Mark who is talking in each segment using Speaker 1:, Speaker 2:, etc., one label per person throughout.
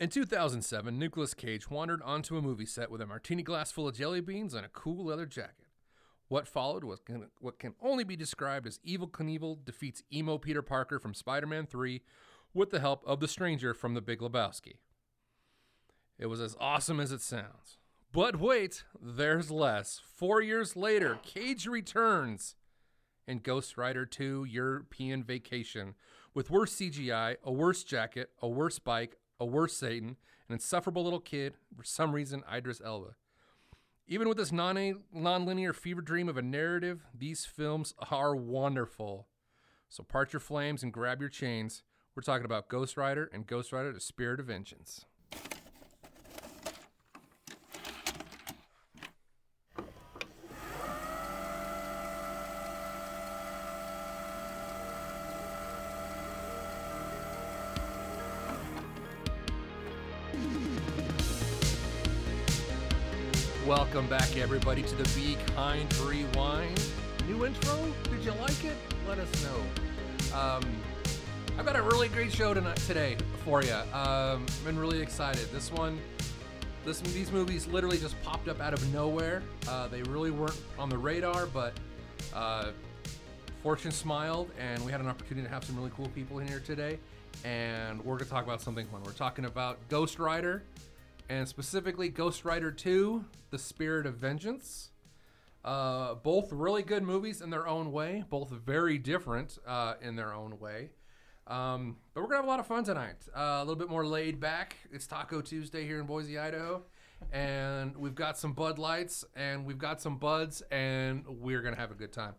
Speaker 1: In 2007, Nicolas Cage wandered onto a movie set with a martini glass full of jelly beans and a cool leather jacket. What followed was can, what can only be described as Evil Knievel defeats emo Peter Parker from Spider Man 3 with the help of the stranger from The Big Lebowski. It was as awesome as it sounds. But wait, there's less. Four years later, Cage returns in Ghost Rider 2 European Vacation with worse CGI, a worse jacket, a worse bike, a worse Satan, an insufferable little kid, for some reason, Idris Elba. Even with this non linear fever dream of a narrative, these films are wonderful. So part your flames and grab your chains. We're talking about Ghost Rider and Ghost Rider The Spirit of Vengeance. Welcome back, everybody, to the Be Kind Rewind. New intro? Did you like it? Let us know. Um, I've got a really great show tonight today for you. Um, I've been really excited. This one, this these movies literally just popped up out of nowhere. Uh, they really weren't on the radar, but uh, fortune smiled, and we had an opportunity to have some really cool people in here today. And we're gonna talk about something fun. We're talking about Ghost Rider, and specifically Ghost Rider 2: The Spirit of Vengeance. Uh, both really good movies in their own way, both very different uh, in their own way. Um, but we're gonna have a lot of fun tonight. Uh, a little bit more laid back. It's Taco Tuesday here in Boise, Idaho, and we've got some Bud Lights and we've got some buds, and we're gonna have a good time.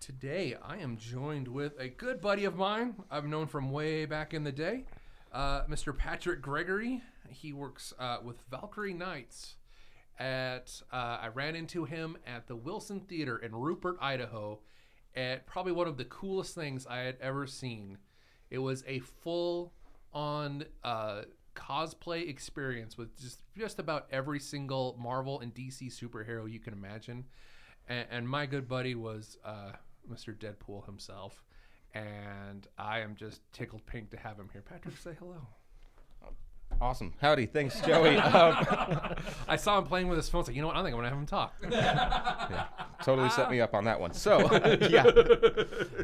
Speaker 1: Today, I am joined with a good buddy of mine I've known from way back in the day, uh, Mr. Patrick Gregory. He works uh, with Valkyrie Knights. At uh, I ran into him at the Wilson Theater in Rupert, Idaho, at probably one of the coolest things I had ever seen. It was a full-on uh, cosplay experience with just just about every single Marvel and DC superhero you can imagine and, and my good buddy was uh, Mr. Deadpool himself, and I am just tickled pink to have him here. Patrick, say hello.
Speaker 2: Awesome. Howdy. Thanks, Joey. Um,
Speaker 1: I saw him playing with his phone. It's like, you know what? I don't think I'm gonna have him talk.
Speaker 2: totally set me up on that one. So, yeah.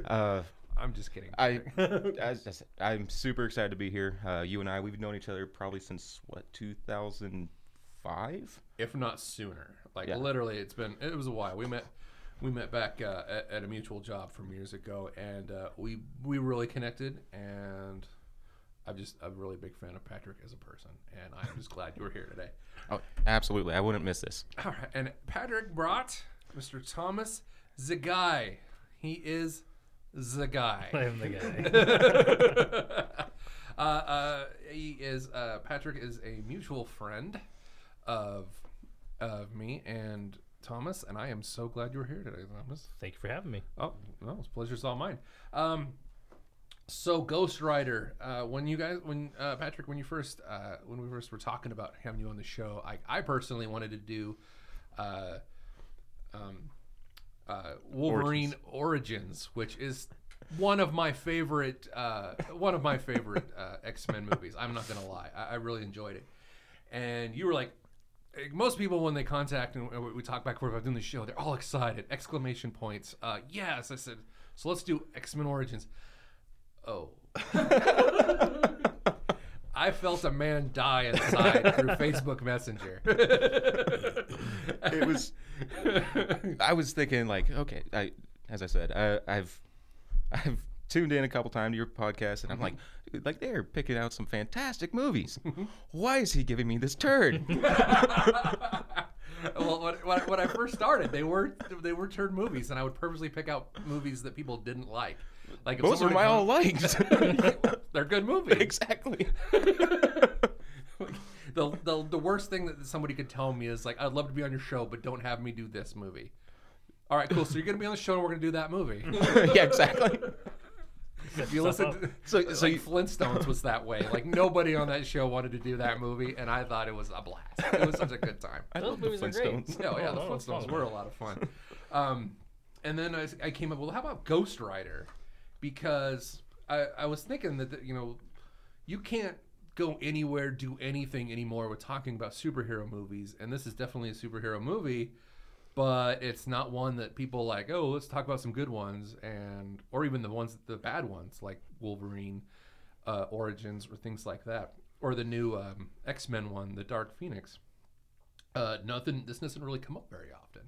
Speaker 2: Uh,
Speaker 1: I'm just kidding.
Speaker 2: I, as I said, I'm super excited to be here. Uh, you and I, we've known each other probably since what 2005.
Speaker 1: if not sooner. Like
Speaker 2: Yeah.
Speaker 1: literally, it's been it was a while. We met we met back uh, at, at a mutual job from years ago, and uh, we we really connected. And I'm just a really big fan of Patrick as a person, and I'm just glad you were here today.
Speaker 2: Oh, absolutely. I wouldn't miss this.
Speaker 1: All right, and Patrick brought Mr. Thomas Zagai. He is
Speaker 3: I
Speaker 1: Zagai.
Speaker 3: am the guy.
Speaker 1: uh, uh, he is uh, Patrick is a mutual friend of of me and Thomas, and I am so glad you were here today, Thomas.
Speaker 3: Thank you for having me.
Speaker 1: Oh, no, it's pleasure's all mine. Um, so Ghost Rider, uh, when you guys, when uh, Patrick, when you first, uh, when we first were talking about having you on the show, I, I personally wanted to do, uh, um, uh, Wolverine Origins. which is one of my favorite, uh, one of my favorite uh, X Men movies. I'm not gonna lie, I, I really enjoyed it. And you were like, like, most people when they contact and uh, we- we talk back and forth about doing the show, they're all excited, exclamation points. Uh, yes, I said. So let's do X Men Origins. Oh. I felt a man die inside through Facebook Messenger.
Speaker 2: It was. I was thinking like, okay, I as I said, I, I've I've tuned in a couple times to your podcast, and I'm like,
Speaker 3: Mm-hmm.
Speaker 2: like they're picking out some fantastic movies. Why is he giving me this turd?
Speaker 1: well, when, when, when I first started, they were they were turd movies, and I would purposely pick out movies that people didn't like. Like if
Speaker 2: Most of
Speaker 1: someone
Speaker 2: them I all
Speaker 1: would
Speaker 2: liked.
Speaker 1: come- They're good movies.
Speaker 2: exactly.
Speaker 1: Like, the, the the worst thing that somebody could tell me is like, I'd love to be on your show, but don't have me do this movie. All right, cool. So you're gonna be on the show, and we're gonna do that movie.
Speaker 2: yeah, exactly.
Speaker 1: if you listen, to,
Speaker 2: So-
Speaker 1: so,
Speaker 2: so you-
Speaker 1: Flintstones was that way. Like nobody on that show wanted to do that movie, and I thought it was a blast. It was such a good time.
Speaker 2: I
Speaker 3: Those
Speaker 2: love the
Speaker 3: movies are great.
Speaker 2: Flintstones.
Speaker 1: No, yeah,
Speaker 3: Oh,
Speaker 1: the
Speaker 3: that was
Speaker 1: Flintstones
Speaker 3: fun.
Speaker 1: were a lot of fun. Um, and then I, I came up, well, how about Ghost Rider? Because I, I was thinking that, that, you know, you can't go anywhere, do anything anymore with talking about superhero movies. And this is definitely a superhero movie, but it's not one that people like, oh, let's talk about some good ones and or even the ones the bad ones like Wolverine uh, Origins or things like that. Or the new um, X Men one, the Dark Phoenix. Uh, nothing. This doesn't really come up very often,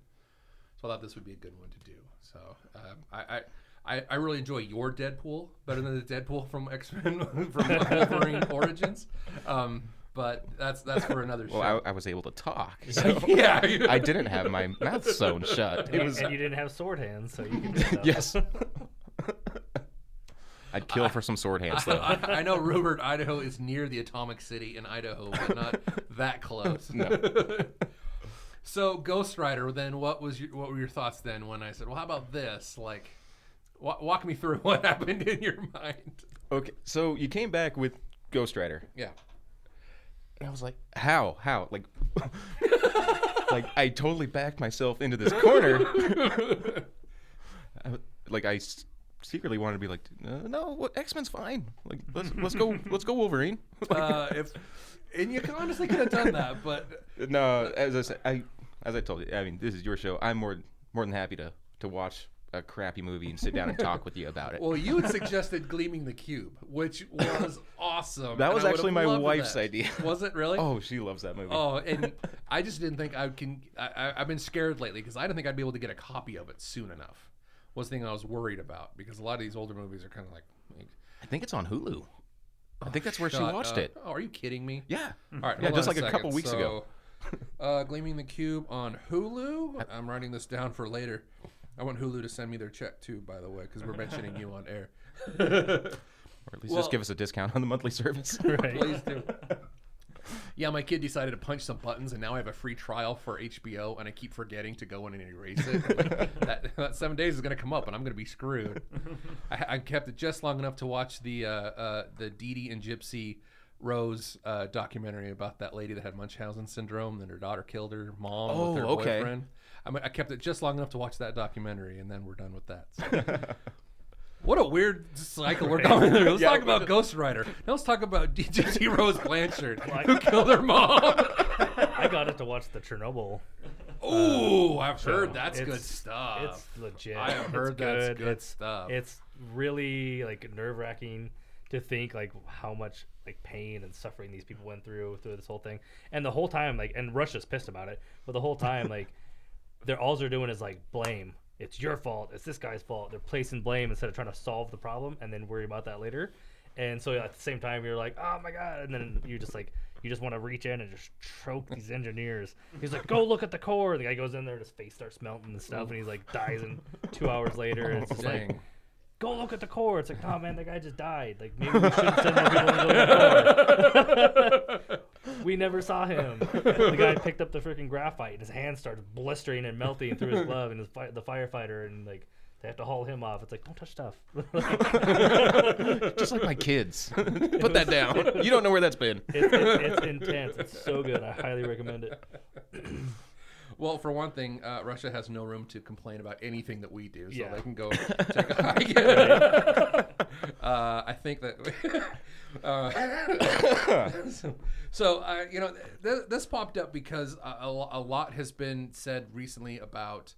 Speaker 1: so I thought this would be a good one to do. So um, I, I, I, I really enjoy your Deadpool better than the Deadpool from X Men from Wolverine Origins. Um, but that's that's for another show.
Speaker 2: Well, I, I was able to talk. So
Speaker 1: yeah,
Speaker 2: I didn't have my mouth sewn shut. It
Speaker 3: And-
Speaker 2: was
Speaker 3: and you didn't have sword hands, so you can do stuff.
Speaker 2: yes. I'd kill for some sword hands though.
Speaker 1: I, I know Rupert, Idaho is near the atomic city in Idaho, but not that close. so Ghost Rider, then what was your, what were your thoughts then when I said, well, how about this? Like, wa- walk me through what happened in your mind.
Speaker 2: Okay, so you came back with Ghost Rider,
Speaker 1: Yeah.
Speaker 2: and I was like, "How? How? Like, like I totally backed myself into this corner. I, like I s- secretly wanted to be like, uh, no, X Men's fine. Like, let's let's go let's go Wolverine.
Speaker 1: Uh, if and you honestly could have done that, but
Speaker 2: no, as I said, I as I told you, I mean, this is your show. I'm more more than happy to to watch a crappy movie and sit down and talk with you about it.
Speaker 1: well, you had suggested gleaming the cube, which was awesome.
Speaker 2: That
Speaker 1: and
Speaker 2: was
Speaker 1: I would've
Speaker 2: actually my
Speaker 1: loved
Speaker 2: wife's
Speaker 1: that.
Speaker 2: idea.
Speaker 1: Was it really?
Speaker 2: oh, she loves that movie.
Speaker 1: Oh, and I just didn't think I can. I, I, I've been scared lately because I didn't think I'd be able to get a copy of it soon enough. Was the thing I was worried about because a lot of these older movies are kind of like. like,
Speaker 2: I think it's on Hulu. I think that's where she
Speaker 1: shut
Speaker 2: watched
Speaker 1: up.
Speaker 2: it.
Speaker 1: Oh, are you kidding me?
Speaker 2: Yeah.
Speaker 1: All right,
Speaker 2: Yeah,
Speaker 1: hold
Speaker 2: just
Speaker 1: on
Speaker 2: like a couple
Speaker 1: second.
Speaker 2: weeks ago.
Speaker 1: So, uh, Gleaming the Cube on Hulu. I'm writing this down for later. I want Hulu to send me their check too, by the way, because we're mentioning you on air.
Speaker 2: Or at least
Speaker 1: Well-
Speaker 2: just give us a discount on the monthly service.
Speaker 3: Right.
Speaker 1: Please do. Yeah, my kid decided to punch some buttons, and now I have a free trial for HBO, and I keep forgetting to go in and erase it. that, that seven days is going to come up, and I'm going to be screwed. I, I kept it just long enough to watch the uh, uh, the Dee Dee and Gypsy Rose uh, documentary about that lady that had Munchausen syndrome, then her daughter killed her mom
Speaker 2: Oh,
Speaker 1: with her
Speaker 2: okay.
Speaker 1: boyfriend. I, mean, I kept it just long enough to watch that documentary, and then we're done with that. So. What a weird cycle we're going through. Let's talk about Ghost Rider. Now let's talk about DJT Rose Blanchard,
Speaker 3: Like-
Speaker 1: who killed her mom.
Speaker 3: I got it to watch the Chernobyl.
Speaker 1: Ooh, I've heard
Speaker 3: So
Speaker 1: that's good
Speaker 3: it's-
Speaker 1: stuff.
Speaker 3: It's legit.
Speaker 1: I have
Speaker 3: It's
Speaker 1: heard that's good
Speaker 3: it's,
Speaker 1: stuff.
Speaker 3: It's really like nerve wracking to think like how much like pain and suffering these people went through through this whole thing. And the whole time, like, and Russia's pissed about it, but the whole time, like, they're all they're doing is like blame. It's your fault. It's this guy's fault. They're placing blame instead of trying to solve the problem and then worry about that later. And so at the same time, you're like, oh my god, and then you just like you just want to reach in and just choke these engineers. He's like, go look at the core. And the guy goes in there, and his face starts melting and stuff, and he's like dies in two hours later. And it's just like,
Speaker 1: Dang.
Speaker 3: go look at the core. It's like, oh man, that guy just died. Like maybe we shouldn't send more people to go to the core. we never saw him. The guy picked up the freaking graphite and his hand starts blistering and melting through his glove and his fi- the firefighter and like they have to haul him off. It's like don't touch stuff.
Speaker 2: just like my kids. Put that down. You don't know where that's been.
Speaker 3: It's, it's, it's intense. It's so good. I highly recommend it.
Speaker 1: well, for one thing, uh, Russia has no room to complain about anything that we do, so
Speaker 3: Yeah.
Speaker 1: they can go take a hike. uh, I think that. uh, so, so uh, you know, th- th- this popped up because a, a lo- a lot has been said recently about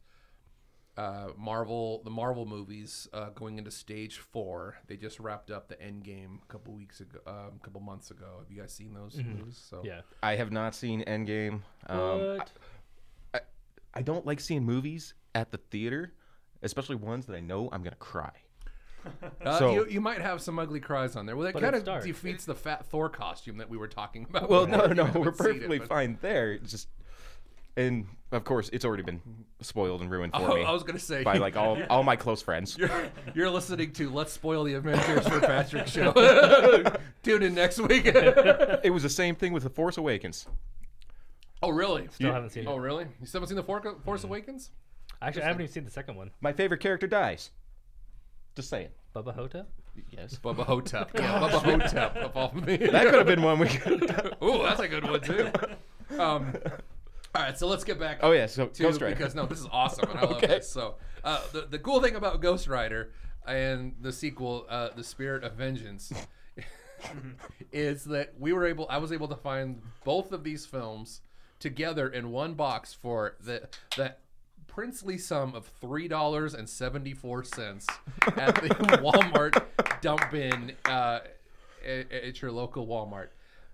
Speaker 1: uh, Marvel, the Marvel movies uh, going into stage four. They just wrapped up the Endgame a couple weeks ago, a couple months ago. Have you guys seen those movies? So
Speaker 3: Mm-hmm. Yeah.
Speaker 2: I have not seen Endgame. Um,
Speaker 3: What?
Speaker 2: I don't like seeing movies at the theater, especially ones that I know I'm gonna cry.
Speaker 1: Uh,
Speaker 2: So-
Speaker 1: you, you might have some ugly cries on there. Well, that
Speaker 3: But
Speaker 1: kind
Speaker 3: it's
Speaker 1: of
Speaker 3: dark.
Speaker 1: defeats the fat Thor costume that we were talking about.
Speaker 2: Well, no,
Speaker 1: before. You
Speaker 2: no,
Speaker 1: haven't seen
Speaker 2: we're
Speaker 1: it,
Speaker 2: perfectly
Speaker 1: but-
Speaker 2: fine there. It's just, and of course, it's already been spoiled and ruined for
Speaker 1: Oh,
Speaker 2: me
Speaker 1: I was gonna say
Speaker 2: by like all all my close friends.
Speaker 1: you're, you're listening to Let's Spoil the Avengers for Patrick show. Tune in next week.
Speaker 2: It was the same thing with The Force Awakens.
Speaker 1: oh, really?
Speaker 3: Still haven't seen
Speaker 1: Oh,
Speaker 3: it.
Speaker 1: really? You still haven't seen the Force,
Speaker 2: Mm-hmm.
Speaker 1: Force Awakens?
Speaker 3: Actually, I haven't even seen the second one.
Speaker 2: My favorite character dies. Just saying.
Speaker 3: Bubba Hotep.
Speaker 2: Yes.
Speaker 1: Bubba Hotep. Yeah, Bubba Hotep of all me.
Speaker 2: That could have been one we could
Speaker 1: Ooh, that's a good one too. Um, all right, so let's get back.
Speaker 2: Oh yeah, so
Speaker 1: to
Speaker 2: Ghost Rider.
Speaker 1: because no, this is awesome and I love
Speaker 2: Okay.
Speaker 1: this. So uh, the the cool thing about Ghost Rider and the sequel, uh, The Spirit of Vengeance, is that we were able I was able to find both of these films together in one box for the the princely sum of three dollars and seventy four cents at the Walmart dump bin uh, at, at your local Walmart.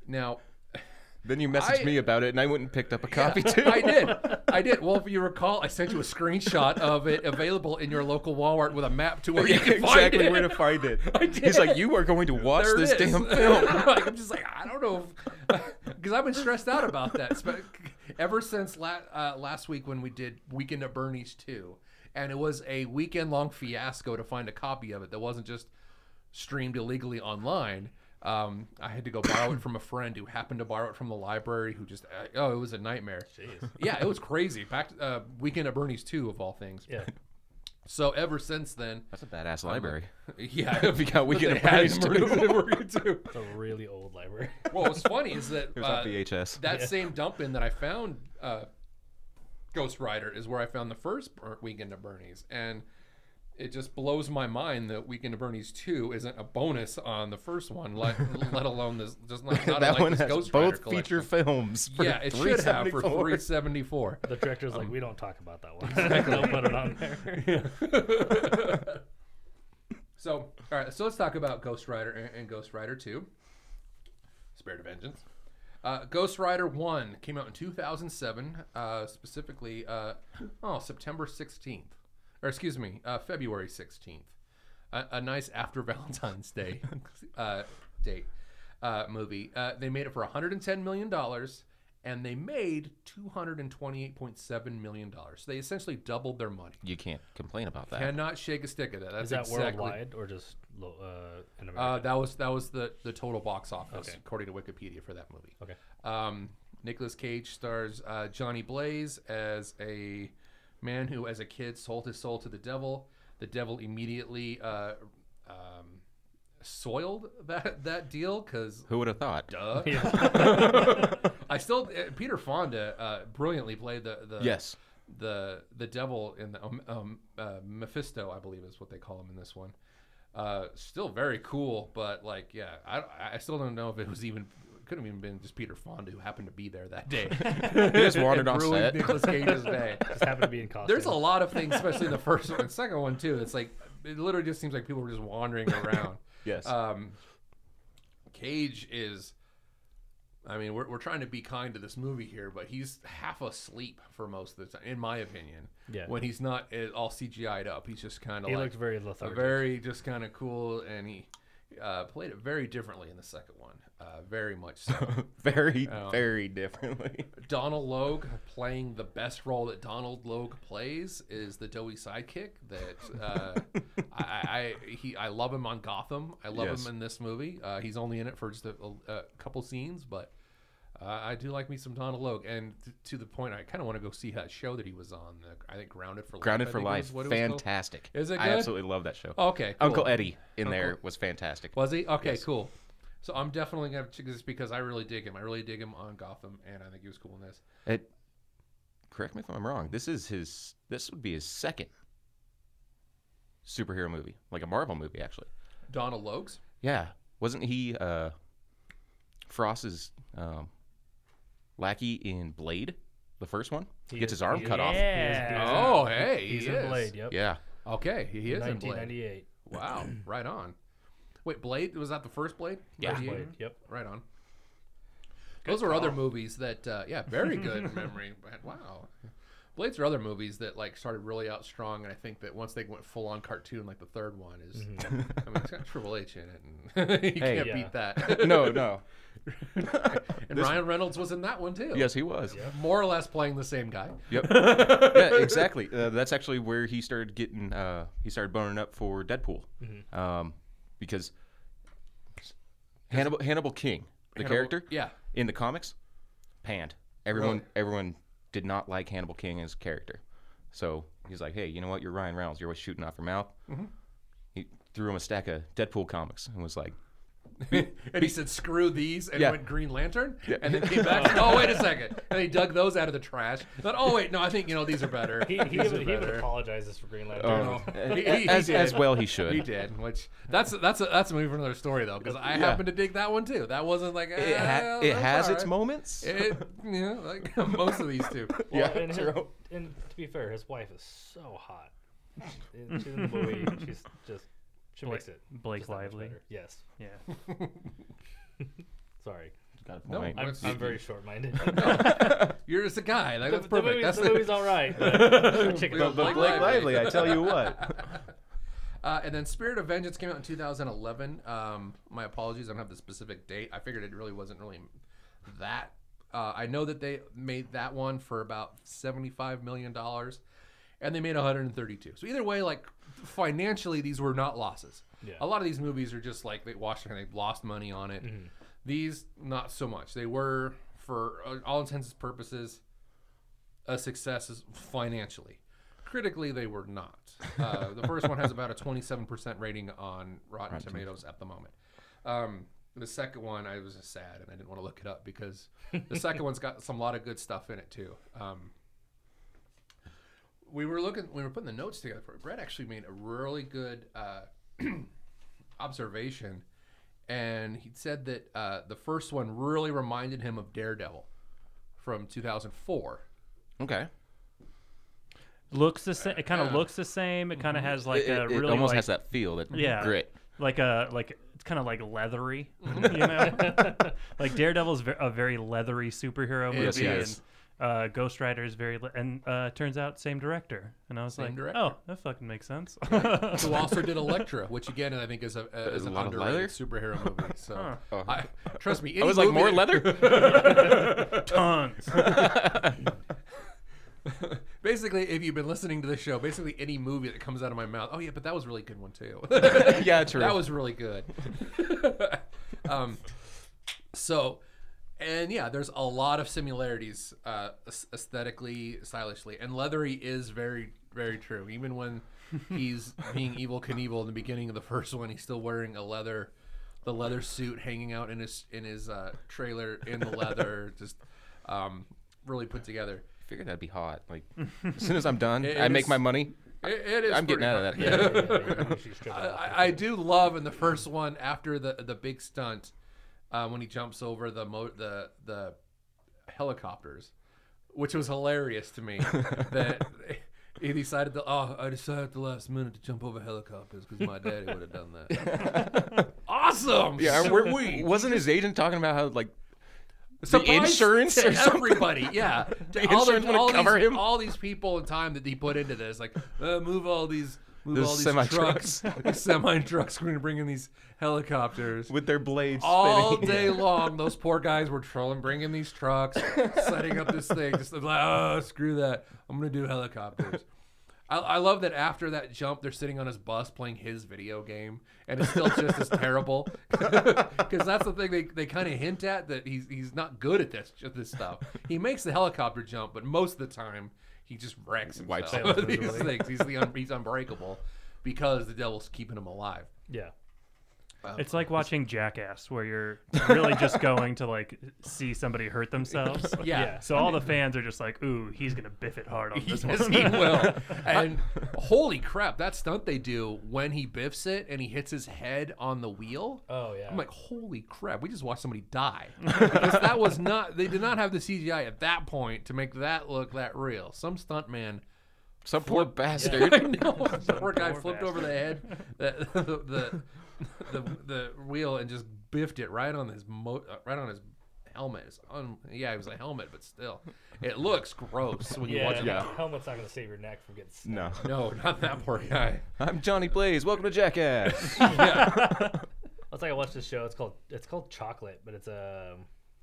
Speaker 1: Now
Speaker 2: Then you messaged
Speaker 1: I-
Speaker 2: me about it, and I went and picked up a copy too.
Speaker 1: I did. I did. Well, if you recall, I sent you a screenshot of it available in your local Walmart with a map to where you can find
Speaker 2: exactly
Speaker 1: it.
Speaker 2: where to find it. He's like, you are going to watch
Speaker 1: There
Speaker 2: this
Speaker 1: it is.
Speaker 2: damn film.
Speaker 1: like, I'm just like, I don't know. Because I've been stressed out about that. spe- Ever since la- uh, last week when we did Weekend at Bernie's 2. And it was a weekend long fiasco to find a copy of it that wasn't just streamed illegally online. Um, I had to go borrow it from a friend who happened to borrow it from the library who just, uh, oh, it was a nightmare.
Speaker 3: Jeez.
Speaker 1: Yeah, it was crazy. Back uh, Weekend at Bernie's 2, of all things.
Speaker 3: Yeah.
Speaker 1: So ever since then,
Speaker 2: That's a badass library.
Speaker 1: yeah.
Speaker 2: If you got Weekend
Speaker 1: they
Speaker 2: at
Speaker 1: had
Speaker 2: Bernie's
Speaker 1: Bernie's
Speaker 2: too.
Speaker 1: at Bernie's too.
Speaker 3: It's a really old library.
Speaker 1: Well, what's funny is that
Speaker 2: It was on
Speaker 1: uh,
Speaker 2: VHS.
Speaker 1: that same dump in that I found uh, Ghost Rider is where I found the first Bur- Weekend of Bernie's, and it just blows my mind that Weekend of Bernie's two isn't a bonus on the first one, let, let alone this just not, not
Speaker 2: that
Speaker 1: like
Speaker 2: one
Speaker 1: this
Speaker 2: has
Speaker 1: Ghost Rider
Speaker 2: both
Speaker 1: collection.
Speaker 2: feature films. for
Speaker 1: yeah, it should have for
Speaker 2: 374.
Speaker 1: three seventy four.
Speaker 3: The director's like, Um, we don't talk about that one. They'll put it on there.
Speaker 1: So, all right, so let's talk about Ghost Rider and, and Ghost Rider 2, Spirit of Vengeance. Uh, Ghost Rider 1 came out in 2007, uh, specifically, uh, oh, September 16th, or excuse me, uh, February 16th. A, a nice after Valentine's Day uh, date uh, movie. Uh, they made it for $110 million, and they made $228.7 million. So they essentially doubled their money.
Speaker 2: You can't complain about that.
Speaker 1: Cannot shake a stick at that. That's
Speaker 3: Is that
Speaker 1: exactly
Speaker 3: worldwide or just lo- uh, in America?
Speaker 1: uh, that was that was the the total box office
Speaker 3: Okay.
Speaker 1: according to Wikipedia for that movie.
Speaker 3: okay.
Speaker 1: Um, Nicolas Cage stars uh, Johnny Blaze as a man who, as a kid, sold his soul to the devil. The devil immediately uh, um, soiled that that deal because
Speaker 2: Who would have thought?
Speaker 1: duh. I still uh, Peter Fonda uh, brilliantly played the, the
Speaker 2: Yes.
Speaker 1: the the devil in the um, um, uh, Mephisto, I believe is what they call him in this one. Uh, still very cool, but like, yeah, I, I still don't know if it was even could have even been just Peter Fonda who happened to be there that day.
Speaker 2: He just wandered on
Speaker 1: Ruined
Speaker 2: set.
Speaker 1: Nicolas Cage's day.
Speaker 3: Just happened to be in costume.
Speaker 1: There's a lot of things, especially in the first one, second one too. It's like it literally just seems like people were just wandering around.
Speaker 2: Yes.
Speaker 1: Um, Cage is. I mean, we're, we're trying to be kind to this movie here, but he's half asleep for most of the time, in my opinion.
Speaker 3: Yeah.
Speaker 1: When he's not at all CGI'd up, he's just kind of
Speaker 3: He
Speaker 1: like
Speaker 3: looked very
Speaker 1: a
Speaker 3: lethargic.
Speaker 1: very just kind of cool, and he uh, played it very differently in the second one, uh, very much so.
Speaker 2: very,
Speaker 1: Oh.
Speaker 2: very differently.
Speaker 1: Donald Logue playing the best role that Donald Logue plays is the doughy sidekick that uh, I, I I- he I love him on Gotham. I love
Speaker 2: Yes.
Speaker 1: him in this movie. Uh, he's only in it for just a, a couple scenes, but uh, I do like me some Donald Logue. And t- to the point, I kind of want to go see that show that he was on. The, I think Grounded for
Speaker 2: Grounded
Speaker 1: Life. I
Speaker 2: for
Speaker 1: think it
Speaker 2: Life.
Speaker 1: was what it was called.
Speaker 2: fantastic.
Speaker 1: Is it
Speaker 2: I
Speaker 1: good?
Speaker 2: absolutely love that show.
Speaker 1: Okay, cool. Oh,
Speaker 2: Uncle Eddie in there was fantastic.
Speaker 1: Was he? Okay, cool. So I'm definitely gonna check this because I really dig him. I really dig him on Gotham, and I think he was cool in this.
Speaker 2: It, correct me if I'm wrong. This is his. This would be his second superhero movie, like a Marvel movie, actually.
Speaker 1: Donald Logue's.
Speaker 2: Yeah, wasn't he uh, Frost's um, lackey in Blade, the first one? He gets his arm cut
Speaker 3: yeah.
Speaker 2: off.
Speaker 3: He is-
Speaker 1: Oh, hey,
Speaker 3: He's
Speaker 1: he
Speaker 3: in
Speaker 1: is.
Speaker 3: Blade, yep.
Speaker 2: Yeah,
Speaker 1: Okay, he is in Blade.
Speaker 3: 1998.
Speaker 1: Wow, right on. Wait, Blade was that the first Blade?
Speaker 2: Yeah.
Speaker 1: Blade the
Speaker 3: Blade,
Speaker 1: Eighth?
Speaker 3: yep.
Speaker 1: right on. Those are other movies that, uh, yeah, very good memory. But wow, Blades are other movies that like started really out strong, and I think that once they went full on cartoon, like the third one is, I mean, it's got Triple H in it, and you
Speaker 2: Hey,
Speaker 1: can't
Speaker 3: Mm-hmm. yeah.
Speaker 1: beat that.
Speaker 2: no, no.
Speaker 1: and Ryan Reynolds was in that one too.
Speaker 2: Yes, he was.
Speaker 1: more or less playing the same guy.
Speaker 2: Yep. yeah, exactly. Uh, that's actually where he started getting. Uh, he started boning up for Deadpool,
Speaker 3: Mm-hmm.
Speaker 2: um, because Hannibal Hannibal King, the
Speaker 1: Hannibal-
Speaker 2: character,
Speaker 1: yeah.
Speaker 2: in the comics, panned. Everyone
Speaker 1: Really?
Speaker 2: everyone did not like Hannibal King as a character, so he's like, hey, you know what? You're Ryan
Speaker 1: Mm-hmm.
Speaker 2: Reynolds. You're always shooting off your mouth. He threw him a stack of Deadpool comics and was like,
Speaker 1: and he said, "Screw these," and
Speaker 2: Yeah.
Speaker 1: went Green Lantern, and then came back. and, oh wait a second! And he dug those out of the trash. Thought, "Oh wait, no, I think you know these are better."
Speaker 3: He, he,
Speaker 1: These
Speaker 3: even,
Speaker 1: are
Speaker 3: he even
Speaker 1: better."
Speaker 3: apologizes for Green Lantern.
Speaker 2: Oh,
Speaker 1: No.
Speaker 2: a-
Speaker 1: He-
Speaker 2: a-
Speaker 1: he- he
Speaker 2: as,
Speaker 1: did.
Speaker 2: as well he should.
Speaker 1: He did, which that's that's a, that's a movie for another story though, because I
Speaker 2: Yeah.
Speaker 1: happened to dig that one too. That wasn't like
Speaker 2: It, ha-
Speaker 1: "Ah,
Speaker 2: it
Speaker 1: that's
Speaker 2: has
Speaker 1: all
Speaker 2: its
Speaker 1: right."
Speaker 2: moments.
Speaker 1: It, you know, like most of these two.
Speaker 3: Well,
Speaker 2: Yeah,
Speaker 3: and, his-
Speaker 2: true.
Speaker 3: and to be fair, his wife is so hot. And She's in the movie. She's just she
Speaker 4: Blake-
Speaker 3: makes it.
Speaker 4: Blake
Speaker 3: just that much
Speaker 4: Lively.
Speaker 3: better. Yes.
Speaker 4: Yeah.
Speaker 3: Sorry,
Speaker 1: No,
Speaker 2: Right.
Speaker 3: I'm,
Speaker 1: What's-
Speaker 3: I'm very short-minded.
Speaker 1: You're just a guy. Like that's
Speaker 3: the,
Speaker 1: perfect.
Speaker 3: movie's,
Speaker 1: that's
Speaker 3: the
Speaker 1: the-
Speaker 3: movie's all right. But chick
Speaker 1: We don't
Speaker 2: But
Speaker 3: about Blake
Speaker 1: like
Speaker 2: Blake
Speaker 1: Lively.
Speaker 2: Lively, I tell you what.
Speaker 1: Uh, and then Spirit of Vengeance came out in 2011. Um, my apologies, I don't have the specific date. I figured it really wasn't really that. Uh, I know that they made that one for about 75 million dollars, and they made 132. So either way, like financially, these were not losses.
Speaker 3: Yeah.
Speaker 1: A lot of these movies are just like they watched and they lost money on it. These not so much. They were, for uh, all intents and purposes, a success is financially. Critically, they were not. Uh, the first one has about a 27% rating on Rotten, Tomatoes at the moment. Um, the second one, I was just sad and I didn't want to look it up because the second one's got some lot of good stuff in it too. Um, we were looking, we were putting the notes together for it. Brett actually made a really good uh, observation, and he said that uh, the first one really reminded him of Daredevil from 2004.
Speaker 2: Okay.
Speaker 4: Looks the same. It kind of looks the same. It
Speaker 3: Mm-hmm.
Speaker 4: kind of has like
Speaker 2: It,
Speaker 4: a
Speaker 2: it- it
Speaker 4: really
Speaker 2: almost
Speaker 4: like,
Speaker 2: has that feel, that
Speaker 4: Yeah.
Speaker 2: grit.
Speaker 4: like a like it's kind of like leathery,
Speaker 3: Mm-hmm.
Speaker 4: you know. like Daredevil's ver- a very leathery superhero movie,
Speaker 2: Yes, he is.
Speaker 4: and uh, Ghost Rider is very, le- and uh, turns out same director. And I was like,
Speaker 1: director.
Speaker 4: oh, that fucking makes sense.
Speaker 1: who also did Elektra, which again I think is a, a is
Speaker 2: a
Speaker 1: an
Speaker 2: lot of
Speaker 1: underrated
Speaker 2: leather?
Speaker 1: superhero movie. So
Speaker 2: Oh.
Speaker 1: I, trust me,
Speaker 2: I
Speaker 1: any
Speaker 2: was Oh, like,
Speaker 1: movie
Speaker 2: more
Speaker 1: that-
Speaker 2: leather?
Speaker 4: Tons.
Speaker 1: Basically, if you've been listening to this show, basically any movie that comes out of my mouth, oh yeah, but that was a really good one too.
Speaker 2: yeah, true.
Speaker 1: That was really good. um, so, and yeah, there's a lot of similarities uh, aes- aesthetically, stylishly, and leathery is very, very true. Even when he's being evil Knievel in the beginning of the first one, he's still wearing a leather, the leather suit, hanging out in his in his uh, trailer in the leather, just um, really put together.
Speaker 2: I figured that'd be hot. Like, as soon as I'm done,
Speaker 1: It-
Speaker 2: I
Speaker 1: it
Speaker 2: make
Speaker 1: is-
Speaker 2: my money.
Speaker 1: It, it is.
Speaker 2: I'm getting
Speaker 1: pretty
Speaker 2: out of
Speaker 1: hard.
Speaker 2: that.
Speaker 3: Yeah, yeah, yeah, yeah, she's stripping
Speaker 2: Uh,
Speaker 1: I,
Speaker 3: off.
Speaker 1: I- I do love in the first one after the the big stunt uh, when he jumps over the mo- the the helicopters, which was hilarious to me that he decided to oh I decided at the last minute to jump over helicopters because my daddy would have done that. awesome.
Speaker 2: Yeah,
Speaker 1: sweet.
Speaker 2: we're, wasn't his agent talking about how like
Speaker 1: Surprise
Speaker 2: the insurance
Speaker 1: to
Speaker 2: or something?
Speaker 1: everybody, yeah.
Speaker 2: The
Speaker 1: all the-
Speaker 2: insurance wouldn't
Speaker 1: all these-
Speaker 2: cover him?
Speaker 1: All these people and time that he put into this, like uh, move all these, move
Speaker 2: Those
Speaker 1: all these
Speaker 2: semi-trucks.
Speaker 1: trucks, these semi trucks. We're gonna bring in these helicopters.
Speaker 2: with their blades
Speaker 1: all
Speaker 2: spinning.
Speaker 1: day long, those poor guys were trolling, bringing these trucks, setting up this thing. Just like, oh, screw that. I'm going to do helicopters. I, I love that after that jump, they're sitting on his bus playing his video game, and it's still just as terrible. Because that's the thing they, they kind of hint at that he's he's not good at this this stuff. He makes the helicopter jump, but most of the time he just wrecks himself.
Speaker 2: Wipes
Speaker 1: with
Speaker 3: out.
Speaker 1: these things. He's the un, he's unbreakable because the devil's keeping him alive.
Speaker 3: yeah.
Speaker 4: It's like watching Jackass, where you're really just going to like see somebody hurt themselves.
Speaker 1: Yeah.
Speaker 4: So all the fans are just like, "Ooh, he's gonna biff it hard on this one."
Speaker 1: Yes, he will. And holy crap, that stunt they do when he biffs it and he hits his head on the wheel.
Speaker 3: Oh yeah.
Speaker 1: I'm like, holy crap, we just watched somebody die. because that was not, they did not have the CGI at that point to make that look that real. Some stunt man.
Speaker 2: Some poor
Speaker 1: I
Speaker 2: bastard.
Speaker 1: know. Some poor guy
Speaker 4: Poor
Speaker 1: flipped over the head, the, the, the, the, the wheel, and just biffed it right on his mo- uh, right on his helmet. It's un- yeah, it was a helmet, but still, it looks gross when you watch
Speaker 3: yeah,
Speaker 1: it.
Speaker 2: Yeah.
Speaker 3: Helmet's not gonna save your neck from getting. Snapped.
Speaker 2: no,
Speaker 1: No, not that poor guy.
Speaker 2: I'm Johnny Blaze. Welcome to Jackass.
Speaker 3: It's like I watched this show. It's called it's called Chocolate, but it's a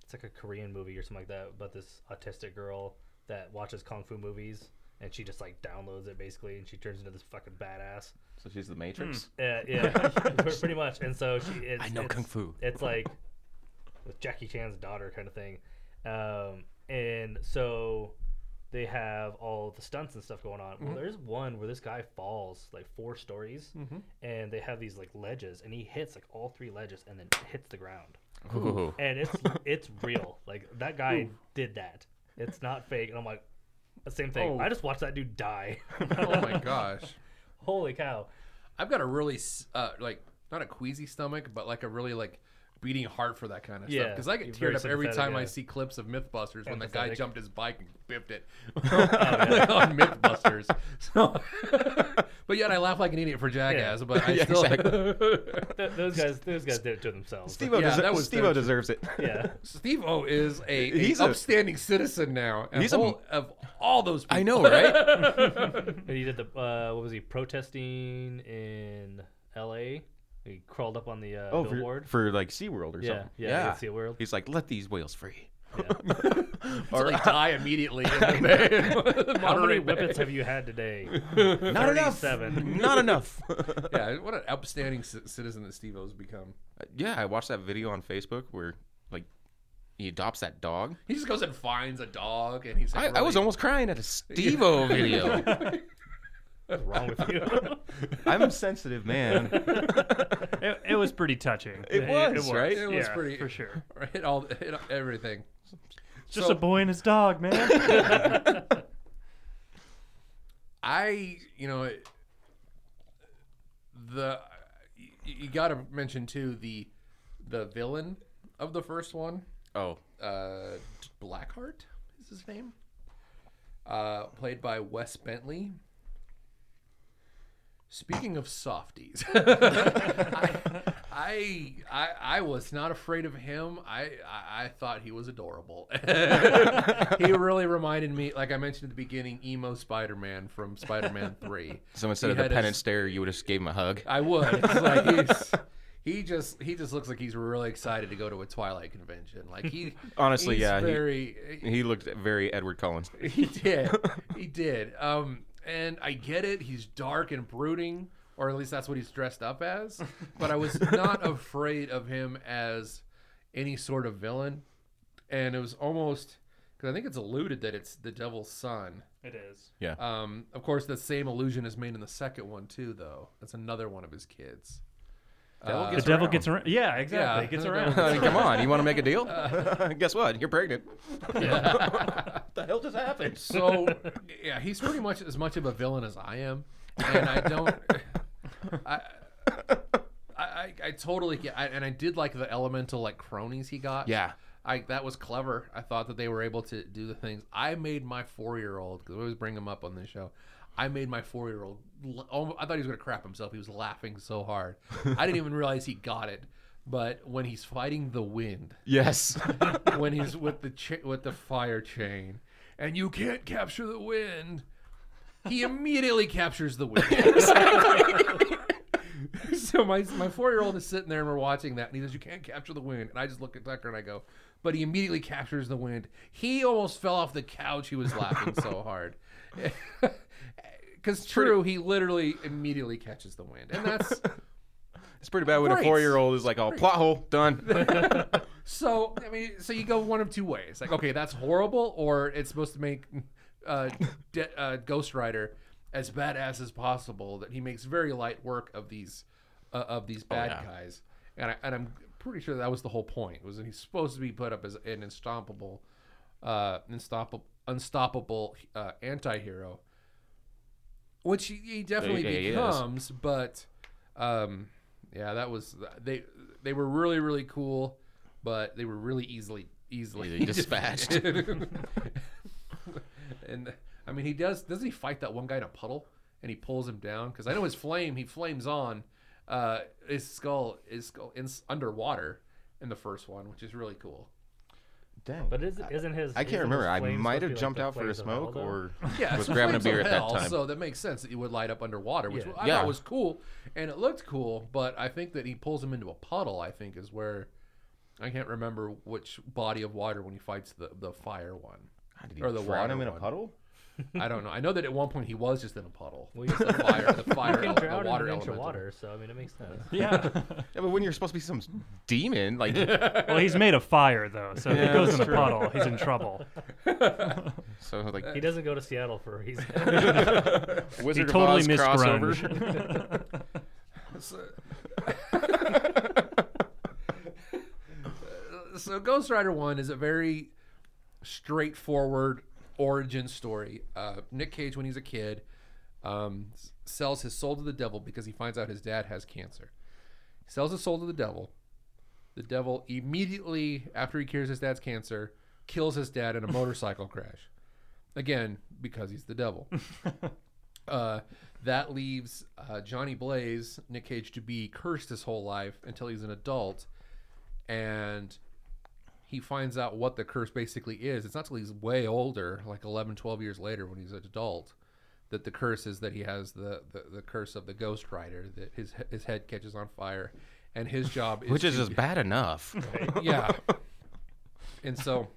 Speaker 3: it's like a Korean movie or something like that about this autistic girl that watches kung fu movies and she just like downloads it basically and she turns into this fucking badass.
Speaker 2: so she's the Matrix.
Speaker 3: Uh, yeah, pre- pretty much. And so she is.
Speaker 2: I know
Speaker 3: it's,
Speaker 2: kung fu.
Speaker 3: It's like with Jackie Chan's daughter kind of thing, um, and so they have all the stunts and stuff going on. Well, there's one where this guy falls like four stories, and they have these like ledges, and he hits like all three ledges, and then hits the ground.
Speaker 2: Ooh.
Speaker 3: And it's it's real. Like that guy did that. It's not fake. And I'm like, the same thing.
Speaker 4: Oh.
Speaker 3: I just watched that dude die.
Speaker 1: Oh my gosh.
Speaker 3: Holy cow!
Speaker 1: I've got a really s- uh, like not a queasy stomach, but like a really like beating heart for that kind of stuff
Speaker 3: Yeah,
Speaker 1: because I get
Speaker 3: you're very
Speaker 1: teared up every
Speaker 3: sympathetic,
Speaker 1: time I
Speaker 3: yeah.
Speaker 1: see clips of MythBusters when the guy
Speaker 3: Empathetic. Oh,
Speaker 1: jumped his bike and biffed it on MythBusters. So, but yet I laugh like an idiot for Jackass. But I
Speaker 2: Yeah,
Speaker 1: still
Speaker 3: Th- those guys, those guys did it to themselves.
Speaker 2: Steve-O,
Speaker 1: Yeah,
Speaker 2: deser-
Speaker 1: that was
Speaker 2: Steve-O
Speaker 1: their-
Speaker 2: deserves it.
Speaker 3: yeah.
Speaker 1: Steve O is a, a
Speaker 2: He's a-
Speaker 1: upstanding citizen now. Of
Speaker 2: He's a-
Speaker 1: all, of all those people.
Speaker 2: I know, right?
Speaker 3: And he did the uh, what was he protesting in L.A. He crawled up on the uh,
Speaker 2: oh, for,
Speaker 3: billboard.
Speaker 2: for like SeaWorld or
Speaker 3: Yeah,
Speaker 2: something.
Speaker 3: yeah, it's SeaWorld.
Speaker 2: He's like, let these whales free.
Speaker 3: Yeah.
Speaker 1: Or they die immediately. In the
Speaker 3: How many
Speaker 1: Monterey Bay.
Speaker 3: whippets have you had today?
Speaker 2: Not enough.
Speaker 3: 37.
Speaker 2: Not enough.
Speaker 1: Yeah, what an outstanding c- citizen that Steve O's become.
Speaker 2: yeah, I watched that video on Facebook where like he adopts that dog.
Speaker 1: He just goes and finds a dog, and he's like,
Speaker 2: I, I was
Speaker 1: really-
Speaker 2: almost crying at a Steve-O video.
Speaker 3: What's wrong with you?
Speaker 2: I'm a sensitive man.
Speaker 4: It, it was pretty touching.
Speaker 2: It was, right?
Speaker 1: It was
Speaker 4: yeah,
Speaker 1: pretty-
Speaker 4: for sure.
Speaker 1: hit all hit everything.
Speaker 4: It's just
Speaker 1: So-
Speaker 4: a boy and his dog, man.
Speaker 1: I, you know, it- the you, you got to mention too the the villain of the first one,
Speaker 2: Oh,
Speaker 1: uh, Blackheart is his name, uh, played by Wes Bentley. Speaking of softies, I, I I I was not afraid of him. I I, I thought he was adorable. he really reminded me, like I mentioned at the beginning, emo Spider Man from Spider Man Three.
Speaker 2: so instead
Speaker 1: He
Speaker 2: of the
Speaker 1: had his-
Speaker 2: pen and stare, you would have just gave him a hug.
Speaker 1: I would. It's like he's, he just he just looks like he's really excited to go to a Twilight convention. Like he
Speaker 2: Honestly,
Speaker 1: he's
Speaker 2: yeah, he-
Speaker 1: very
Speaker 2: He looked very Edward Cullen.
Speaker 1: he did. he did. Um, and I get it. He's dark and brooding, or at least that's what he's dressed up as. But I was not afraid of him as any sort of villain. And it was almost because I think it's alluded that it's the devil's son.
Speaker 4: it is.
Speaker 2: Yeah.
Speaker 1: Um, of course, the same allusion is made in the second one too, though. That's another one of his kids.
Speaker 2: Devil
Speaker 1: Uh,
Speaker 4: The
Speaker 2: gets
Speaker 4: devil
Speaker 2: around.
Speaker 4: gets around.
Speaker 1: Yeah.
Speaker 4: Yeah, exactly. It Gets
Speaker 2: I mean,
Speaker 4: around.
Speaker 2: come on, you want to make a deal?
Speaker 1: Uh.
Speaker 2: Guess what? You're pregnant. what the hell just happened?
Speaker 1: So yeah, he's pretty much as much of a villain as I am, and I don't. I, I, I, I totally get, I, and I did like the elemental like cronies he got.
Speaker 2: Yeah.
Speaker 1: I that was clever. I thought that they were able to do the things. I made my four year old because we always bring him up on this show. I made my four year old. I thought he was gonna crap himself. He was laughing so hard. I didn't even realize he got it. But when he's fighting the wind,
Speaker 2: Yes.
Speaker 1: when he's with the cha- with the fire chain, and you can't capture the wind. He immediately captures the wind. so my my four year old is sitting there and we're watching that, and he says, "You can't capture the wind." And I just look at Tucker and I go, "But he immediately captures the wind." He almost fell off the couch. He was laughing so hard. Because true, he literally immediately catches the wind, and that's
Speaker 2: It's pretty bad when
Speaker 1: Great.
Speaker 2: a four year old is like, oh, plot hole, done.
Speaker 1: So I mean, so you go one of two ways. Like, okay, that's horrible, or it's supposed to make uh, de- uh, Ghost Rider as badass as possible. That he makes very light work of these uh, of these bad
Speaker 2: Oh, yeah.
Speaker 1: guys, and I, and I'm pretty sure that was the whole point. Was that he's supposed to be put up as an unstoppable, uh, unstoppable, unstoppable uh, anti-hero, which he, he definitely
Speaker 2: Yeah, he is.
Speaker 1: becomes, but um yeah that was they they were really really cool but they were really easily easily
Speaker 2: Easily dispatched.
Speaker 1: defeated. and i mean he does doesn't he fight that one guy in a puddle and he pulls him down because i know his flame he flames on uh his skull is skull in underwater in the first one which is really cool
Speaker 2: Dang.
Speaker 3: But is, isn't his?
Speaker 2: I can't
Speaker 3: isn't his
Speaker 2: remember. I
Speaker 3: flame supposed
Speaker 2: might
Speaker 3: to be
Speaker 2: have
Speaker 3: like
Speaker 2: jumped
Speaker 3: the
Speaker 2: out for a
Speaker 3: flames of hell,
Speaker 2: smoke
Speaker 3: though?
Speaker 2: or
Speaker 1: yeah,
Speaker 2: was
Speaker 1: so
Speaker 2: grabbing a
Speaker 1: flames of
Speaker 2: beer at that
Speaker 1: hell,
Speaker 2: time.
Speaker 1: So that makes sense that you would light up underwater, which
Speaker 3: Yeah.
Speaker 1: I
Speaker 2: Yeah.
Speaker 1: thought was cool, and it looked cool. But I think that he pulls him into a puddle. I think is where I can't remember which body of water when he fights the the fire one.
Speaker 2: How did
Speaker 1: Or the
Speaker 2: drown
Speaker 1: water
Speaker 2: him in a
Speaker 1: one.
Speaker 2: puddle?
Speaker 1: I don't know. I know that at one point he was just in a puddle. the fire, the fire,
Speaker 3: You can
Speaker 1: ele- the
Speaker 3: drown
Speaker 1: water
Speaker 3: in an inch of
Speaker 1: elemental.
Speaker 3: water, so I mean it makes sense.
Speaker 4: Yeah.
Speaker 2: Yeah, but when you're supposed to be some demon, like
Speaker 4: well, he's made of fire though, so if he
Speaker 2: Yeah,
Speaker 4: goes
Speaker 2: that's
Speaker 4: in a
Speaker 2: true.
Speaker 4: puddle, he's in trouble.
Speaker 2: so like
Speaker 3: He doesn't go to Seattle for a reason.
Speaker 2: Wizard
Speaker 4: he totally
Speaker 2: of Oz
Speaker 4: missed
Speaker 2: crossover.
Speaker 4: grunge.
Speaker 1: So, so Ghost Rider 1 is a very straightforward origin story. Uh, Nick Cage, when he's a kid, um, s- sells his soul to the devil because he finds out his dad has cancer. He sells his soul to the devil. The devil, immediately after he cures his dad's cancer, kills his dad in a motorcycle crash. Again, because he's the devil. Uh, that leaves uh, Johnny Blaze, Nick Cage, to be cursed his whole life until he's an adult, and he finds out what the curse basically is. It's not till he's way older, like 11, 12 years later, when he's an adult, that the curse is that he has the, the, the curse of the Ghost Rider, that his his head catches on fire, and his job is
Speaker 2: which is
Speaker 1: to-
Speaker 2: just bad enough.
Speaker 1: yeah. And so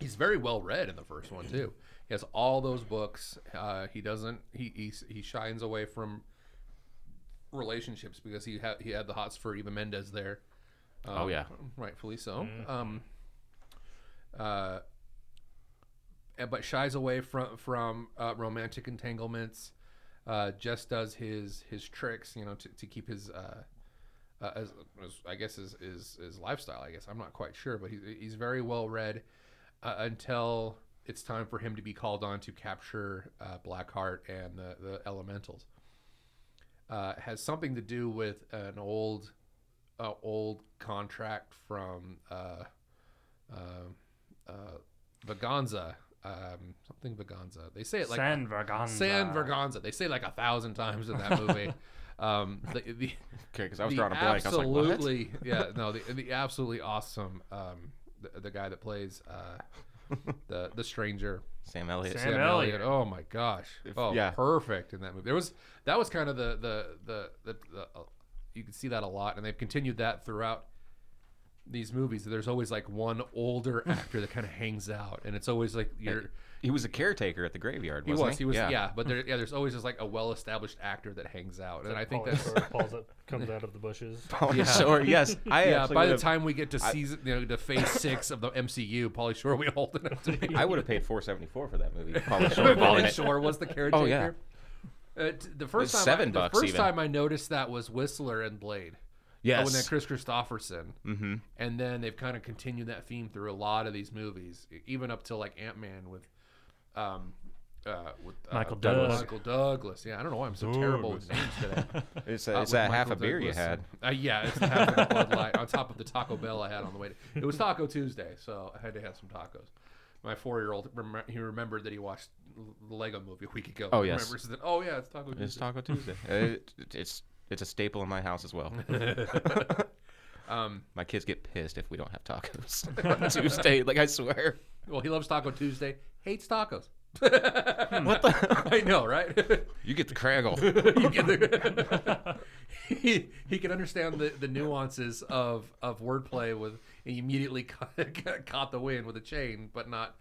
Speaker 1: he's very well read in the first one too. He has all those books. Uh, he doesn't. He, he he shines away from relationships because he had he had the hots for Eva Mendes there. Um,
Speaker 2: Oh, yeah.
Speaker 1: rightfully so. Um, uh, and- but shies away from from uh, romantic entanglements. Uh, just does his his tricks, you know, to, to keep his uh, uh, as, as I guess is is his lifestyle. I guess I'm not quite sure, but he's he's very well read uh, until it's time for him to be called on to capture uh, Blackheart and the the Elementals. Uh, has something to do with an old uh, old contract from uh, uh, uh, Vaganza. Um, something Vaganza. They say it like
Speaker 4: San Verganza.
Speaker 1: San Verganza. They say it like a thousand times in that movie. um, the, the,
Speaker 2: Okay, because I was
Speaker 1: the
Speaker 2: drawing a blank. I was like, what?
Speaker 1: absolutely, yeah, no, the, the absolutely awesome, um, the, the guy that plays uh, the the stranger,
Speaker 2: Sam Elliott.
Speaker 4: Sam- Elliott.
Speaker 1: Oh my gosh, oh
Speaker 2: yeah.
Speaker 1: perfect in that movie. There was that was kind of the the the, the, the uh, you can see that a lot, and they've continued that throughout these movies. There's always like one older actor that kind of hangs out, and it's always like you're.
Speaker 2: He was a caretaker at the graveyard.
Speaker 1: He
Speaker 2: wasn't
Speaker 1: was. He was. Yeah. but there, yeah, there's always just like a well-established actor that hangs out, and I think
Speaker 3: Paul
Speaker 1: that's.
Speaker 3: Paul's up, comes out of the bushes.
Speaker 2: Oh, sorry, yes. I
Speaker 1: Yeah.
Speaker 2: actually
Speaker 1: By the
Speaker 2: would've-
Speaker 1: time we get to season, you know, to phase six of the MCU, Pauly Shore, we hold it up to be.
Speaker 2: I would have paid four seventy four for that movie. if Paula Shore had been in
Speaker 1: Pauly
Speaker 2: it. Oh,
Speaker 1: Shore was the caretaker.
Speaker 2: yeah.
Speaker 1: Uh, t- the first
Speaker 2: was
Speaker 1: time, I-
Speaker 2: seven
Speaker 1: the
Speaker 2: bucks
Speaker 1: first
Speaker 2: even.
Speaker 1: time I noticed that was Whistler and Blade. Oh, and then
Speaker 2: Yes.
Speaker 1: Chris Christopherson. Mm-hmm. And then they've kind of continued that theme through a lot of these movies, e- even up to like Ant Man with, um, uh, with uh,
Speaker 4: Michael Douglas.
Speaker 1: Michael Douglas. Yeah, I don't know why I'm so terrible with names today.
Speaker 2: It's,
Speaker 1: Uh,
Speaker 2: a,
Speaker 1: with
Speaker 2: it's that half a
Speaker 1: Michael
Speaker 2: beer you
Speaker 1: Douglas
Speaker 2: had.
Speaker 1: and- Uh, yeah, it's the half of the Bud Light on top of the Taco Bell I had on the way. To, it was Taco Tuesday, so I had to have some tacos. My four-year-old remem- he remembered that he watched the Lego Movie a week ago.
Speaker 2: Oh,
Speaker 1: He
Speaker 2: yes.
Speaker 1: remembers that. Oh yeah, it's Taco Tuesday.
Speaker 2: It's Taco Tuesday. It- Uh, it's it's a staple in my house as well.
Speaker 1: Um,
Speaker 2: my kids get pissed if we don't have tacos on Tuesday. Like I swear.
Speaker 1: well, he loves Taco Tuesday. Hates tacos.
Speaker 2: Hmm.
Speaker 1: what the? I know, right?
Speaker 2: You get the craggle.
Speaker 1: You get the- he, he can understand the, the nuances of, of wordplay with he immediately caught, caught the wind with a chain, but not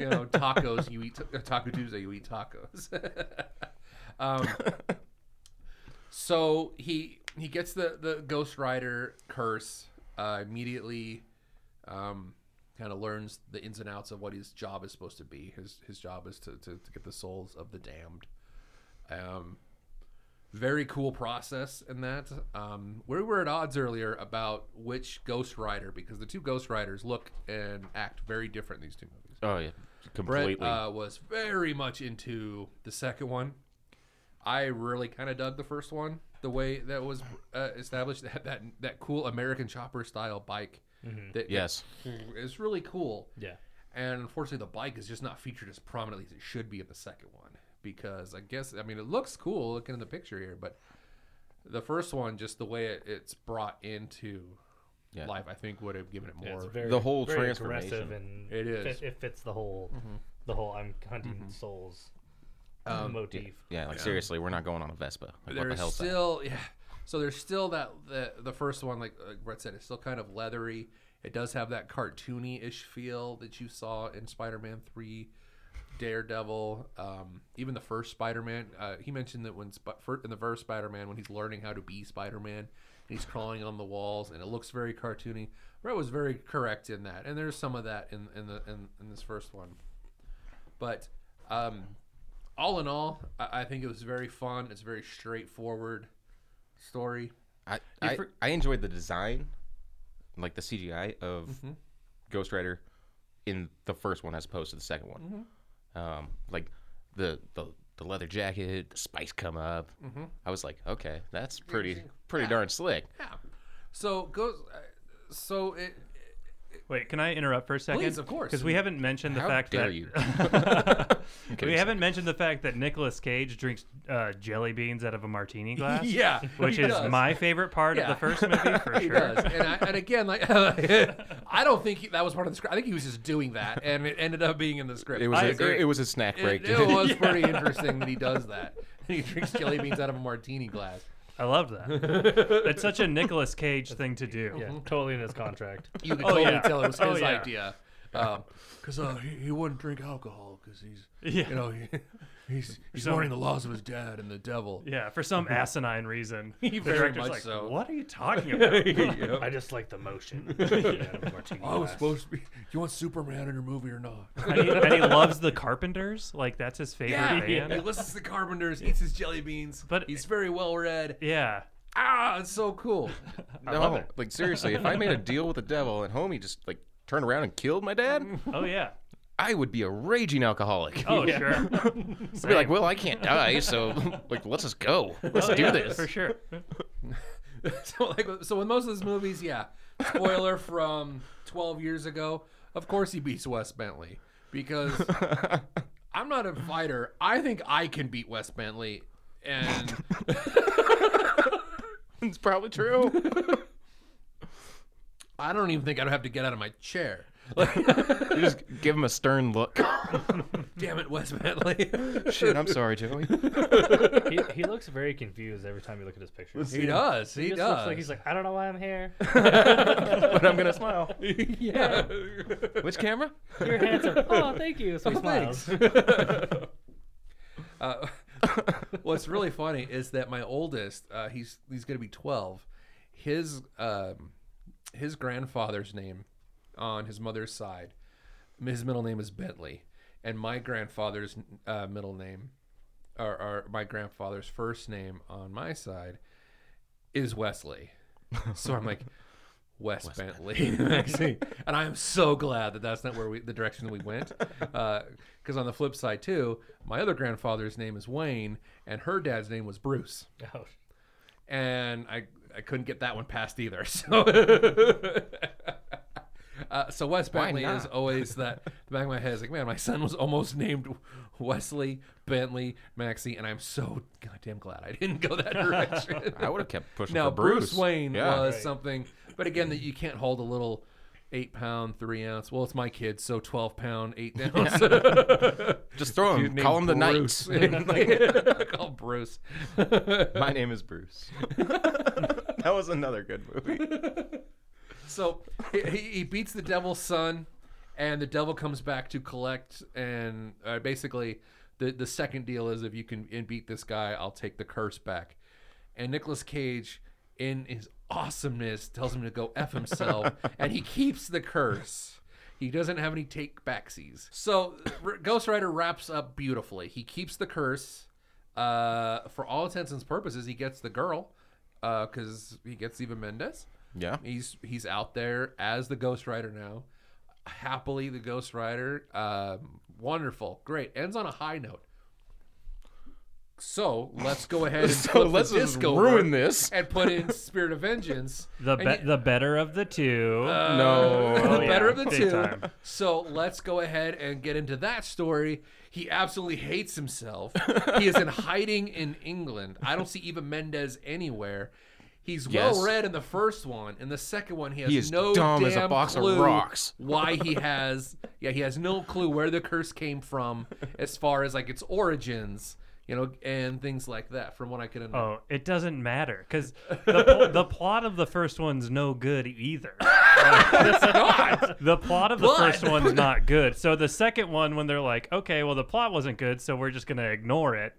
Speaker 1: you know tacos. You eat uh, taco Tuesday. You eat tacos. um, so he he gets the the Ghost Rider curse uh, immediately. Um, kind of learns the ins and outs of what his job is supposed to be. His his job is to, to, to get the souls of the damned. Um, very cool process in that. Um, we were at odds earlier about which Ghost Rider because the two Ghost Riders look and act very different in these two movies.
Speaker 2: Oh yeah, completely.
Speaker 1: Brett uh, was very much into the second one. I really kind of dug the first one, the way that was uh, established that, that that cool American chopper style bike. That
Speaker 2: Mm-hmm. yes.
Speaker 1: is really cool.
Speaker 3: Yeah.
Speaker 1: And unfortunately, the bike is just not featured as prominently as it should be in the second one. Because I guess, I mean, it looks cool looking in the picture here, but the first one, just the way it, it's brought into
Speaker 2: Yeah.
Speaker 1: life, I think would have given it more.
Speaker 3: Yeah, it's very,
Speaker 2: The whole
Speaker 3: very aggressive
Speaker 2: transformation.
Speaker 3: and
Speaker 1: It is.
Speaker 3: Fit, it fits the whole,
Speaker 1: Mm-hmm.
Speaker 3: the whole I'm hunting souls
Speaker 1: Um,
Speaker 3: motif.
Speaker 2: Yeah. Like seriously, we're not going on a Vespa. Like, what the
Speaker 1: there's
Speaker 2: hell's that?
Speaker 1: still, yeah. So there's still that, the, the first one, like uh, Brett said, it's still kind of leathery. It does have that cartoony ish feel that you saw in Spider Man 3. Daredevil, um, even the first Spider-Man. Uh, he mentioned that when Sp- fir- in the first Spider-Man, when he's learning how to be Spider-Man, he's crawling on the walls, and it looks very cartoony. Brett was very correct in that, and there's some of that in in the in, in this first one. But um, all in all, I, I think it was very fun. It's a very straightforward story.
Speaker 2: I, I,
Speaker 4: for-
Speaker 2: I enjoyed the design, like the CGI of
Speaker 4: Mm-hmm.
Speaker 2: Ghost Rider in the first one as opposed to the second one.
Speaker 4: Mm-hmm.
Speaker 2: Um, like the, the the leather jacket, the spice come up.
Speaker 4: Mm-hmm.
Speaker 2: I was like, okay, that's pretty pretty darn slick.
Speaker 1: Yeah. So goes. uh, So it.
Speaker 4: Wait, can I interrupt for a second?
Speaker 1: Please, of course.
Speaker 4: Because we haven't mentioned the
Speaker 2: How
Speaker 4: fact
Speaker 2: dare
Speaker 4: that
Speaker 2: you?
Speaker 4: we haven't mentioned the fact that Nicolas Cage drinks uh, jelly beans out of a martini glass.
Speaker 1: Yeah,
Speaker 4: which
Speaker 1: he
Speaker 4: is
Speaker 1: does.
Speaker 4: my favorite part
Speaker 1: Yeah.
Speaker 4: of the first movie for
Speaker 1: He
Speaker 4: sure.
Speaker 1: does, and, I, and again, like I don't think he, that was part of the script. I think he was just doing that, and it ended up being in the script.
Speaker 2: It was
Speaker 4: I
Speaker 2: a,
Speaker 4: agree.
Speaker 2: it, it was a snack break.
Speaker 1: It, it was pretty interesting that he does that. He drinks jelly beans out of a martini glass.
Speaker 4: I love that. That's such a Nicolas Cage thing to do.
Speaker 3: Yeah, totally in his contract.
Speaker 1: You could
Speaker 4: Oh,
Speaker 1: totally
Speaker 4: yeah.
Speaker 1: tell it was his
Speaker 4: Oh, yeah.
Speaker 1: idea. Because uh, he, he wouldn't drink alcohol because he's,
Speaker 4: Yeah.
Speaker 1: you know, he, he's he's
Speaker 4: some-
Speaker 1: learning the laws of his dad and the devil.
Speaker 4: Yeah, for some asinine reason, the
Speaker 1: Very
Speaker 4: director's
Speaker 1: much
Speaker 4: like,
Speaker 1: so.
Speaker 4: "What are you talking about?"
Speaker 3: I just like the motion. I
Speaker 1: I
Speaker 3: Oh,
Speaker 1: was supposed to be. You want Superman in your movie or not?
Speaker 4: and, he, and he loves the Carpenters. Like that's his favorite
Speaker 1: Yeah,
Speaker 4: band.
Speaker 1: he listens to Carpenters, eats his jelly beans, but
Speaker 4: But-
Speaker 1: he's very well read.
Speaker 4: Yeah.
Speaker 1: Ah, it's so cool.
Speaker 2: no, like seriously, if I made a deal with the devil and homie just like turned around and killed my dad,
Speaker 4: Oh yeah.
Speaker 2: I would be a raging alcoholic.
Speaker 4: Oh sure.
Speaker 2: I'd be like, well, I can't die, so like let's just go. Let's
Speaker 4: Oh,
Speaker 2: do
Speaker 4: yeah,
Speaker 2: this.
Speaker 4: for sure.
Speaker 1: so like, so with most of these movies, yeah. Spoiler from 12 years ago. Of course, he beats Wes Bentley because I'm not a fighter. I think I can beat Wes Bentley, and
Speaker 2: It's probably true.
Speaker 1: I don't even think I'd have to get out of my chair.
Speaker 2: you just give him a stern look.
Speaker 1: Damn it, Wes Bentley.
Speaker 2: Shit, I'm sorry, Joey.
Speaker 3: he, he looks very confused every time you look at his picture. He,
Speaker 1: he does. He,
Speaker 3: just
Speaker 1: does.
Speaker 3: looks like he's like, I don't know why I'm here.
Speaker 2: but I'm gonna smile.
Speaker 1: yeah.
Speaker 2: Which camera?
Speaker 3: You're handsome. Oh, thank you. So he smiles.
Speaker 1: Uh, what's really funny is that my oldest, uh, he's he's gonna be twelve. His um, his grandfather's name on his mother's side, his middle name is Bentley, and my grandfather's uh, middle name, or, or my grandfather's first name on my side, is Wesley. So I'm like. West, Bentley, Maxine. and I am so glad that that's not where we, the direction that we went. Because on the flip side too, my other grandfather's name is Wayne, and her dad's name was Bruce,
Speaker 3: Oh,
Speaker 1: and I I couldn't get that one past either. So. Uh, so Wes Bentley is
Speaker 2: not?
Speaker 1: always that the back of my head is like, man, my son was almost named Wesley Bentley Maxie, and I'm so goddamn glad I didn't go that direction.
Speaker 2: I would have kept pushing
Speaker 1: Now
Speaker 2: for
Speaker 1: Bruce, Wayne
Speaker 2: Yeah.
Speaker 1: was
Speaker 3: Right.
Speaker 1: something, but again, that you can't hold a little eight pound three ounce. Well, it's my kid, so twelve pound eight ounce.
Speaker 2: Just throw him.
Speaker 1: Dude
Speaker 2: Call him
Speaker 1: named
Speaker 2: the
Speaker 1: Bruce.
Speaker 2: knight.
Speaker 1: Call Bruce.
Speaker 2: My name is Bruce. that was another good movie.
Speaker 1: So he, he he beats the devil's son, and the devil comes back to collect. And uh, basically, the the second deal is if you can and beat this guy, I'll take the curse back. And Nicolas Cage, in his awesomeness, tells him to go f himself, and he keeps the curse. He doesn't have any take backsies. So R- Ghost Rider wraps up beautifully. He keeps the curse. Uh, for all intents and purposes, he gets the girl because he gets Eva Mendes.
Speaker 2: Yeah.
Speaker 1: He's he's out there as the Ghost Rider now. Happily, the Ghost Rider. Um, wonderful, great. Ends on a high note. So let's go ahead and
Speaker 2: So
Speaker 1: flip the
Speaker 2: let's just
Speaker 1: disc over
Speaker 2: ruin this.
Speaker 1: and put in Spirit of Vengeance.
Speaker 4: The
Speaker 1: And
Speaker 4: be-
Speaker 1: you- Uh.
Speaker 4: the better of the two.
Speaker 2: Uh, no.
Speaker 1: the
Speaker 4: Oh, yeah.
Speaker 1: better of the
Speaker 4: Big
Speaker 1: two.
Speaker 4: time.
Speaker 1: So let's go ahead and get into that story. He absolutely hates himself. he is in hiding in England. I don't see Eva Mendes anywhere. He's
Speaker 2: Yes.
Speaker 1: well read in the first one. In the second one, he has
Speaker 2: He is
Speaker 1: no
Speaker 2: dumb
Speaker 1: damn
Speaker 2: as a box of
Speaker 1: clue
Speaker 2: rocks.
Speaker 1: why he has yeah he has no clue where the curse came from as far as like its origins you know and things like that from what I could understand.
Speaker 4: Oh, it doesn't matter because the, pl- the plot of the first one's no good either.
Speaker 1: it's not.
Speaker 4: The plot of the
Speaker 1: But-
Speaker 4: first one's not good. So the second one, when they're like, okay, well, the plot wasn't good, so we're just going to ignore it.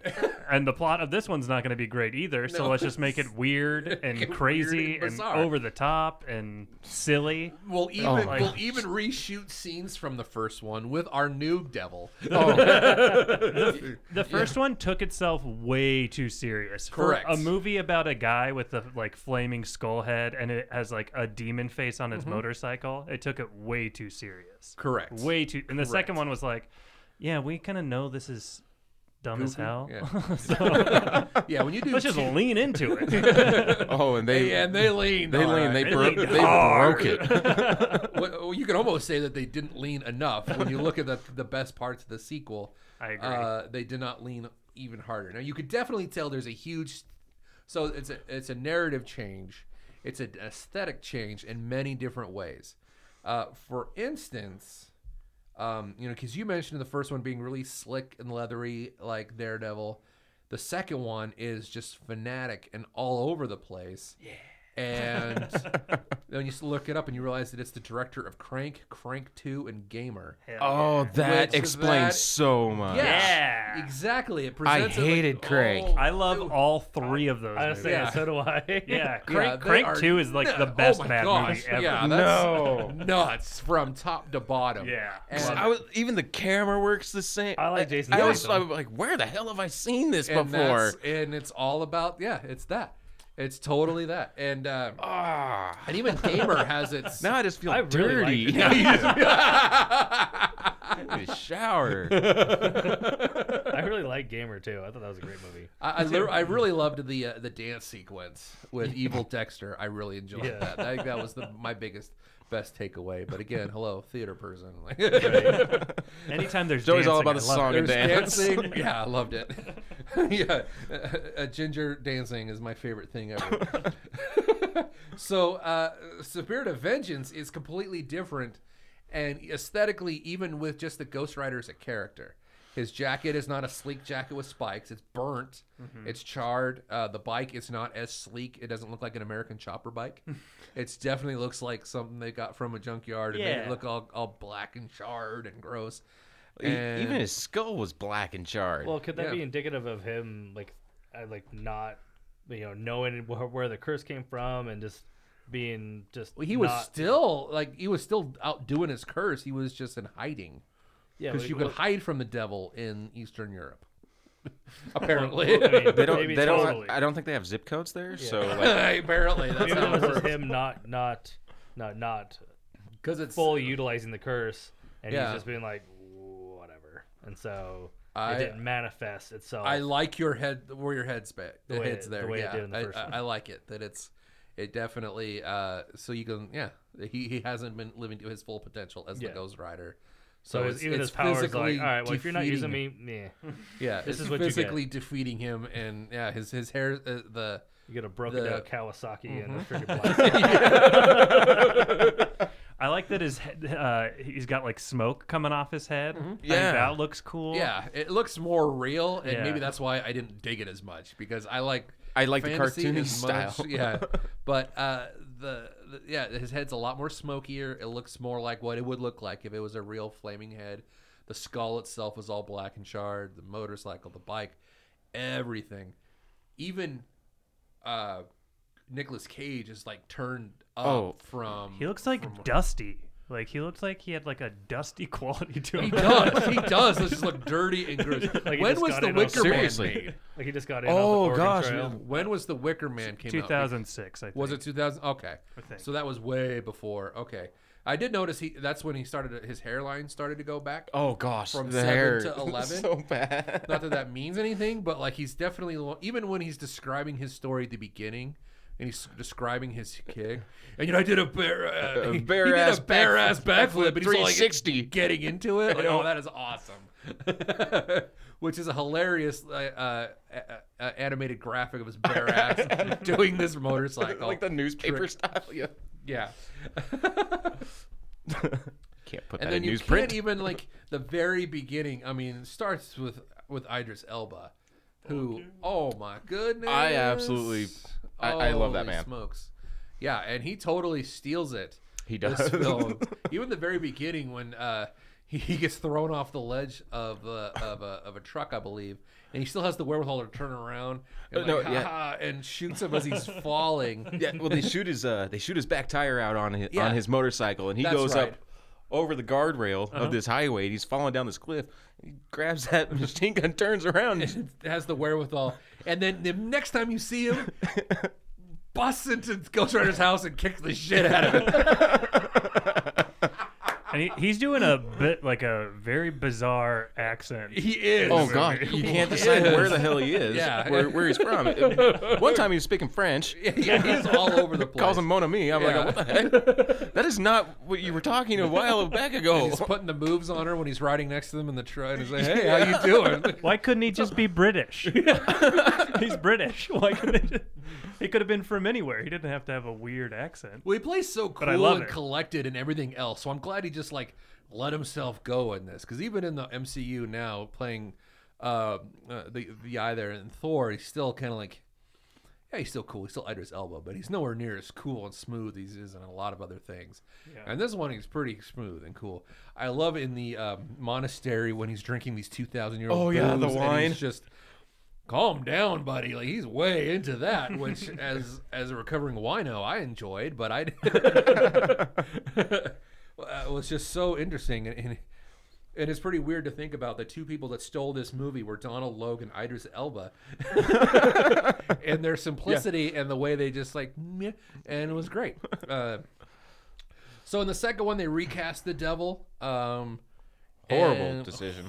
Speaker 4: And the plot of this one's not going to be great either. So
Speaker 1: No.
Speaker 4: let's just make it weird
Speaker 1: Weird
Speaker 4: and
Speaker 1: and
Speaker 4: crazy and,
Speaker 1: bizarre.
Speaker 4: over the top and silly.
Speaker 1: We'll even
Speaker 2: my
Speaker 1: we'll
Speaker 4: gosh.
Speaker 1: even reshoot scenes from the first one with our new devil.
Speaker 2: Oh,
Speaker 4: The first one took itself way too serious. For
Speaker 1: Correct.
Speaker 4: a movie about a guy with a like flaming skull head and it has like a demon face on his motorcycle, it took it way too serious.
Speaker 1: Correct.
Speaker 4: Way too. And the second
Speaker 1: Correct.
Speaker 4: one was like, yeah, we kind of know this is dumb as hell.
Speaker 1: Yeah.
Speaker 4: So-
Speaker 1: yeah, when you do
Speaker 4: let's just
Speaker 1: two-
Speaker 4: lean into it.
Speaker 2: oh, and they
Speaker 1: Yeah, and they lean.
Speaker 2: they lean. They, bro-
Speaker 4: leaned
Speaker 2: they
Speaker 4: hard.
Speaker 2: broke it.
Speaker 1: well, you can almost say that they didn't lean enough when you look at the, the best parts of the sequel.
Speaker 4: I agree.
Speaker 1: Uh, they did not lean even harder. Now you could definitely tell there's a huge, so it's a it's a narrative change, it's an aesthetic change in many different ways. Uh, for instance, um, you know, because you mentioned the first one being really slick and leathery, like Daredevil. The second one is just fanatic and all over the place. Yeah. And then you s- look it up and you realize that it's the director of Crank, Crank 2, and Gamer.
Speaker 4: Hell
Speaker 2: Oh, that
Speaker 1: Which that-
Speaker 2: explains so much.
Speaker 4: Yeah.
Speaker 1: Exactly. It presents it like,
Speaker 2: hated Crank.
Speaker 1: oh,
Speaker 4: I love
Speaker 1: dude.
Speaker 4: all three of those.
Speaker 3: I was
Speaker 4: Movies.
Speaker 3: saying,
Speaker 1: Yeah.
Speaker 3: so do I.
Speaker 4: Yeah,
Speaker 1: Yeah,
Speaker 4: Crank,
Speaker 1: they
Speaker 4: Crank
Speaker 1: are
Speaker 4: 2 is like the
Speaker 1: nut-
Speaker 4: best
Speaker 1: oh my
Speaker 4: bad
Speaker 1: gosh,
Speaker 4: movie ever.
Speaker 1: Yeah, that's
Speaker 2: No.
Speaker 1: nuts from top to bottom.
Speaker 4: Yeah.
Speaker 1: And,
Speaker 2: I was, even the camera works the same.
Speaker 3: I like Jason
Speaker 2: I, was,
Speaker 3: Statham.
Speaker 2: I was like, where the hell have I seen this
Speaker 1: and
Speaker 2: before?
Speaker 1: that's- and it's all about yeah, it's that. It's totally that. And uh,
Speaker 2: Ah.
Speaker 1: and even Gamer has its
Speaker 2: Now I just feel
Speaker 3: I
Speaker 2: dirty.
Speaker 3: really liked it.
Speaker 2: I need a shower.
Speaker 3: I really like Gamer too. I thought that was a great movie.
Speaker 1: I, I, lit- I really loved the uh, the dance sequence with Evil Dexter. I really enjoyed
Speaker 3: Yeah.
Speaker 1: that. I think that was the, my biggest best takeaway. But again, hello theater person. Like,
Speaker 4: Anytime there's
Speaker 2: It's always all
Speaker 4: dancing,
Speaker 2: about
Speaker 4: I
Speaker 2: the
Speaker 4: love
Speaker 2: song
Speaker 4: it.
Speaker 2: and
Speaker 1: There's
Speaker 2: dance.
Speaker 1: dancing. Yeah, I loved it. yeah, uh, uh, ginger dancing is my favorite thing ever. so, uh, Spirit of Vengeance is completely different, and aesthetically, even with just the Ghost Rider as a character. His jacket is not a sleek jacket with spikes. It's burnt. It's charred. Uh, the bike is not as sleek. It doesn't look like an American chopper bike. it definitely looks like something they got from a junkyard and made it
Speaker 4: Yeah.
Speaker 1: look all, all black and charred and gross.
Speaker 2: E-
Speaker 1: And-
Speaker 2: Even his skull was black and charred.
Speaker 3: Well, could that
Speaker 1: Yeah.
Speaker 3: be indicative of him like, uh, like not, you know, knowing where, where the curse came from and just being just.
Speaker 1: Well, he was
Speaker 3: not-
Speaker 1: still like he was still out doing his curse. He was just in hiding
Speaker 3: yeah,
Speaker 1: because
Speaker 3: like,
Speaker 1: you could
Speaker 3: well-
Speaker 1: hide from the devil in Eastern Europe.
Speaker 3: well,
Speaker 1: Apparently,
Speaker 3: I mean,
Speaker 2: they don't.
Speaker 3: maybe
Speaker 2: they
Speaker 3: totally.
Speaker 2: don't. I don't think they have zip codes there. So like,
Speaker 1: apparently that's
Speaker 3: Maybe
Speaker 1: how
Speaker 3: that
Speaker 1: it
Speaker 3: was just
Speaker 1: works.
Speaker 3: him not not not not
Speaker 1: Because it's uh,
Speaker 3: fully utilizing the curse, and
Speaker 1: Yeah.
Speaker 3: he's just being like whatever, and so
Speaker 1: I-
Speaker 3: it didn't manifest itself.
Speaker 1: I like your head where your head's back. The,
Speaker 3: The way
Speaker 1: head's
Speaker 3: it-
Speaker 1: there.
Speaker 3: the way it
Speaker 1: yeah,
Speaker 3: did in the
Speaker 1: I-
Speaker 3: first
Speaker 1: I,
Speaker 3: one.
Speaker 1: I like it that it's it definitely. Uh, so you can yeah. He, he hasn't been living to his full potential as
Speaker 3: Yeah.
Speaker 1: the Ghost Rider.
Speaker 3: so
Speaker 1: it's,
Speaker 3: his, even
Speaker 1: it's
Speaker 3: his powers like, all
Speaker 1: physically
Speaker 3: right, well, if you're not using
Speaker 1: defeating
Speaker 3: me, yeah,
Speaker 1: yeah,
Speaker 3: this
Speaker 1: it's
Speaker 3: is what you get.
Speaker 1: physically defeating him, and yeah, his his hair, uh, the
Speaker 3: you get a broken
Speaker 1: The- Mm-hmm.
Speaker 3: down Kawasaki and a freaking black.
Speaker 4: I like that his head, uh, he's got like smoke coming off his head. I think
Speaker 2: Yeah.
Speaker 4: that looks cool.
Speaker 1: Yeah, it looks more real, and
Speaker 4: Yeah.
Speaker 1: maybe that's why I didn't dig it as much because I like
Speaker 2: I like the
Speaker 1: fantasy
Speaker 2: cartoony
Speaker 1: as much,
Speaker 2: style.
Speaker 1: yeah, but uh, the, the yeah, his head's a lot more smokier. It looks more like what it would look like if it was a real flaming head. The skull itself was all black and charred. The motorcycle, the bike, everything, even uh, Nicolas Cage is like turned up
Speaker 2: Oh.
Speaker 1: from
Speaker 4: He looks like dusty. Like he looked like he had like a dusty quality to
Speaker 1: He
Speaker 4: him.
Speaker 1: does. He does. Let's just look dirty and gross.
Speaker 3: he
Speaker 1: when
Speaker 3: just
Speaker 1: was
Speaker 3: got
Speaker 1: the
Speaker 3: in on
Speaker 1: Wicker Man
Speaker 2: seriously.
Speaker 1: made?
Speaker 3: like he just got in.
Speaker 2: Oh,
Speaker 3: off the Oregon
Speaker 2: gosh,
Speaker 3: Trail.
Speaker 2: man.
Speaker 1: When was the Wicker Man came out?
Speaker 4: 2006, I think.
Speaker 1: Was it 2000? Okay,
Speaker 4: think.
Speaker 1: so that was way before. Okay, I did notice he. That's when he started. His hairline started to go back.
Speaker 2: oh gosh,
Speaker 1: From
Speaker 2: the
Speaker 1: seven
Speaker 2: hair
Speaker 1: to 11?
Speaker 2: so bad.
Speaker 1: Not that that means anything, but like he's definitely lo- even when he's describing his story at the beginning. And he's describing his kick, and you know I did a bare, uh,
Speaker 2: A
Speaker 1: he-
Speaker 2: bare
Speaker 1: he did
Speaker 2: ass
Speaker 1: a bare
Speaker 2: backflip-
Speaker 1: ass backflip, but he's all like
Speaker 2: 360.
Speaker 1: getting into it. Like, oh, that is awesome, which is a hilarious uh, uh, uh, uh, animated graphic of his bare ass doing this motorcycle,
Speaker 2: like the newspaper
Speaker 1: trick.
Speaker 2: style. Yeah.
Speaker 1: yeah.
Speaker 2: Can't put
Speaker 1: and
Speaker 2: that
Speaker 1: then
Speaker 2: in
Speaker 1: you
Speaker 2: newsprint.
Speaker 1: can't even like the very beginning. I mean, it starts with with Idris Elba, who oh my goodness,
Speaker 2: I absolutely- I- I love that
Speaker 1: Holy
Speaker 2: man.
Speaker 1: Smokes, yeah, and he totally steals it.
Speaker 2: He does.
Speaker 1: this film. Even the very beginning when uh, he, he gets thrown off the ledge of a, of a of a truck, I believe, and he still has the wherewithal to turn around and,
Speaker 2: Uh,
Speaker 1: like,
Speaker 2: no, yeah.
Speaker 1: "Ha-ha," and shoots him as he's falling.
Speaker 2: Yeah, well, they shoot his uh, they shoot his back tire out on his,
Speaker 1: Yeah.
Speaker 2: on his motorcycle, and he
Speaker 1: That's
Speaker 2: goes
Speaker 1: right. Uh-huh.
Speaker 2: up over the guardrail of this highway. And he's falling down this cliff. He grabs that machine gun, turns around. and-
Speaker 1: has the wherewithal, and then the next time you see him, busts into Ghost Rider's house and kicks the shit out of him.
Speaker 4: And he, he's doing a bit like a very bizarre accent.
Speaker 1: He is.
Speaker 2: oh God, you can't decide where the hell he is,
Speaker 1: Yeah.
Speaker 2: where, where he's from. One time he was speaking French.
Speaker 1: Yeah, he is all over the place.
Speaker 2: Calls him Mon Ami. I'm
Speaker 1: Yeah.
Speaker 2: like, what the heck? That is not what you were talking a while back ago.
Speaker 1: He's putting the moves on her when he's riding next to them in the truck, and he's like, "Hey, how you doing?"
Speaker 4: Why couldn't he just be British? he's British. Why couldn't he? Just... He could have been from anywhere. He didn't have to have a weird accent.
Speaker 1: Well, he plays so cool
Speaker 4: I love
Speaker 1: and
Speaker 4: it.
Speaker 1: collected and everything else. So I'm glad he just like let himself go in this because even in the MCU now, playing uh, uh, the the guy there in Thor, he's still kind of like, yeah, he's still cool. He's still Idris Elba, but he's nowhere near as cool and smooth as he is in a lot of other things. And this one, he's pretty smooth and cool. I love in the um, monastery when he's drinking these two thousand year old.
Speaker 2: Oh, yeah, the wine.
Speaker 1: He's just calm down, buddy. Like he's way into that, which as as a recovering wino, I enjoyed, but I it was just so interesting and. and and it's pretty weird to think about the two people that stole this movie were Donald Logue and Idris Elba, and their simplicity and the way they just like, meh, and it was great. Uh, so in the second one, they recast the devil. Um,
Speaker 2: Horrible
Speaker 1: and-
Speaker 2: decision.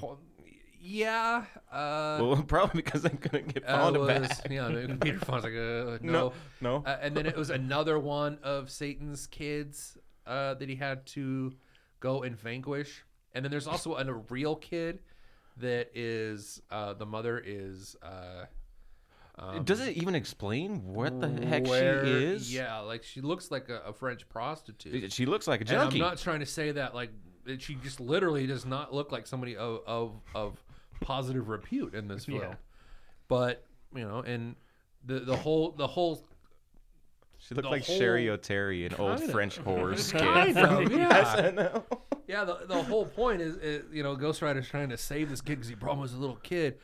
Speaker 1: Yeah, uh,
Speaker 2: well, probably because I'm gonna get
Speaker 1: uh,
Speaker 2: Fonda
Speaker 1: was,
Speaker 2: back.
Speaker 1: Yeah, the Peter Fonda's like, uh, no.
Speaker 2: No, no.
Speaker 1: Uh, and then it was another one of Satan's kids uh, that he had to go and vanquish. And then there's also an, a real kid that is, uh, the mother is. Uh,
Speaker 2: Does it even explain what the heck
Speaker 1: um, where-
Speaker 2: she is?
Speaker 1: Yeah, like she looks like a, a French prostitute.
Speaker 2: She looks like a
Speaker 1: And I'm
Speaker 2: junkie.
Speaker 1: not trying to say that like that she just literally does not look like somebody of of, of positive repute in this film. But you know, and the the whole the whole
Speaker 2: She looked
Speaker 1: the
Speaker 2: like
Speaker 1: whole-
Speaker 2: Sherry O'Terry, an old
Speaker 1: Kinda.
Speaker 2: French whore's
Speaker 1: Kind
Speaker 2: kid.
Speaker 1: of, yeah.
Speaker 2: SNL.
Speaker 1: yeah, the, the whole point is, is, you know, Ghost Rider's trying to save this kid because he promised a little kid.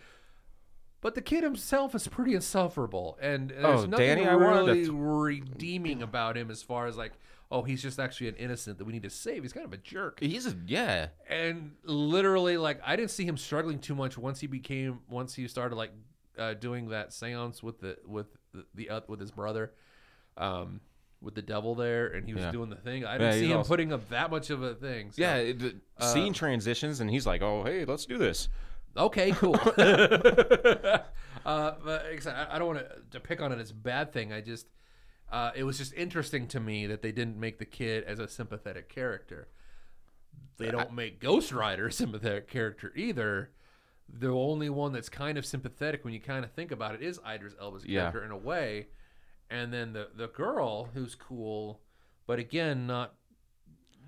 Speaker 1: But the kid himself is pretty insufferable, and there's
Speaker 2: Oh,
Speaker 1: nothing
Speaker 2: Danny, I wanted to
Speaker 1: really
Speaker 2: th-
Speaker 1: redeeming about him as far as like, oh, he's just actually an innocent that we need to save. He's kind of a jerk.
Speaker 2: He's a yeah.
Speaker 1: and literally like i didn't see him struggling too much once he became once he started like uh, doing that seance with the with the, the oth- with his brother um with the devil there and he was
Speaker 2: Yeah.
Speaker 1: doing the thing i
Speaker 2: Yeah,
Speaker 1: didn't
Speaker 2: he's
Speaker 1: see him
Speaker 2: also-
Speaker 1: putting up that much of a thing so-
Speaker 2: Yeah, it, the
Speaker 1: uh,
Speaker 2: scene transitions and he's like, "Oh, hey, let's do this."
Speaker 1: okay cool uh but like I said, I, I don't want to pick on it as a bad thing i just uh, it was just interesting to me that they didn't make the kid as a sympathetic character. They don't make Ghost Rider a sympathetic character either. The only one that's kind of sympathetic when you kind of think about it is Idris Elba's
Speaker 2: Yeah.
Speaker 1: character in a way. And then the the girl who's cool, but again not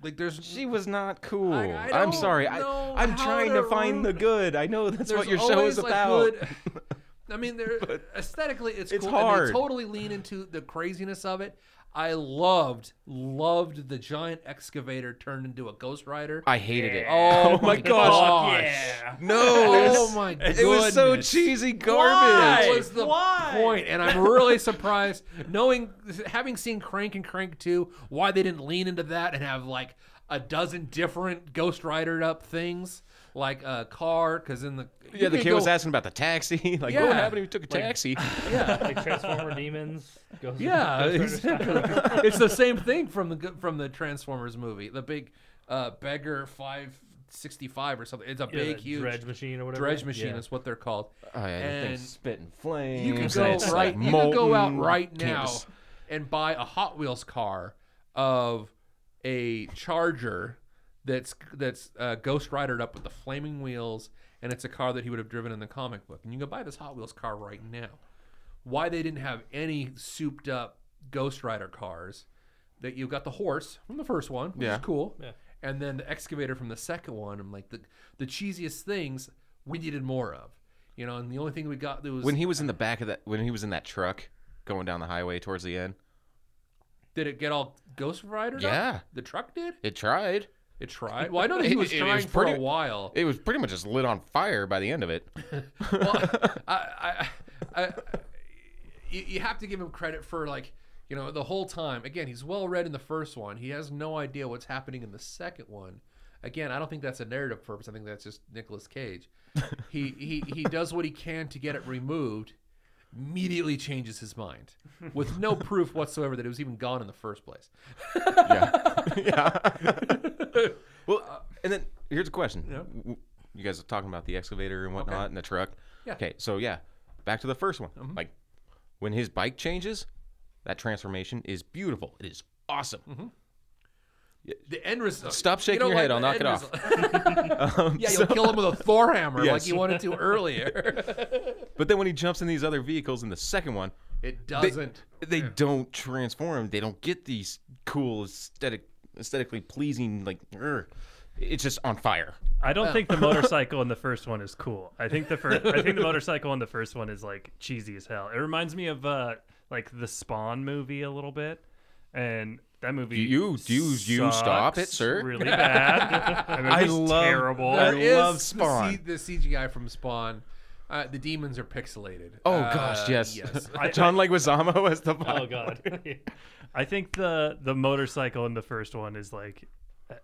Speaker 1: like there's
Speaker 2: She was not cool.
Speaker 1: I- I
Speaker 2: am
Speaker 1: don't
Speaker 2: sorry. I,
Speaker 1: know
Speaker 2: I'm
Speaker 1: how
Speaker 2: trying
Speaker 1: to
Speaker 2: to find
Speaker 1: root-
Speaker 2: the good. I know that's what your
Speaker 1: there's
Speaker 2: show
Speaker 1: always,
Speaker 2: is
Speaker 1: like,
Speaker 2: about.
Speaker 1: good- I mean, they're, aesthetically, it's,
Speaker 2: it's
Speaker 1: cool. And
Speaker 2: hard.
Speaker 1: they totally lean into the craziness of it. I loved, loved the giant excavator turned into a Ghost Rider.
Speaker 2: I hated it.
Speaker 1: oh,
Speaker 2: my gosh.
Speaker 4: Yeah.
Speaker 2: No, it
Speaker 1: Oh
Speaker 2: was,
Speaker 1: my
Speaker 2: it was so
Speaker 1: goodness.
Speaker 2: cheesy
Speaker 1: That
Speaker 2: garbage.
Speaker 1: was the
Speaker 4: Why?
Speaker 1: point, and I'm really surprised, knowing, having seen Crank and Crank 2, why they didn't lean into that and have like a dozen different Ghost Rider up things, like a car, because in the
Speaker 2: Yeah,
Speaker 1: you
Speaker 2: the
Speaker 1: could
Speaker 2: kid was
Speaker 1: go-
Speaker 2: asking about the taxi. Like,
Speaker 1: Yeah.
Speaker 2: what happened if you took a taxi? Oh,
Speaker 3: like Transformer demons. Ghost-
Speaker 1: Yeah,
Speaker 3: Ghost Rider
Speaker 1: it's,
Speaker 3: style.
Speaker 1: it's the same thing from the from the Transformers movie, the big uh, beggar five sixty five or something. It's a
Speaker 3: Yeah,
Speaker 1: big,
Speaker 3: that
Speaker 1: huge
Speaker 3: dredge machine or whatever.
Speaker 1: dredge machine
Speaker 3: Yeah.
Speaker 1: is what they're called.
Speaker 2: oh yeah, the
Speaker 1: and
Speaker 2: thing's spitting flames.
Speaker 1: you can
Speaker 2: and
Speaker 1: go
Speaker 2: it's like
Speaker 1: right. you can go out
Speaker 2: molten
Speaker 1: right now
Speaker 2: canvas.
Speaker 1: and buy a Hot Wheels car of a Charger that's that's uh, Ghost Ridered up with the flaming wheels, and it's a car that he would have driven in the comic book. And you can buy this Hot Wheels car right now. Why they didn't have any souped up Ghost Rider cars? That you got the horse from the first one, which
Speaker 2: Yeah.
Speaker 1: is cool,
Speaker 3: Yeah.
Speaker 1: and then the excavator from the second one. I'm like the the cheesiest things we needed more of, you know. And the only thing we got that was
Speaker 2: when he was in the back of that when he was in that truck going down the highway towards the end
Speaker 1: Did it get all Ghost Rider?
Speaker 2: Yeah.
Speaker 1: The truck did.
Speaker 2: It tried.
Speaker 1: It tried. Well, I know that he
Speaker 2: It-
Speaker 1: was
Speaker 2: it- it
Speaker 1: trying
Speaker 2: was
Speaker 1: for a
Speaker 2: pretty-
Speaker 1: while.
Speaker 2: It was pretty much just lit on fire by the end of it.
Speaker 1: well, I, I, I, you, you have to give him credit for like you know the whole time. Again, he's well read in the first one. He has no idea what's happening in the second one. Again, I don't think that's a narrative purpose. I think that's just Nicolas Cage. he, he he does what he can to get it removed. Immediately changes his mind with no proof whatsoever that it was even gone in the first place.
Speaker 2: yeah. yeah. well, uh, and then here's a question. W- You guys are talking about the excavator and whatnot and the truck.
Speaker 1: Yeah. Mm-hmm.
Speaker 2: Okay, so yeah, back to the first one. Like when his bike changes, that transformation is beautiful. It is awesome.
Speaker 1: Mm-hmm. The end result.
Speaker 2: Stop shaking your head. I'll knock it off. Um,
Speaker 1: yeah, you'll kill him with a Thor hammer like
Speaker 2: Yes.
Speaker 1: you wanted to earlier.
Speaker 2: But then when he jumps in these other vehicles in the second one,
Speaker 1: It
Speaker 2: they,
Speaker 1: doesn't.
Speaker 2: they don't transform. They don't get these cool aesthetic, aesthetically pleasing like. er, It's just on fire.
Speaker 4: I don't think the motorcycle in the first one is cool. I think the first, I think the motorcycle in the first one is like cheesy as hell. It reminds me of uh, like the Spawn movie a little bit, and that movie.
Speaker 2: You- do you- you stop it,
Speaker 4: sucks
Speaker 2: sir?
Speaker 4: Really bad. That
Speaker 2: I
Speaker 4: movie's
Speaker 2: love-
Speaker 4: terrible.
Speaker 2: I
Speaker 1: There is
Speaker 2: love
Speaker 1: the C-
Speaker 2: Spawn.
Speaker 1: The, CGI from Spawn. Uh, the demons are pixelated.
Speaker 2: Oh
Speaker 1: Uh,
Speaker 2: gosh, yes.
Speaker 1: yes.
Speaker 4: I-
Speaker 2: John Leguizamo as the bike.
Speaker 3: Oh god.
Speaker 4: I think the the motorcycle in the first one is like uh,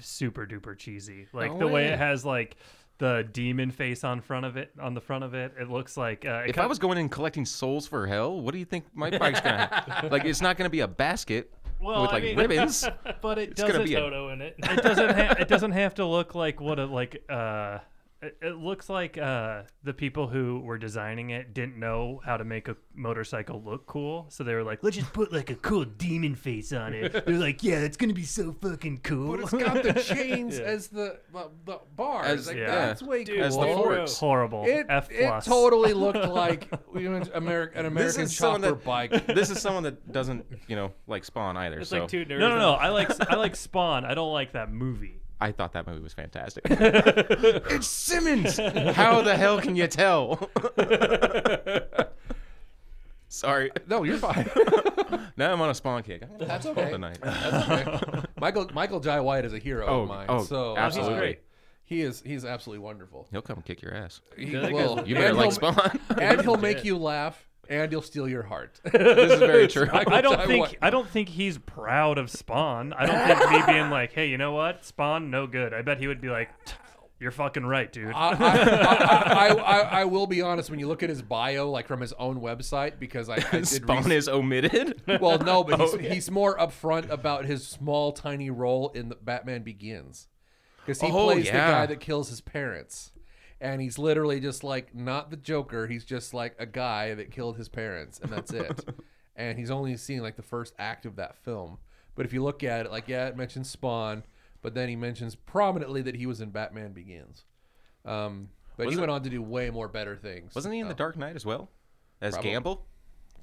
Speaker 4: super duper cheesy. Like
Speaker 2: No
Speaker 4: the way
Speaker 2: way.
Speaker 4: it has like the demon face on front of it on the front of it. It looks like uh, it
Speaker 2: If
Speaker 4: kin-
Speaker 2: I was going in collecting souls for hell, what do you think my bike's gonna have? like? It's not gonna be a basket
Speaker 4: Well,
Speaker 2: with
Speaker 4: I
Speaker 2: like
Speaker 4: mean-
Speaker 2: ribbons.
Speaker 4: but it
Speaker 2: gonna
Speaker 4: doesn't
Speaker 2: be a-
Speaker 3: Toto in it.
Speaker 4: it doesn't ha- it doesn't have to look like what a like uh it, it looks like uh the people who were designing it didn't know how to make a motorcycle look cool so they were like let's just put like a cool demon face on it they're like yeah it's gonna be so fucking cool
Speaker 1: But it's got the chains as the, the, the bars.
Speaker 2: As-
Speaker 1: like,
Speaker 4: yeah.
Speaker 1: That's way cool.
Speaker 2: as the
Speaker 3: Whoa.
Speaker 2: forks.
Speaker 4: horrible
Speaker 1: It,
Speaker 4: f
Speaker 1: it
Speaker 4: plus
Speaker 1: totally looked like we went to Ameri- an
Speaker 2: This
Speaker 1: American
Speaker 2: is someone
Speaker 1: chopper
Speaker 2: that-
Speaker 1: bike.
Speaker 2: This is someone that doesn't, you know, like Spawn either.
Speaker 3: It's
Speaker 2: so
Speaker 3: like two nerds.
Speaker 4: no no
Speaker 3: on
Speaker 4: no i like i like spawn i don't like that movie
Speaker 2: I thought that movie was fantastic. it's Simmons. How the hell can you tell? Sorry.
Speaker 1: No, you're fine.
Speaker 2: Now I'm on a Spawn kick. I'm gonna
Speaker 1: That's
Speaker 2: watch
Speaker 1: okay.
Speaker 2: Spawn tonight.
Speaker 1: That's okay. Michael Michael Jai White is a hero
Speaker 2: Oh,
Speaker 1: of mine.
Speaker 2: oh,
Speaker 1: so
Speaker 2: absolutely.
Speaker 1: uh, he is he's absolutely wonderful.
Speaker 2: He'll come kick your ass.
Speaker 1: He
Speaker 3: that guy's
Speaker 1: will.
Speaker 2: You better
Speaker 1: and
Speaker 2: like
Speaker 1: he'll-
Speaker 2: Spawn.
Speaker 1: And he'll make you laugh, and he'll steal your heart.
Speaker 2: this is very true.
Speaker 4: I don't
Speaker 1: Jai
Speaker 4: think
Speaker 1: White.
Speaker 4: I don't think he's proud of Spawn. I don't think me being like, "Hey, you know what? Spawn, no good." I bet he would be like, "You're fucking right, dude."
Speaker 1: I, I, I, I, I- I will be honest. When you look at his bio, like from his own website, because I, I did
Speaker 2: Spawn
Speaker 1: res-
Speaker 2: is omitted.
Speaker 1: well, no, but
Speaker 2: Oh,
Speaker 1: he's, he's more upfront about his small, tiny role in the Batman Begins, because he
Speaker 2: Oh,
Speaker 1: plays
Speaker 2: yeah.
Speaker 1: the guy that kills his parents, and he's literally just like not the Joker. He's just like a guy that killed his parents, and that's it. and he's only seen like the first act of that film. But if you look at it, like yeah, it mentions Spawn, but then he mentions prominently that he was in Batman Begins. Um, but he
Speaker 2: Wasn't-
Speaker 1: went on to do way more better things.
Speaker 2: Wasn't he in The
Speaker 1: Oh,
Speaker 2: Dark Knight as well? As
Speaker 1: Probably.
Speaker 2: Gamble?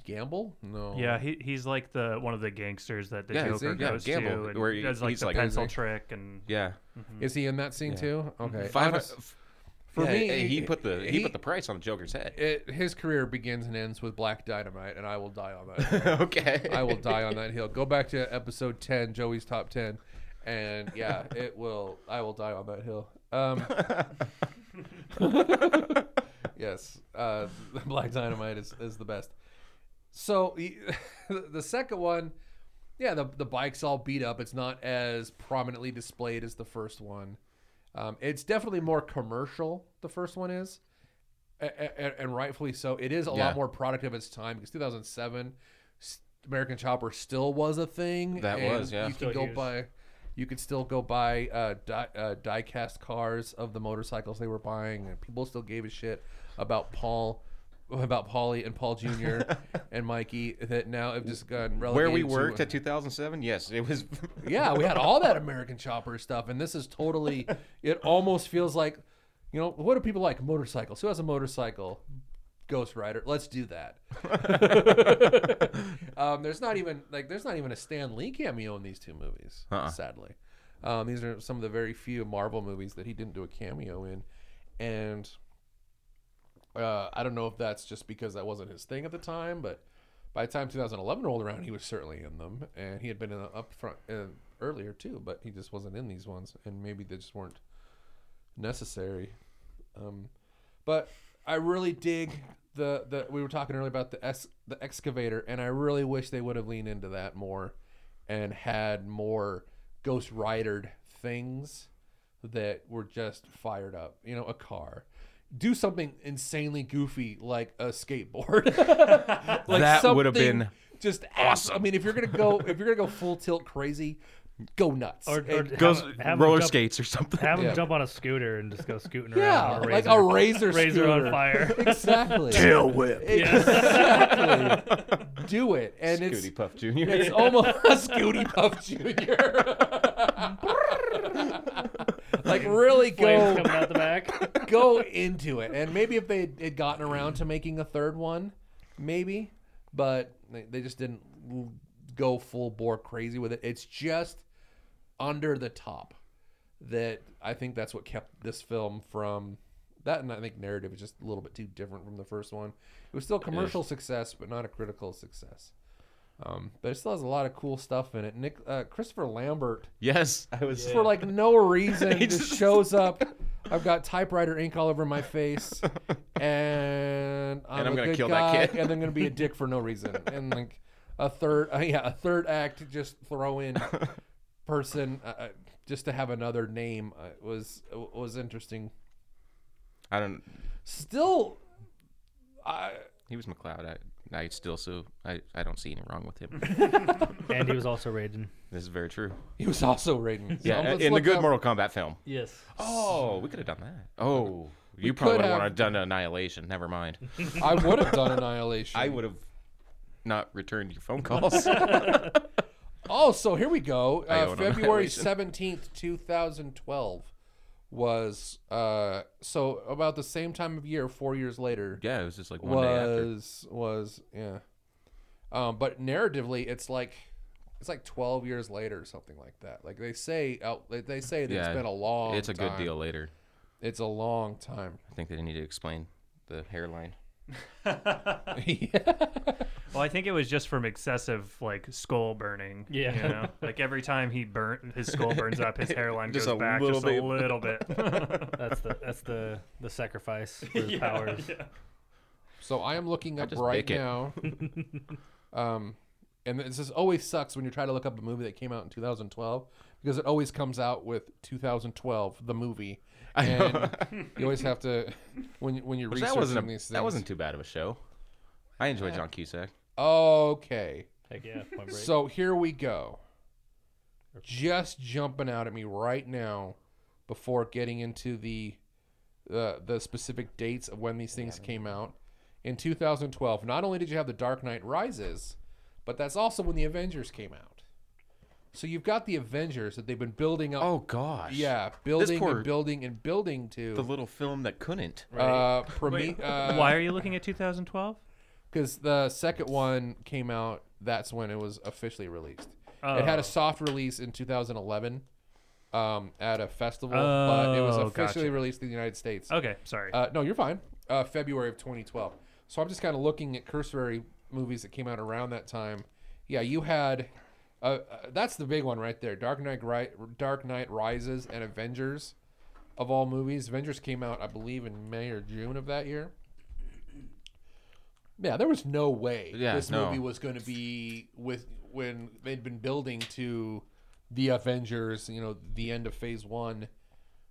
Speaker 1: Gamble? No.
Speaker 4: Yeah, he, he's like the one of the gangsters that the
Speaker 2: Yeah, is
Speaker 4: Joker
Speaker 2: he? Yeah,
Speaker 4: goes
Speaker 2: Gamble,
Speaker 4: to and
Speaker 2: where he-
Speaker 4: does like
Speaker 2: he's
Speaker 4: the
Speaker 2: like-
Speaker 4: pencil
Speaker 1: Is he?
Speaker 4: trick and
Speaker 2: Yeah.
Speaker 1: Is he in that scene too? Okay.
Speaker 2: Five
Speaker 1: Honest-
Speaker 2: for
Speaker 1: me,
Speaker 2: me, he
Speaker 1: he-
Speaker 2: put the he,
Speaker 1: he-
Speaker 2: put the price on Joker's head.
Speaker 1: it, his career begins and ends with Black Dynamite, and I will die on that. hill.
Speaker 2: okay.
Speaker 1: I will die on that hill. Go back to episode ten, Joey's top ten, and yeah, it will. I will die on that hill. Um, yes, uh, Black Dynamite is, is the best. So he- the second one, yeah, the the bike's all beat up. It's not as prominently displayed as the first one. Um, it's definitely more commercial. The first one is, and, and rightfully so. It is a
Speaker 2: Yeah.
Speaker 1: lot more product of its time because 2007, s- American Chopper still was a thing.
Speaker 2: That
Speaker 1: and
Speaker 2: was, yeah.
Speaker 1: You
Speaker 3: Still
Speaker 1: could go
Speaker 3: huge.
Speaker 1: buy, you could still go buy uh, die, uh, diecast cars of the motorcycles they were buying, and people still gave a shit about Paul. About Paulie and Paul Jr. and Mikey, that now have just gone relegated
Speaker 2: Where we
Speaker 1: to-
Speaker 2: worked at 2007, yes, it was.
Speaker 1: yeah, we had all that American Chopper stuff, and this is totally. It almost feels like, you know, what do people like? Motorcycles. Who has a motorcycle? Ghost Rider. Let's do that. um, there's not even like there's not even a Stan Lee cameo in these two movies.
Speaker 2: Uh-uh.
Speaker 1: Sadly, um, these are some of the very few Marvel movies that he didn't do a cameo in, and uh, I don't know if that's just because that wasn't his thing at the time, but By the time 2011 rolled around, he was certainly in them, and he had been in the upfront uh, earlier too, but he just wasn't in these ones, and maybe they just weren't necessary. Um, but I really dig the the we were talking earlier about the ex, the excavator, and I really wish they would have leaned into that more, and had more Ghost Ridered things that were just fired up. You know, a car. Do something insanely goofy like a skateboard. like
Speaker 2: That would have
Speaker 1: something
Speaker 2: been
Speaker 1: just awesome. I mean, if you're gonna go, if you're gonna go full tilt crazy, go nuts.
Speaker 3: Or, or
Speaker 1: And-
Speaker 2: Goes
Speaker 3: have, have
Speaker 2: roller
Speaker 3: him jump,
Speaker 2: skates or something.
Speaker 3: Have him
Speaker 1: Yeah.
Speaker 3: jump on a scooter and just go scooting
Speaker 1: yeah,
Speaker 3: around. on
Speaker 1: like a razor,
Speaker 3: razor on
Speaker 1: scooter.
Speaker 3: fire.
Speaker 1: Exactly.
Speaker 2: whip.
Speaker 1: Exactly. Do it, and it's
Speaker 2: Scooty Puff Jr.
Speaker 1: it's almost a Scooty Puff Jr. like really
Speaker 3: Flames
Speaker 1: go
Speaker 3: coming out the back.
Speaker 1: go into it, and maybe if they had- had gotten around to making a third one, maybe, but they, they just didn't l- go full bore crazy with it. It's just under the top that I think that's what kept this film from that, and I think narrative is just a little bit too different from the first one. It was still a commercial success, but not a critical success. Um, but it still has a lot of cool stuff in it. Nick uh, Christopher Lambert
Speaker 2: Yes, I was.
Speaker 1: for like no reason
Speaker 2: He
Speaker 1: just
Speaker 2: just-
Speaker 1: shows up. I've got typewriter ink all over my face, and I'm,
Speaker 2: I'm
Speaker 1: a
Speaker 2: gonna
Speaker 1: good
Speaker 2: kill that
Speaker 1: guy,
Speaker 2: kid.
Speaker 1: and I'm gonna be a dick for no reason. And like a third, uh, yeah, a third act just throw in person uh, uh, just to have another name uh, was was interesting.
Speaker 2: I don't.
Speaker 1: Still, I
Speaker 2: He was McLeod. I, I still so I, I don't see any wrong with him.
Speaker 3: And he was also raging.
Speaker 2: this is very true.
Speaker 1: he was also Raiden. So
Speaker 2: Yeah, uh,
Speaker 1: let's
Speaker 2: in the
Speaker 1: look
Speaker 2: good
Speaker 1: up-
Speaker 2: Mortal Kombat film.
Speaker 3: Yes.
Speaker 2: Oh, we could have done that. Oh, you
Speaker 1: could
Speaker 2: probably would
Speaker 1: have.
Speaker 2: have done Annihilation. Never mind.
Speaker 1: I would have done Annihilation.
Speaker 2: I would have not returned your phone calls.
Speaker 1: Oh, so here we go.
Speaker 2: I
Speaker 1: Uh,
Speaker 2: own
Speaker 1: February
Speaker 2: Annihilation.
Speaker 1: seventeenth, two thousand twelve, was uh, so about the same time of year, four years later,
Speaker 2: yeah, it was just like one day after.
Speaker 1: was was yeah. Um, but narratively, it's like it's like twelve years later, or something like that. Like they say, out they- they say that
Speaker 2: Yeah,
Speaker 1: it's been a long.
Speaker 2: It's a good
Speaker 1: time.
Speaker 2: deal later.
Speaker 1: It's a long time.
Speaker 2: I think they need to explain the hairline.
Speaker 4: Well, I think it was just from excessive like skull burning.
Speaker 3: Yeah.
Speaker 4: you know, like every time he burnt his skull burns up, his hairline
Speaker 2: Just
Speaker 4: goes
Speaker 2: a
Speaker 4: back
Speaker 2: little
Speaker 4: just
Speaker 2: bit.
Speaker 4: a little bit.
Speaker 3: That's the that's the the sacrifice for his powers.
Speaker 1: So I am looking up
Speaker 2: just
Speaker 1: right
Speaker 2: bake it.
Speaker 1: now. um, and this is always sucks when you try to look up a movie that came out in 2012 because it always comes out with 2012 the movie. And you always have to when you- when you're
Speaker 2: Which
Speaker 1: researching
Speaker 2: that wasn't
Speaker 1: these
Speaker 2: a,
Speaker 1: things.
Speaker 2: that wasn't too bad of a show. I enjoyed John Cusack.
Speaker 1: okay.
Speaker 3: Heck yeah, my break.
Speaker 1: So here we go. Just jumping out at me right now before getting into the the the specific dates of when these things came out. In 2012, not only did you have The Dark Knight Rises, but that's also when the Avengers came out. So you've got the Avengers that they've been building up.
Speaker 2: Oh gosh.
Speaker 1: yeah, building
Speaker 2: poor-
Speaker 1: and building and building to
Speaker 2: The little film that couldn't.
Speaker 1: uh, Prome- uh,
Speaker 4: Why are you looking at 2012?
Speaker 1: Because the second one came out, that's when it was officially released. It
Speaker 4: Oh.
Speaker 1: had a soft release in 2011 um, at a festival, but it was
Speaker 4: Oh,
Speaker 1: officially
Speaker 4: gotcha.
Speaker 1: released in the United States.
Speaker 4: Okay, sorry.
Speaker 1: Uh, no, you're fine. Uh, February of 2012. So I'm just kind of looking at cursory movies that came out around that time. Yeah, you had. Uh, uh, that's the big one right there. Dark Knight, Ri- Dark Knight Rises, and Avengers, of all movies. Avengers came out, I believe, in May or June of that year. Yeah, there was no way
Speaker 2: Yeah,
Speaker 1: this
Speaker 2: no.
Speaker 1: movie was going to be with when they'd been building to the Avengers. You know, the end of Phase One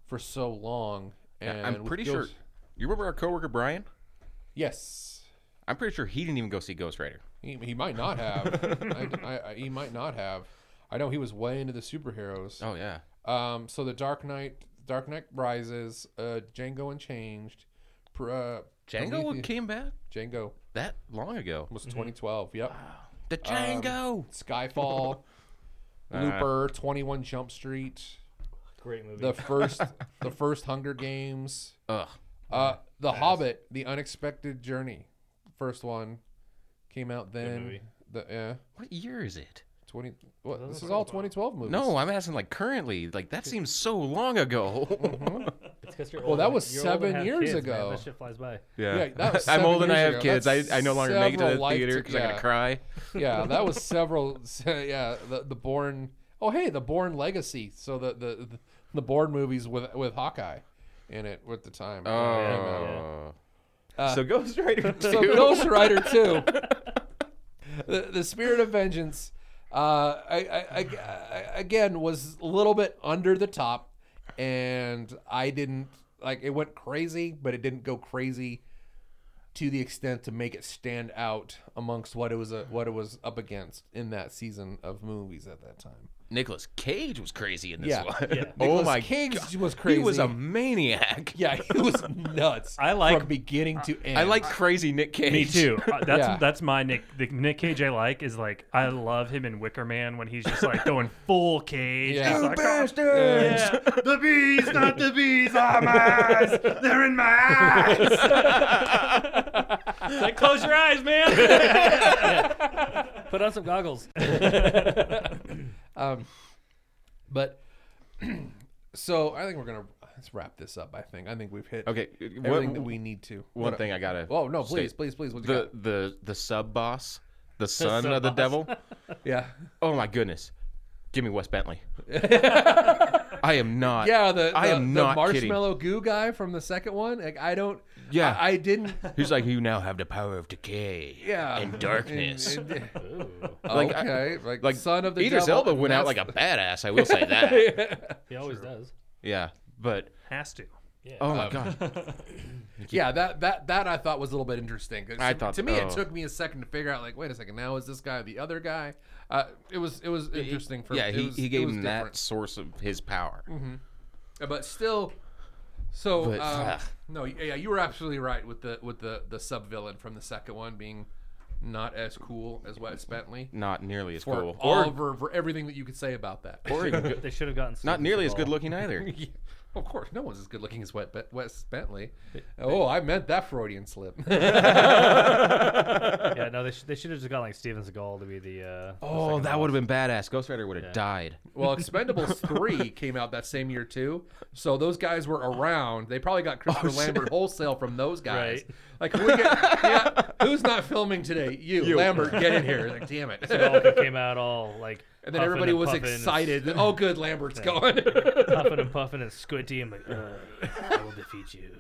Speaker 1: for so long. And
Speaker 2: I'm
Speaker 1: with
Speaker 2: pretty sure.
Speaker 1: Ghost-
Speaker 2: You remember our coworker Brian?
Speaker 1: Yes.
Speaker 2: I'm pretty sure he didn't even go see Ghost Rider.
Speaker 1: He, he might not have. I, I- I- he might not have. I know he was way into the superheroes.
Speaker 2: Oh yeah.
Speaker 1: Um, so the Dark Knight, Dark Knight Rises, uh, Django Unchanged, Pr- uh,
Speaker 2: Django Mm-hmm.
Speaker 1: Prometheus-
Speaker 2: came back
Speaker 1: Django
Speaker 2: that long ago.
Speaker 1: was 2012. Yep.
Speaker 2: The
Speaker 1: Um,
Speaker 2: Django.
Speaker 1: Skyfall,
Speaker 2: Ah.
Speaker 1: Looper, 21 Jump Street,
Speaker 3: Great movie.
Speaker 1: the first, the first Hunger Games,
Speaker 2: Ugh.
Speaker 1: uh,
Speaker 2: Ah.
Speaker 1: The Hobbit, The Unexpected Journey, first one, came out then.
Speaker 3: movie.
Speaker 1: The yeah,
Speaker 2: What year is it?
Speaker 1: 20. What? This is all 2012 movies. Uh-huh.
Speaker 2: No, I'm asking like currently. Like that seems so long ago.
Speaker 3: because you're
Speaker 1: Well,
Speaker 3: old.
Speaker 1: that
Speaker 3: Like,
Speaker 1: was
Speaker 3: you're old and
Speaker 1: seven
Speaker 3: have
Speaker 1: years
Speaker 3: kids, man.
Speaker 1: ago.
Speaker 3: That shit flies by.
Speaker 2: Yeah,
Speaker 1: Yeah, that was
Speaker 2: I'm
Speaker 1: seven
Speaker 2: old and I
Speaker 1: years
Speaker 2: have
Speaker 1: ago.
Speaker 2: kids.
Speaker 1: That's
Speaker 2: I, I no longer make it to
Speaker 1: several
Speaker 2: the
Speaker 1: life
Speaker 2: theater
Speaker 1: to-
Speaker 2: because I
Speaker 1: yeah.
Speaker 2: gotta cry.
Speaker 1: yeah, that was several. Yeah, the the Born. Oh, hey, the Born Legacy. So the the the, the Born movies with with Hawkeye in it at the time.
Speaker 2: Oh,
Speaker 1: Uh,
Speaker 2: so Ghost Rider two.
Speaker 1: So Ghost Rider Two, the, the Spirit of Vengeance, uh, I, I, I- I- again was a little bit under the top, and I didn't like it went crazy, but it didn't go crazy to the extent to make it stand out amongst what it was uh what it was up against in that season of movies at that time.
Speaker 2: Nicholas Cage was crazy in this
Speaker 1: Yeah.
Speaker 2: one.
Speaker 3: Yeah.
Speaker 2: oh
Speaker 1: Nicolas
Speaker 2: my
Speaker 1: Cage
Speaker 2: god,
Speaker 1: was crazy.
Speaker 2: He was a maniac.
Speaker 1: Yeah, he was nuts.
Speaker 4: I like-
Speaker 1: from beginning to end.
Speaker 2: I like crazy Nick Cage.
Speaker 4: Me too. Uh, that's
Speaker 1: Yeah.
Speaker 4: that's my Nick. The Nick Cage I like is like I love him in Wicker Man when he's just like going full Cage.
Speaker 1: Yeah.
Speaker 4: He's
Speaker 1: You
Speaker 4: like,
Speaker 2: bastard!
Speaker 4: Yeah. the bees, not the bees, are my eyes. They're in my eyes. it's like, close your eyes, man.
Speaker 3: Put on some goggles.
Speaker 1: Um, but so I think we're gonna let's wrap this up. I think I think we've hit
Speaker 2: Okay,
Speaker 1: everything
Speaker 2: one,
Speaker 1: that we need to.
Speaker 2: one thing I gotta.
Speaker 1: Oh no! Please,
Speaker 2: state.
Speaker 1: please, please. What you
Speaker 2: The
Speaker 1: got?
Speaker 2: the the sub boss, the son of the
Speaker 3: sub-boss.
Speaker 2: devil.
Speaker 1: Yeah,
Speaker 2: Oh my goodness, give me Wes Bentley. I am not.
Speaker 1: yeah. The,
Speaker 2: I
Speaker 1: the-
Speaker 2: am
Speaker 1: the
Speaker 2: not kidding.
Speaker 1: marshmallow goo guy from the second one. Like I don't.
Speaker 2: Yeah.
Speaker 1: I, I didn't.
Speaker 2: He's like, you now have the power of decay.
Speaker 1: Yeah.
Speaker 2: And darkness.
Speaker 1: And- and-
Speaker 3: Ooh.
Speaker 2: Like, I-
Speaker 1: okay, like,
Speaker 2: like
Speaker 1: son of the
Speaker 2: Idris
Speaker 1: devil,
Speaker 2: Elba
Speaker 1: and
Speaker 2: went out like
Speaker 1: that's-
Speaker 2: a badass. I will say that.
Speaker 3: He always does.
Speaker 2: yeah, but
Speaker 4: Has to.
Speaker 2: oh
Speaker 1: Um,
Speaker 2: my
Speaker 3: Uh,
Speaker 2: god,
Speaker 1: Yeah, that that that I thought was a little bit interesting. 'Cause
Speaker 2: I
Speaker 1: to-
Speaker 2: thought-
Speaker 1: to me
Speaker 2: oh.
Speaker 1: it took me a second to figure out. Like, wait a second, now is this guy the other guy? Uh, it was it was interesting for
Speaker 2: yeah,
Speaker 1: it
Speaker 2: he,
Speaker 1: was-
Speaker 2: he
Speaker 1: it
Speaker 2: gave
Speaker 1: was
Speaker 2: him
Speaker 1: different. Mm-hmm.
Speaker 2: that source of his power.
Speaker 1: but still so
Speaker 2: But,
Speaker 1: um,
Speaker 2: ugh.
Speaker 1: no yeah yeah, you were absolutely right with the with the the sub villain from the second one being not as cool as Wes Bentley
Speaker 2: Not nearly as
Speaker 1: for
Speaker 2: cool,
Speaker 1: all
Speaker 2: or,
Speaker 1: for, for everything that you could say about that
Speaker 2: or even good-
Speaker 3: They should have gotten
Speaker 2: not
Speaker 3: Steven
Speaker 2: nearly as
Speaker 3: Seagal.
Speaker 2: good looking either.
Speaker 1: Yeah, of course no one's as good looking as Wes, Be- Wes Bentley oh I meant that Freudian slip
Speaker 3: yeah, no, they should, they should have just got like Steven Seagal to be the. Uh,
Speaker 2: Oh, that would have been badass. Ghost Rider would have
Speaker 3: Yeah.
Speaker 2: died.
Speaker 1: well Expendables 3 came out that same year too so those guys were around they probably got Christopher Lambert wholesale from those guys
Speaker 3: Oh, Right.
Speaker 1: like can we get, yeah, who's not filming today you, Lambert get in here like damn it
Speaker 3: Seagal came out all like.
Speaker 1: And then
Speaker 3: puffing
Speaker 1: everybody was
Speaker 3: puffing and
Speaker 1: excited. that, oh, good, Lambert's gone.
Speaker 3: puffing and puffing and squinty. I'm like, uh, I will defeat you.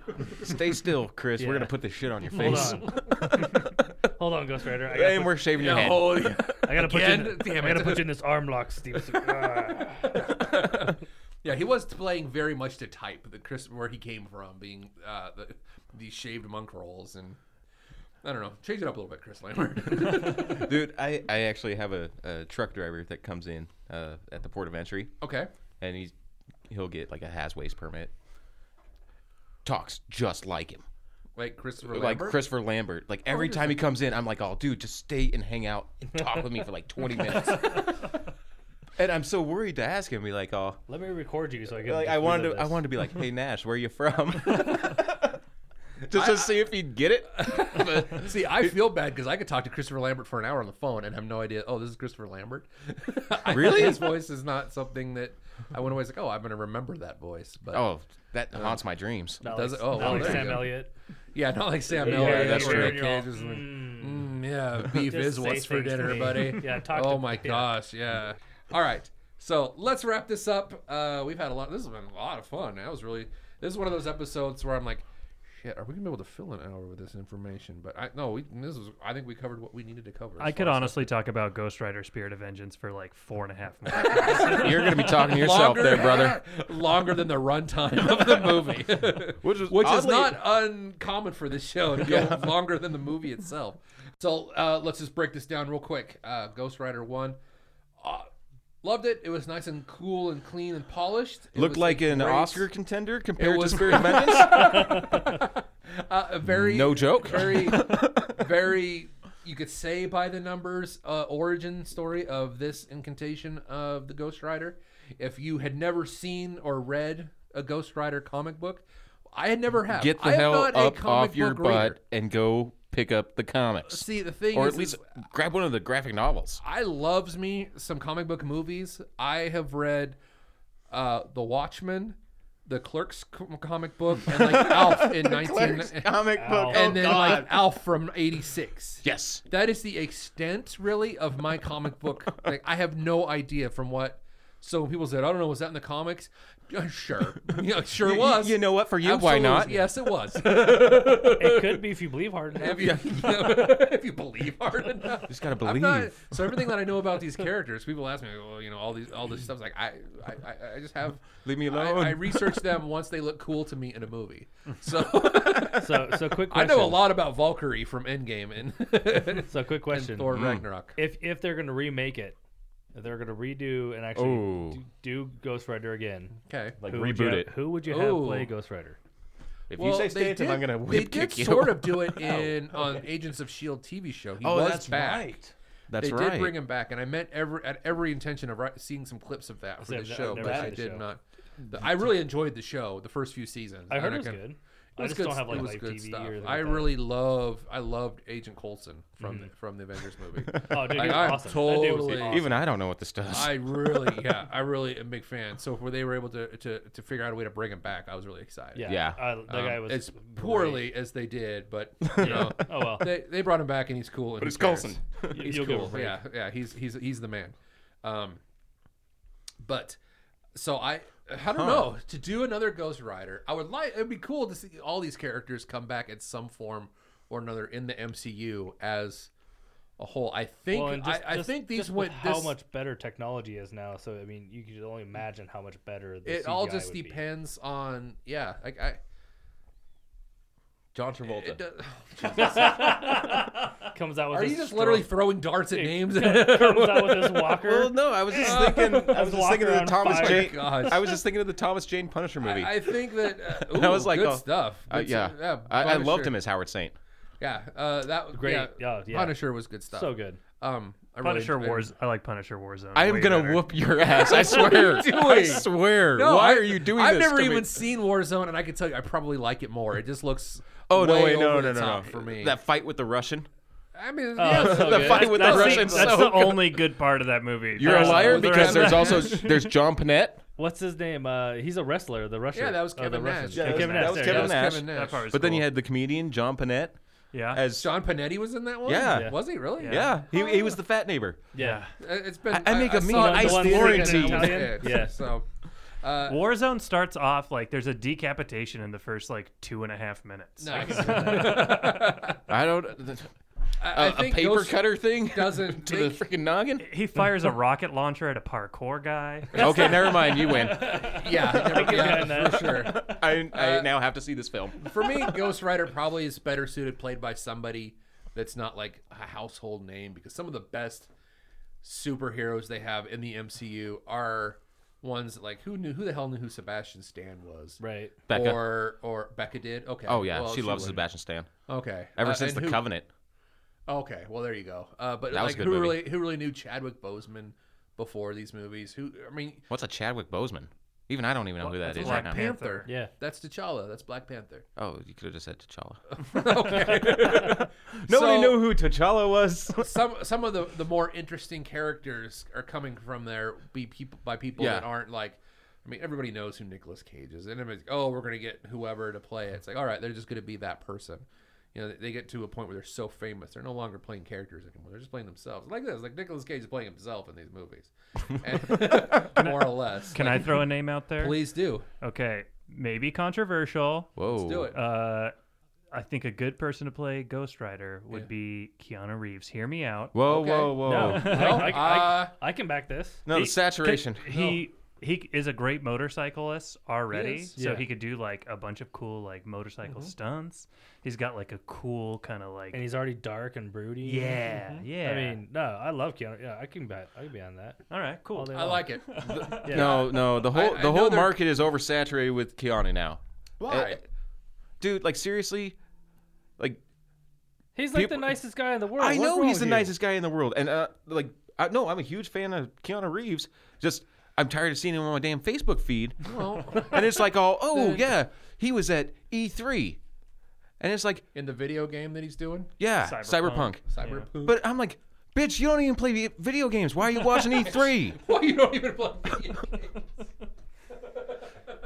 Speaker 2: Stay still, Chris. We're
Speaker 3: Yeah.
Speaker 2: gonna put this shit on your
Speaker 3: Hold
Speaker 2: face,
Speaker 3: on. Hold on, Ghost Rider. I gotta,
Speaker 2: and
Speaker 3: put,
Speaker 2: we're shaving your head.
Speaker 1: oh, yeah.
Speaker 3: I gotta put you. In,
Speaker 1: Again?
Speaker 3: the-
Speaker 1: Damn
Speaker 3: I gotta
Speaker 1: it.
Speaker 3: put you in this arm lock, Steven. Seagal. Ah.
Speaker 1: yeah, he was playing very much to type the Chris where he came from, being uh, the the shaved monk rolls and I don't know, change it up a little bit, Chris Lambert.
Speaker 2: Dude, I, I actually have a, a truck driver that comes in uh, at the port of entry,
Speaker 1: okay,
Speaker 2: and he's he'll get like a has waste permit. Talks just like him,
Speaker 1: like Christopher
Speaker 2: like
Speaker 1: Lambert.
Speaker 2: Christopher Lambert. Oh, Like every time he comes in, I'm like, "Oh, dude, just stay and hang out and talk with me for like 20 minutes." and I'm so worried to ask him, be like, "Oh,
Speaker 3: Let me record you so I can.
Speaker 2: like
Speaker 3: just
Speaker 2: I wanted
Speaker 3: relive
Speaker 2: to, I
Speaker 3: this.
Speaker 2: wanted to be like, hey Nash, where you from?" just to see if he'd get it. But-
Speaker 1: See, I feel bad because I could talk to Christopher Lambert for an hour on the phone and have no idea. Oh, this is Christopher Lambert. I-
Speaker 2: Really?
Speaker 1: his voice is not something that I went always like. Oh, I'm going to remember that voce. But
Speaker 2: oh, that haunts my dreams.
Speaker 3: Not
Speaker 1: Does
Speaker 3: like,
Speaker 1: it- oh,
Speaker 3: not
Speaker 1: well,
Speaker 3: like
Speaker 1: there you
Speaker 3: Sam
Speaker 1: go.
Speaker 3: Elliott.
Speaker 1: yeah, not like Sam
Speaker 3: Yeah,
Speaker 1: Miller.
Speaker 2: yeah, that's
Speaker 1: or
Speaker 2: true.
Speaker 1: Nick
Speaker 3: You're all,
Speaker 1: Cage or something.
Speaker 3: "Mm."
Speaker 1: Mm, yeah, beef
Speaker 3: Just
Speaker 1: is
Speaker 3: say
Speaker 1: what's for
Speaker 3: things to
Speaker 1: dinner,
Speaker 3: me.
Speaker 1: buddy.
Speaker 3: Yeah, talk
Speaker 1: Oh
Speaker 3: to-
Speaker 1: my
Speaker 3: yeah.
Speaker 1: gosh, yeah. All right, so let's wrap this up. Uh, we've had a lot. This has been a lot of fun. That was really. This is one of those episodes where I'm like, shit, are we gonna be able to fill an hour with this information? But I no, we, this is. I think we covered what we needed to cover.
Speaker 4: I
Speaker 1: as
Speaker 4: could
Speaker 1: far as-
Speaker 4: honestly talk about Ghost Rider Spirit of Vengeance for like four and a half minutes.
Speaker 2: You're gonna be talking to yourself
Speaker 1: Longer-
Speaker 2: there, brother.
Speaker 1: Longer than the runtime of the movie,
Speaker 2: Which is,
Speaker 1: which is not uncommon for this show to go longer than the movie itself. So uh, let's just break this down real quick. Uh, Ghost Rider One, uh, loved it. It was nice and cool and clean and polished. It
Speaker 2: looked
Speaker 1: was
Speaker 2: like
Speaker 1: a
Speaker 2: an
Speaker 1: great-
Speaker 2: Oscar contender compared
Speaker 1: was-
Speaker 2: to Spirit of Vengeance.
Speaker 1: Uh, a very
Speaker 2: no joke.
Speaker 1: very, very. You could say by the numbers uh, origin story of this incantation of the Ghost Rider. If you had never seen or read a Ghost Rider comic book, I had never have.
Speaker 2: Get the
Speaker 1: I am
Speaker 2: hell
Speaker 1: not a
Speaker 2: up
Speaker 1: comic
Speaker 2: off your
Speaker 1: book
Speaker 2: butt
Speaker 1: reader.
Speaker 2: and go pick up the comics,
Speaker 1: See, the thing
Speaker 2: or
Speaker 1: is,
Speaker 2: at least
Speaker 1: is
Speaker 2: grab one of the graphic novels.
Speaker 1: I loves me some comic book movies. I have read uh, The Watchmen, the Clerks co- comic book and like Alf in nineteen
Speaker 2: Clerks comic book.
Speaker 3: Ow.
Speaker 1: and
Speaker 2: oh
Speaker 1: then
Speaker 2: God.
Speaker 1: like Alf from eighty six.
Speaker 2: yes.
Speaker 1: That is the extent, really, of my comic book. like, I have no idea from what. So when people said, "I don't know, was that in the comics?" Uh, Sure, yeah, sure
Speaker 2: You-
Speaker 1: was.
Speaker 2: You know what? For you, why
Speaker 1: Absolutely.
Speaker 2: not?
Speaker 1: Yes, it was.
Speaker 3: Mm. it could be if you believe hard enough.
Speaker 1: Have you, if you believe hard enough,
Speaker 2: Just gotta
Speaker 1: I'm not-
Speaker 2: believe.
Speaker 1: so everything that I know about these characters, people ask me, well, you know, all these, all this stuff's like I, I, I- I just have.
Speaker 2: Leave me
Speaker 1: I,
Speaker 2: alone.
Speaker 1: I research them once they look cool to me in a movie. So
Speaker 3: So, so quick
Speaker 1: I
Speaker 3: question.
Speaker 1: know a lot about Valkyrie from Endgame and, and
Speaker 3: So, quick question.
Speaker 2: Hmm.
Speaker 1: Thor Ragnarok.
Speaker 3: If if they're gonna remake it, if they're gonna redo and
Speaker 2: Ooh.
Speaker 3: actually do, do Ghost Rider again,
Speaker 1: Okay.
Speaker 2: like
Speaker 3: who would you
Speaker 2: reboot
Speaker 3: have-
Speaker 2: it.
Speaker 3: Who would you have
Speaker 1: Ooh.
Speaker 3: play Ghost Rider?
Speaker 2: If
Speaker 1: Well,
Speaker 2: you say
Speaker 1: they
Speaker 2: Stanton, I'm
Speaker 1: did-
Speaker 2: gonna whip
Speaker 1: They did
Speaker 2: kick you.
Speaker 1: sort of do it in on Agents of Shield TV show. He was back.
Speaker 2: Oh, That's
Speaker 1: they
Speaker 2: right.
Speaker 1: did bring him back, and I meant every at every intention of ri- seeing some clips of that for
Speaker 3: See,
Speaker 1: the
Speaker 3: I've ne- I've
Speaker 1: show,
Speaker 3: never
Speaker 1: but
Speaker 3: seen
Speaker 1: I
Speaker 3: the
Speaker 1: did
Speaker 3: show.
Speaker 1: not. the- I really enjoyed the show, the first few seasons.
Speaker 3: I heard
Speaker 1: I'm
Speaker 3: it was
Speaker 1: not gonna-
Speaker 3: good.
Speaker 1: It
Speaker 3: I
Speaker 1: was
Speaker 3: just
Speaker 1: good,
Speaker 3: don't
Speaker 1: s-
Speaker 3: have like
Speaker 1: it was
Speaker 3: live
Speaker 1: good
Speaker 3: TV
Speaker 1: stuff.
Speaker 3: or
Speaker 1: I really love, I loved Agent Coulson from
Speaker 3: Mm-hmm.
Speaker 1: the, from the Avengers movie.
Speaker 3: Oh, dude, he
Speaker 1: like,
Speaker 3: was
Speaker 1: I'm
Speaker 3: awesome. That dude was
Speaker 1: totally-
Speaker 3: awesome.
Speaker 2: Even I don't know what this does.
Speaker 1: I really, yeah, I really am a big fan. So where they were able to, to to figure out a way to bring him back, I was really excited.
Speaker 3: yeah,
Speaker 2: Yeah.
Speaker 3: I, that guy
Speaker 1: Um,
Speaker 3: was
Speaker 1: as
Speaker 3: great.
Speaker 1: poorly as they did, but you know,
Speaker 3: Oh well,
Speaker 1: they they brought him back and he's cool. And
Speaker 2: but
Speaker 1: who
Speaker 2: it's
Speaker 1: cares?
Speaker 2: Coulson.
Speaker 3: You-
Speaker 1: He's
Speaker 3: you'll give
Speaker 1: cool.
Speaker 3: him a break.
Speaker 1: Yeah, yeah. He's he's he's the man. Um, but so I I don't know to do another Ghost Rider. I would like it'd be cool to see all these characters come back in some form or another in the MCU as a whole. I think
Speaker 3: Well, and just,
Speaker 1: I, I
Speaker 3: just-
Speaker 1: think these
Speaker 3: just with
Speaker 1: went
Speaker 3: how
Speaker 1: this-
Speaker 3: much better technology is now. So I mean, you could only imagine how much better the
Speaker 1: It all
Speaker 3: CGI
Speaker 1: just
Speaker 3: would be.
Speaker 1: depends on yeah. Like I
Speaker 2: John
Speaker 1: it
Speaker 2: Travolta.
Speaker 1: does,
Speaker 3: Comes out with
Speaker 1: are
Speaker 3: his
Speaker 1: you just
Speaker 3: straw-
Speaker 1: literally throwing darts at names?
Speaker 3: comes out with his walker.
Speaker 2: Well, no, I was just thinking. I was
Speaker 3: As
Speaker 2: just thinking of
Speaker 3: Walker
Speaker 2: the
Speaker 3: on
Speaker 2: Thomas
Speaker 3: fire.
Speaker 2: Jane.
Speaker 1: Gosh.
Speaker 2: I was just thinking of the Thomas Jane Punisher movie.
Speaker 1: Oh, I think that uh, ooh,
Speaker 2: I was like,
Speaker 1: good
Speaker 2: oh,
Speaker 1: stuff.
Speaker 2: Uh,
Speaker 1: Good
Speaker 2: yeah,
Speaker 1: stuff.
Speaker 2: I, I
Speaker 1: Punisher.
Speaker 2: loved him as Howard Saint.
Speaker 1: Yeah, uh, that was
Speaker 3: Great. Oh,
Speaker 1: Yeah,
Speaker 3: Yeah, yeah.
Speaker 1: Punisher was good stuff.
Speaker 3: so good.
Speaker 1: Um, I really
Speaker 4: Punisher
Speaker 1: enjoyed it.
Speaker 4: Wars. I like Punisher Warzone.
Speaker 2: I am
Speaker 4: way
Speaker 2: gonna
Speaker 4: better.
Speaker 2: whoop your ass. I swear. I swear.
Speaker 1: No,
Speaker 2: Why
Speaker 1: I-
Speaker 2: are you doing
Speaker 1: I've
Speaker 2: this?
Speaker 1: never
Speaker 2: to me?
Speaker 1: even seen Warzone, and I can tell you, I probably like it more. It just looks.
Speaker 2: Oh no!
Speaker 1: way
Speaker 2: Wait, no,
Speaker 1: over
Speaker 2: no,
Speaker 1: the
Speaker 2: no,
Speaker 1: top
Speaker 2: no.
Speaker 1: For me,
Speaker 2: That fight with the Russian.
Speaker 1: I mean,
Speaker 3: Oh,
Speaker 1: yeah,
Speaker 3: that's so
Speaker 2: the fight
Speaker 3: good. That's-
Speaker 2: with the
Speaker 3: that's
Speaker 2: Russians.
Speaker 4: That's
Speaker 2: so
Speaker 4: the
Speaker 2: good.
Speaker 4: only good part of that movie.
Speaker 2: You're a
Speaker 4: There's-
Speaker 2: liar
Speaker 4: there's the
Speaker 2: because there's
Speaker 4: rest-
Speaker 2: also there's John Panette.
Speaker 3: What's his name? Uh, he's a wrestler. The Russian.
Speaker 1: Yeah, that was
Speaker 3: oh, the
Speaker 1: Kevin
Speaker 3: Russian.
Speaker 1: Nash.
Speaker 3: Yeah,
Speaker 4: that was-
Speaker 3: Kevin
Speaker 4: that
Speaker 3: Nash.
Speaker 4: was
Speaker 3: there
Speaker 1: that
Speaker 3: you
Speaker 2: Kevin
Speaker 1: was
Speaker 3: go.
Speaker 2: Nash.
Speaker 1: Kevin Nash.
Speaker 4: That part was
Speaker 2: But then you
Speaker 4: cool.
Speaker 2: had the comedian John Panette
Speaker 4: yeah.
Speaker 2: as
Speaker 1: John Panetti was in that one.
Speaker 2: Yeah.
Speaker 3: Yeah.
Speaker 1: was he really?
Speaker 2: yeah. He, he was the fat neighbor.
Speaker 3: Yeah.
Speaker 1: Uh, It's been.
Speaker 2: I- I make a
Speaker 1: saw
Speaker 2: mean
Speaker 1: it
Speaker 2: ice
Speaker 1: on
Speaker 2: Florentine.
Speaker 1: Instagram when I was a
Speaker 3: Italian?
Speaker 1: kid,
Speaker 3: Yeah.
Speaker 1: So, uh,
Speaker 4: Warzone starts off like there's a decapitation in the first like two and a half minutes.
Speaker 1: nice.
Speaker 2: I don't a
Speaker 1: I, I
Speaker 2: a
Speaker 1: think
Speaker 2: paper
Speaker 1: Ghost
Speaker 2: cutter thing
Speaker 1: doesn't
Speaker 2: to the
Speaker 1: make-
Speaker 2: freaking noggin.
Speaker 4: He fires a rocket launcher at a parkour guy.
Speaker 2: Okay, never mind. You win.
Speaker 1: Yeah, never,
Speaker 3: behind
Speaker 1: yeah
Speaker 3: that.
Speaker 1: for sure.
Speaker 2: I, I now have to see this film.
Speaker 1: for me, Ghost Rider probably is better suited played by somebody that's not like a household name because some of the best superheroes they have in the MCU are ones that, like who knew who the hell knew who Sebastian Stan was.
Speaker 3: Right.
Speaker 2: Becca.
Speaker 1: Or or Becca did. Okay.
Speaker 2: Oh yeah,
Speaker 1: Well,
Speaker 2: she loves
Speaker 1: would.
Speaker 2: Sebastian Stan.
Speaker 1: Okay.
Speaker 2: Ever
Speaker 1: Uh,
Speaker 2: since the
Speaker 1: and who-
Speaker 2: Covenant,
Speaker 1: Okay, well there you go. Uh, but
Speaker 2: That was
Speaker 1: like
Speaker 2: a good
Speaker 1: who
Speaker 2: movie.
Speaker 1: really who really knew Chadwick Boseman before these movies? Who I mean
Speaker 2: what's a Chadwick Boseman? Even I don't even know who that is
Speaker 4: Black
Speaker 2: right now.
Speaker 4: Panther.
Speaker 3: Yeah.
Speaker 1: That's T'Challa. That's Black Panther.
Speaker 2: Oh, you could have just said T'Challa.
Speaker 1: okay. So-
Speaker 2: Nobody knew who T'Challa was.
Speaker 1: some some of the, the more interesting characters are coming from there be people by people
Speaker 2: Yeah.
Speaker 1: that aren't like I mean everybody knows who Nicolas Cage is and everybody's oh we're gonna get whoever to play it it's like all right they're just gonna be that person you know they, they get to a point where they're so famous they're no longer playing characters anymore they're just playing themselves like this like Nicolas Cage is playing himself in these movies And- more or less
Speaker 4: Can I throw a name out there?
Speaker 1: please do
Speaker 4: Okay, maybe controversial.
Speaker 2: Whoa.
Speaker 1: let's do it
Speaker 4: Uh, I think a good person to play Ghost Rider would be Keanu Reeves. Hear me out.
Speaker 2: Whoa,
Speaker 1: Okay.
Speaker 2: whoa, whoa.
Speaker 3: No,
Speaker 2: No,
Speaker 1: Well,
Speaker 3: I, I,
Speaker 1: uh,
Speaker 3: I, I can back this.
Speaker 2: the saturation.
Speaker 4: He he is a great motorcyclist already,
Speaker 1: He is.
Speaker 4: so
Speaker 3: Yeah. Mm-hmm.
Speaker 4: he could do like a bunch of cool like motorcycle stunts. He's got like a cool kind of like
Speaker 3: And he's already dark and broody.
Speaker 4: yeah yeah.
Speaker 3: I mean, no, I love Keanu. Yeah, I can bet. I can be on that.
Speaker 4: all right, cool.
Speaker 3: day
Speaker 1: I like it
Speaker 3: Yeah.
Speaker 2: No, no. The whole
Speaker 1: I
Speaker 2: the
Speaker 1: know
Speaker 2: whole
Speaker 1: they're-
Speaker 2: market is oversaturated with Keanu now.
Speaker 1: why
Speaker 2: Uh, dude, like seriously, like
Speaker 3: He's like
Speaker 2: People-
Speaker 3: the nicest guy in the world.
Speaker 2: I
Speaker 3: Oh, What's
Speaker 2: know
Speaker 3: wrong
Speaker 2: he's the
Speaker 3: with you?
Speaker 2: nicest guy in the world, and uh, like I, no, I'm a huge fan of Keanu Reeves. Just I'm tired of seeing him on my damn Facebook feed,
Speaker 1: well,
Speaker 2: and it's like all oh yeah, he was at E3, and it's like
Speaker 1: in the video game that he's doing
Speaker 2: yeah,
Speaker 4: Cyberpunk.
Speaker 2: Cyberpunk.
Speaker 1: Cyberpunk
Speaker 2: But I'm like, bitch, you don't even play vi- video E games. Why are you watching E3?
Speaker 1: well you don't even play video games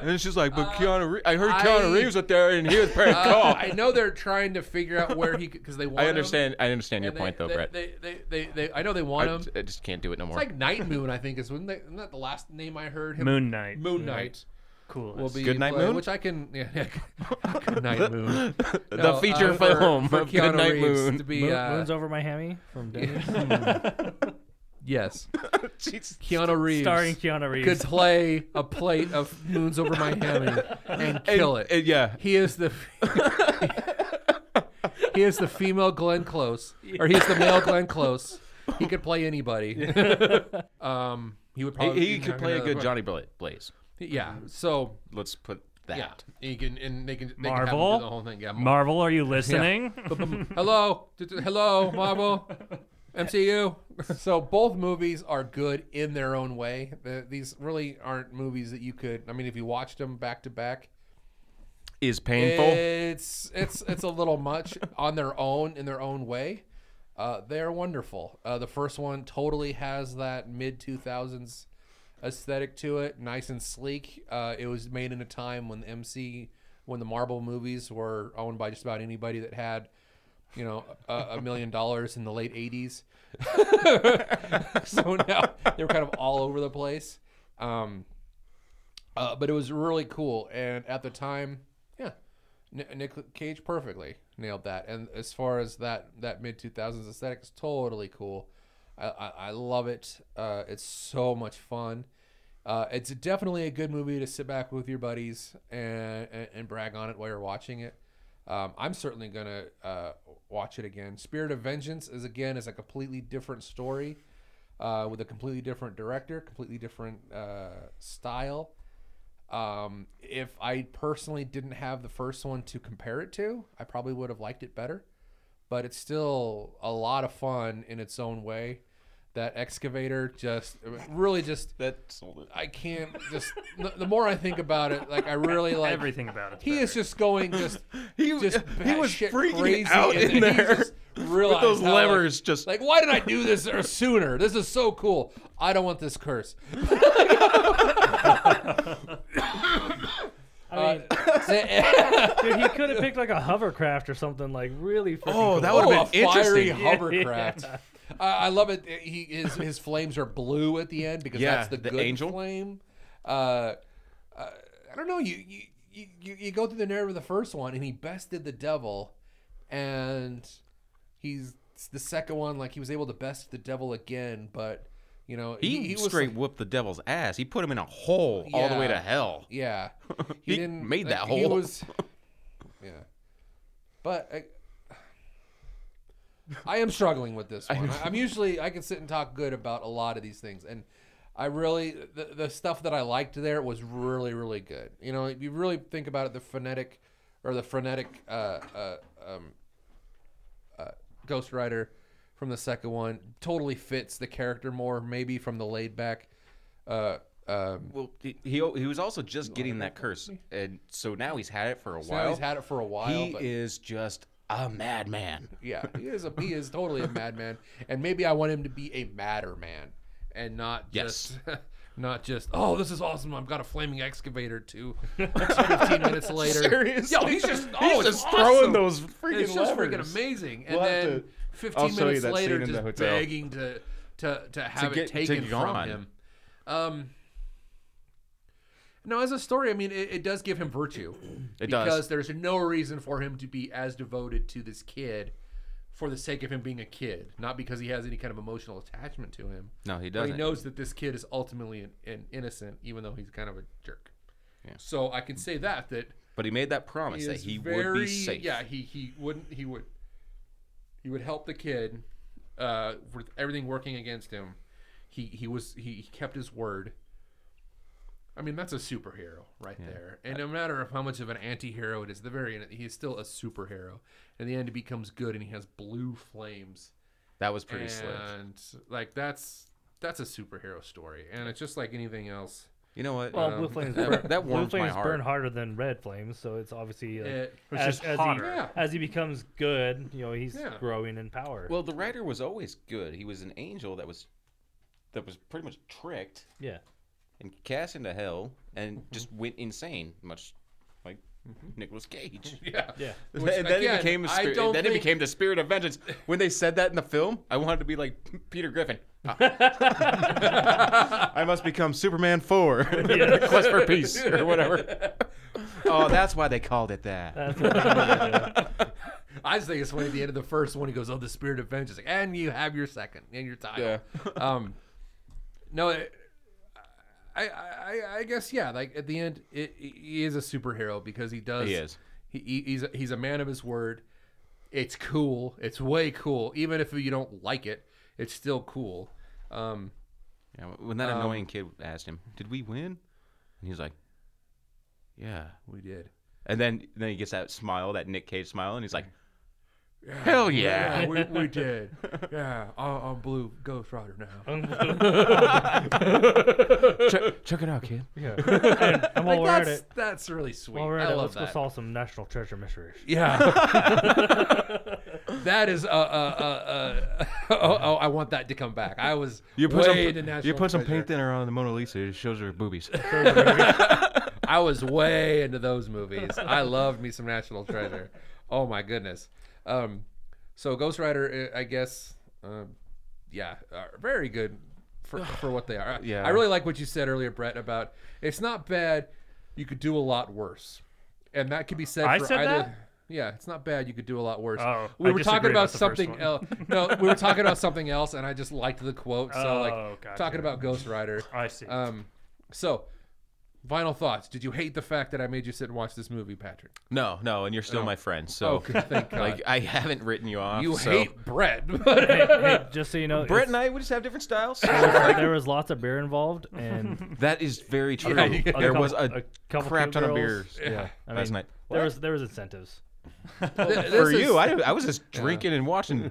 Speaker 2: And then she's like, "But Keanu, Ree- I heard
Speaker 5: I-
Speaker 2: Keanu Reeves up there, and he was playing
Speaker 5: Uh,
Speaker 2: call."
Speaker 5: I know they're trying to figure out where he because they want.
Speaker 2: I
Speaker 5: him,
Speaker 2: understand. I
Speaker 5: and
Speaker 2: understand your
Speaker 5: they-
Speaker 2: point, though,
Speaker 5: they,
Speaker 2: Brett.
Speaker 5: They, they, they, they, I know they
Speaker 2: I,
Speaker 5: want him.
Speaker 2: j- I just can't do it no more.
Speaker 5: It's like Night Moon, I think, is when they, isn't that the last name I heard? Him,
Speaker 4: Moon Knight.
Speaker 5: Moon Knight
Speaker 4: Coolest.
Speaker 5: will be
Speaker 2: Good Night
Speaker 5: playing,
Speaker 2: Moon?
Speaker 5: which I can. Yeah, yeah. Good Night Moon.
Speaker 2: the
Speaker 5: No,
Speaker 2: feature
Speaker 5: uh, for-
Speaker 2: film
Speaker 5: for
Speaker 2: of Good
Speaker 5: Keanu
Speaker 2: Night
Speaker 5: Reeves
Speaker 2: Moon.
Speaker 5: to be.
Speaker 3: Moon-
Speaker 5: uh,
Speaker 3: Moon's over Miami from Denver.
Speaker 5: yes, Keanu Reeves
Speaker 3: starring Keanu
Speaker 5: could
Speaker 3: Reeves.
Speaker 5: play a plate of Moons Over Miami and
Speaker 2: And-
Speaker 5: kill it.
Speaker 2: and yeah,
Speaker 5: He is the he is the female Glenn Close, or he's the male Glenn Close. He could play anybody. um, he would
Speaker 2: he,
Speaker 5: probably
Speaker 2: he could play a good Johnny Bla- Blaze.
Speaker 5: Yeah, so
Speaker 2: Let's put that.
Speaker 5: yeah, he can and they can they can have him
Speaker 4: Marvel?
Speaker 5: do the whole thing. Yeah, Mar-
Speaker 4: Marvel, are you listening?
Speaker 5: hello, D- d- hello, Marvel, MCU.
Speaker 1: So both movies are good in their own way. The, these really aren't movies that you could. I mean, if you watched them back to back,
Speaker 2: Is
Speaker 1: Eh,
Speaker 2: painful.
Speaker 1: it's it's it's a little much on their own in their own way. Uh, they're wonderful. Uh, the first one totally has that mid two thousands aesthetic to it, nice and sleek. Uh, it was made in a time when the MC when the Marvel movies were owned by just about anybody that had you know a, a million dollars in the late eighties. so now they were kind of all over the place. Um, uh, but it was really cool, and at the time, yeah, N- Nick Cage perfectly nailed that. And as far as that that mid two thousands aesthetic, it's totally cool. I, I, I love it. Uh, it's so much fun. Uh, it's definitely a good movie to sit back with your buddies and and, and brag on it while you're watching it. Um, I'm certainly gonna uh, watch it again. Spirit of Vengeance is again is a completely different story uh, with a completely different director, completely different uh, style. Um, if I personally didn't have the first one to compare it to, I probably would have liked it better. But it's still a lot of fun in its own way. That excavator just really just
Speaker 2: That sold it.
Speaker 1: I can't just the, the more I think about it, like I really like
Speaker 4: Everything about it.
Speaker 1: He is just going just
Speaker 2: He,
Speaker 1: just
Speaker 2: he was
Speaker 1: batshit
Speaker 2: freaking
Speaker 1: crazy
Speaker 2: out
Speaker 1: and
Speaker 2: in
Speaker 1: then he
Speaker 2: there.
Speaker 1: just
Speaker 2: with
Speaker 1: realized
Speaker 2: those
Speaker 1: how, like-
Speaker 2: levers just
Speaker 1: like, why did I do this or sooner? This is so cool. I don't want this curse. Uh,
Speaker 3: I mean, dude, he could have picked like a hovercraft or something like really. freaking
Speaker 2: Oh, that
Speaker 3: cool.
Speaker 2: would've
Speaker 1: oh,
Speaker 2: been
Speaker 1: a fiery
Speaker 2: interesting.
Speaker 1: hovercraft. I, I love it. He his his flames are blue at the end because
Speaker 2: Yeah,
Speaker 1: that's the,
Speaker 2: the
Speaker 1: good
Speaker 2: angel.
Speaker 1: flame. Uh, uh, I don't know. You you, you you you go through the narrative of the first one, and he bested the devil, and he's the second one. Like he was able to best the devil again, but you know
Speaker 2: he,
Speaker 1: was
Speaker 2: straight whooped the devil's ass. He put him in a hole all the way to
Speaker 1: Yeah.
Speaker 2: hell.
Speaker 1: Yeah,
Speaker 2: He made that
Speaker 1: He
Speaker 2: hole.
Speaker 1: was, yeah, but I, I am struggling with this one. I, am usually I can sit and talk good about a lot of these things, and I really the, the stuff that I liked there was really really good. You know, if you really think about it, the phonetic or the frenetic uh, uh, um, uh, Ghost Rider from the second one totally fits the character more, maybe from the laid back. Uh, um,
Speaker 2: Well, he, he he was also just getting that curse, and so now he's had it for a
Speaker 1: So
Speaker 2: while.
Speaker 1: he's had it for a while.
Speaker 2: he
Speaker 1: but
Speaker 2: is just a madman.
Speaker 1: yeah, he is a he is totally a madman, and maybe I want him to be a madder man, and not
Speaker 2: Yes.
Speaker 1: just not just oh this is awesome I've got a flaming excavator to 15 minutes later.
Speaker 2: Seriously,
Speaker 1: yo he's just oh
Speaker 2: he's
Speaker 1: it's
Speaker 2: just
Speaker 1: awesome.
Speaker 2: throwing those freaking
Speaker 1: it's just
Speaker 2: levers.
Speaker 1: freaking amazing, and
Speaker 2: We'll have
Speaker 1: then
Speaker 2: to-
Speaker 1: 15
Speaker 2: I'll show you
Speaker 1: minutes
Speaker 2: that
Speaker 1: later
Speaker 2: scene in the
Speaker 1: just
Speaker 2: hotel.
Speaker 1: begging to to to have
Speaker 2: get-
Speaker 1: it
Speaker 2: to
Speaker 1: taken from
Speaker 2: yawn.
Speaker 1: him. Um. No, as a story, I mean, it, it does give him virtue.
Speaker 2: It does.
Speaker 1: because there's no reason for him to be as devoted to this kid for the sake of him being a kid, not because he has any kind of emotional attachment to him.
Speaker 2: No, he
Speaker 1: But he
Speaker 2: doesn't.
Speaker 1: knows that this kid is ultimately an, an innocent, even though he's kind of a jerk. So I can say that that
Speaker 2: but he made that promise that
Speaker 1: is
Speaker 2: he would
Speaker 1: very-
Speaker 2: be safe.
Speaker 1: Yeah, he he wouldn't. He would. He would help the kid uh, with everything working against him. He he was he, he kept his word. I mean, that's a superhero right there. And no matter of how much of an anti-hero it is, at the very end he is still a superhero. In the end, he becomes good, and he has blue flames
Speaker 2: that was pretty slick.
Speaker 1: and like that's that's a superhero story, and it's just like anything else.
Speaker 2: You know what?
Speaker 3: Well,
Speaker 2: Um,
Speaker 3: blue flames
Speaker 2: that-
Speaker 3: burn,
Speaker 2: that
Speaker 3: blue
Speaker 2: warms my
Speaker 3: flames burn
Speaker 2: heart.
Speaker 3: harder than red flames, so it's obviously like,
Speaker 1: It-
Speaker 4: It's
Speaker 3: as,
Speaker 4: just
Speaker 3: as
Speaker 4: hotter.
Speaker 3: He,
Speaker 1: Yeah.
Speaker 3: as he becomes good, you know, he's
Speaker 1: Yeah.
Speaker 3: growing in power.
Speaker 2: well, the writer was always good. He was an angel that was that was pretty much tricked
Speaker 3: yeah,
Speaker 2: and cast into hell and just went insane, much like Nicolas Cage.
Speaker 1: Yeah.
Speaker 3: Yeah.
Speaker 2: And
Speaker 1: Which,
Speaker 2: then
Speaker 1: again,
Speaker 2: it became a
Speaker 1: I
Speaker 2: spirit.
Speaker 1: don't
Speaker 2: Then it
Speaker 1: think-
Speaker 2: became the spirit of vengeance. When they said that in the film, I wanted to be like Peter Griffin. Ah. I must become Superman Four, Quest for Peace, or whatever. oh, that's why they called it that.
Speaker 1: I just think it's funny at the end of the first one, he goes, "Oh, the spirit of vengeance," like, and you have your second and your title.
Speaker 2: Yeah.
Speaker 1: um, no, it, I, I, I guess yeah. Like at the end, it, he is a superhero because he does.
Speaker 2: He is.
Speaker 1: He, he- he's a, he's a man of his word. It's cool. It's way cool. Even if you don't like it, it's still cool. Um,
Speaker 2: Yeah, when that annoying kid asked him, "Did we win?" and he's like, "Yeah."
Speaker 1: we did.
Speaker 2: And then then he gets that smile, that Nick Cage smile, and he's like, "Hell yeah!"
Speaker 1: we, we did. Yeah, I'm, I'm Blue Ghost Rider now.
Speaker 2: check, check it out, kid.
Speaker 3: and, and
Speaker 1: Like,
Speaker 3: while we're at
Speaker 1: that's
Speaker 3: it,
Speaker 1: that's really sweet.
Speaker 3: while we're
Speaker 1: I
Speaker 3: at it,
Speaker 1: love
Speaker 3: let's
Speaker 1: that.
Speaker 3: go solve some national treasure mysteries.
Speaker 1: Yeah. that is uh uh uh, uh oh, oh, I want that to come back. I was
Speaker 2: You put
Speaker 1: way
Speaker 2: some
Speaker 1: into national
Speaker 2: you put some paint
Speaker 1: treasure.
Speaker 2: thinner on the Mona Lisa. It shows her boobies.
Speaker 1: I was way into those movies. I loved me some National Treasure. Oh my goodness. Um so Ghost Rider uh, I guess um yeah, are very good for for what they are. I-
Speaker 2: Yeah.
Speaker 1: I really like what you said earlier Brett about it's not bad. You could do a lot worse. And that could be said
Speaker 4: I
Speaker 1: for
Speaker 4: said
Speaker 1: either
Speaker 4: that?
Speaker 1: Yeah, it's not bad. You could do a lot worse.
Speaker 4: Oh,
Speaker 1: we
Speaker 4: I
Speaker 1: were talking
Speaker 4: disagree
Speaker 1: about,
Speaker 4: with the first
Speaker 1: something
Speaker 4: one.
Speaker 1: else. No, we were talking about something else, and I just liked the quote. So,
Speaker 4: Oh,
Speaker 1: like,
Speaker 4: gotcha.
Speaker 1: talking about Ghost Rider.
Speaker 4: I see.
Speaker 1: Um, so, final thoughts. Did you hate the fact that I made you sit and watch this movie, Patrick?
Speaker 2: no, no, and you're still my friend. So
Speaker 1: Okay, thank God.
Speaker 2: like I haven't written you off.
Speaker 1: You
Speaker 2: Uh, so.
Speaker 1: hate bread.
Speaker 3: hey, hey, just so you know,
Speaker 2: Brett and
Speaker 3: it's-
Speaker 2: I. We just have different styles.
Speaker 3: there was lots of beer involved, and
Speaker 2: that is very true.
Speaker 1: Yeah, you-
Speaker 2: there
Speaker 3: couple-
Speaker 2: was a,
Speaker 3: a couple
Speaker 2: crap ton of
Speaker 3: Two-Girls.
Speaker 2: beers. Yeah,
Speaker 3: I
Speaker 2: last
Speaker 3: mean,
Speaker 2: night.
Speaker 3: there was there was incentives.
Speaker 2: for you. I, I was just drinking and watching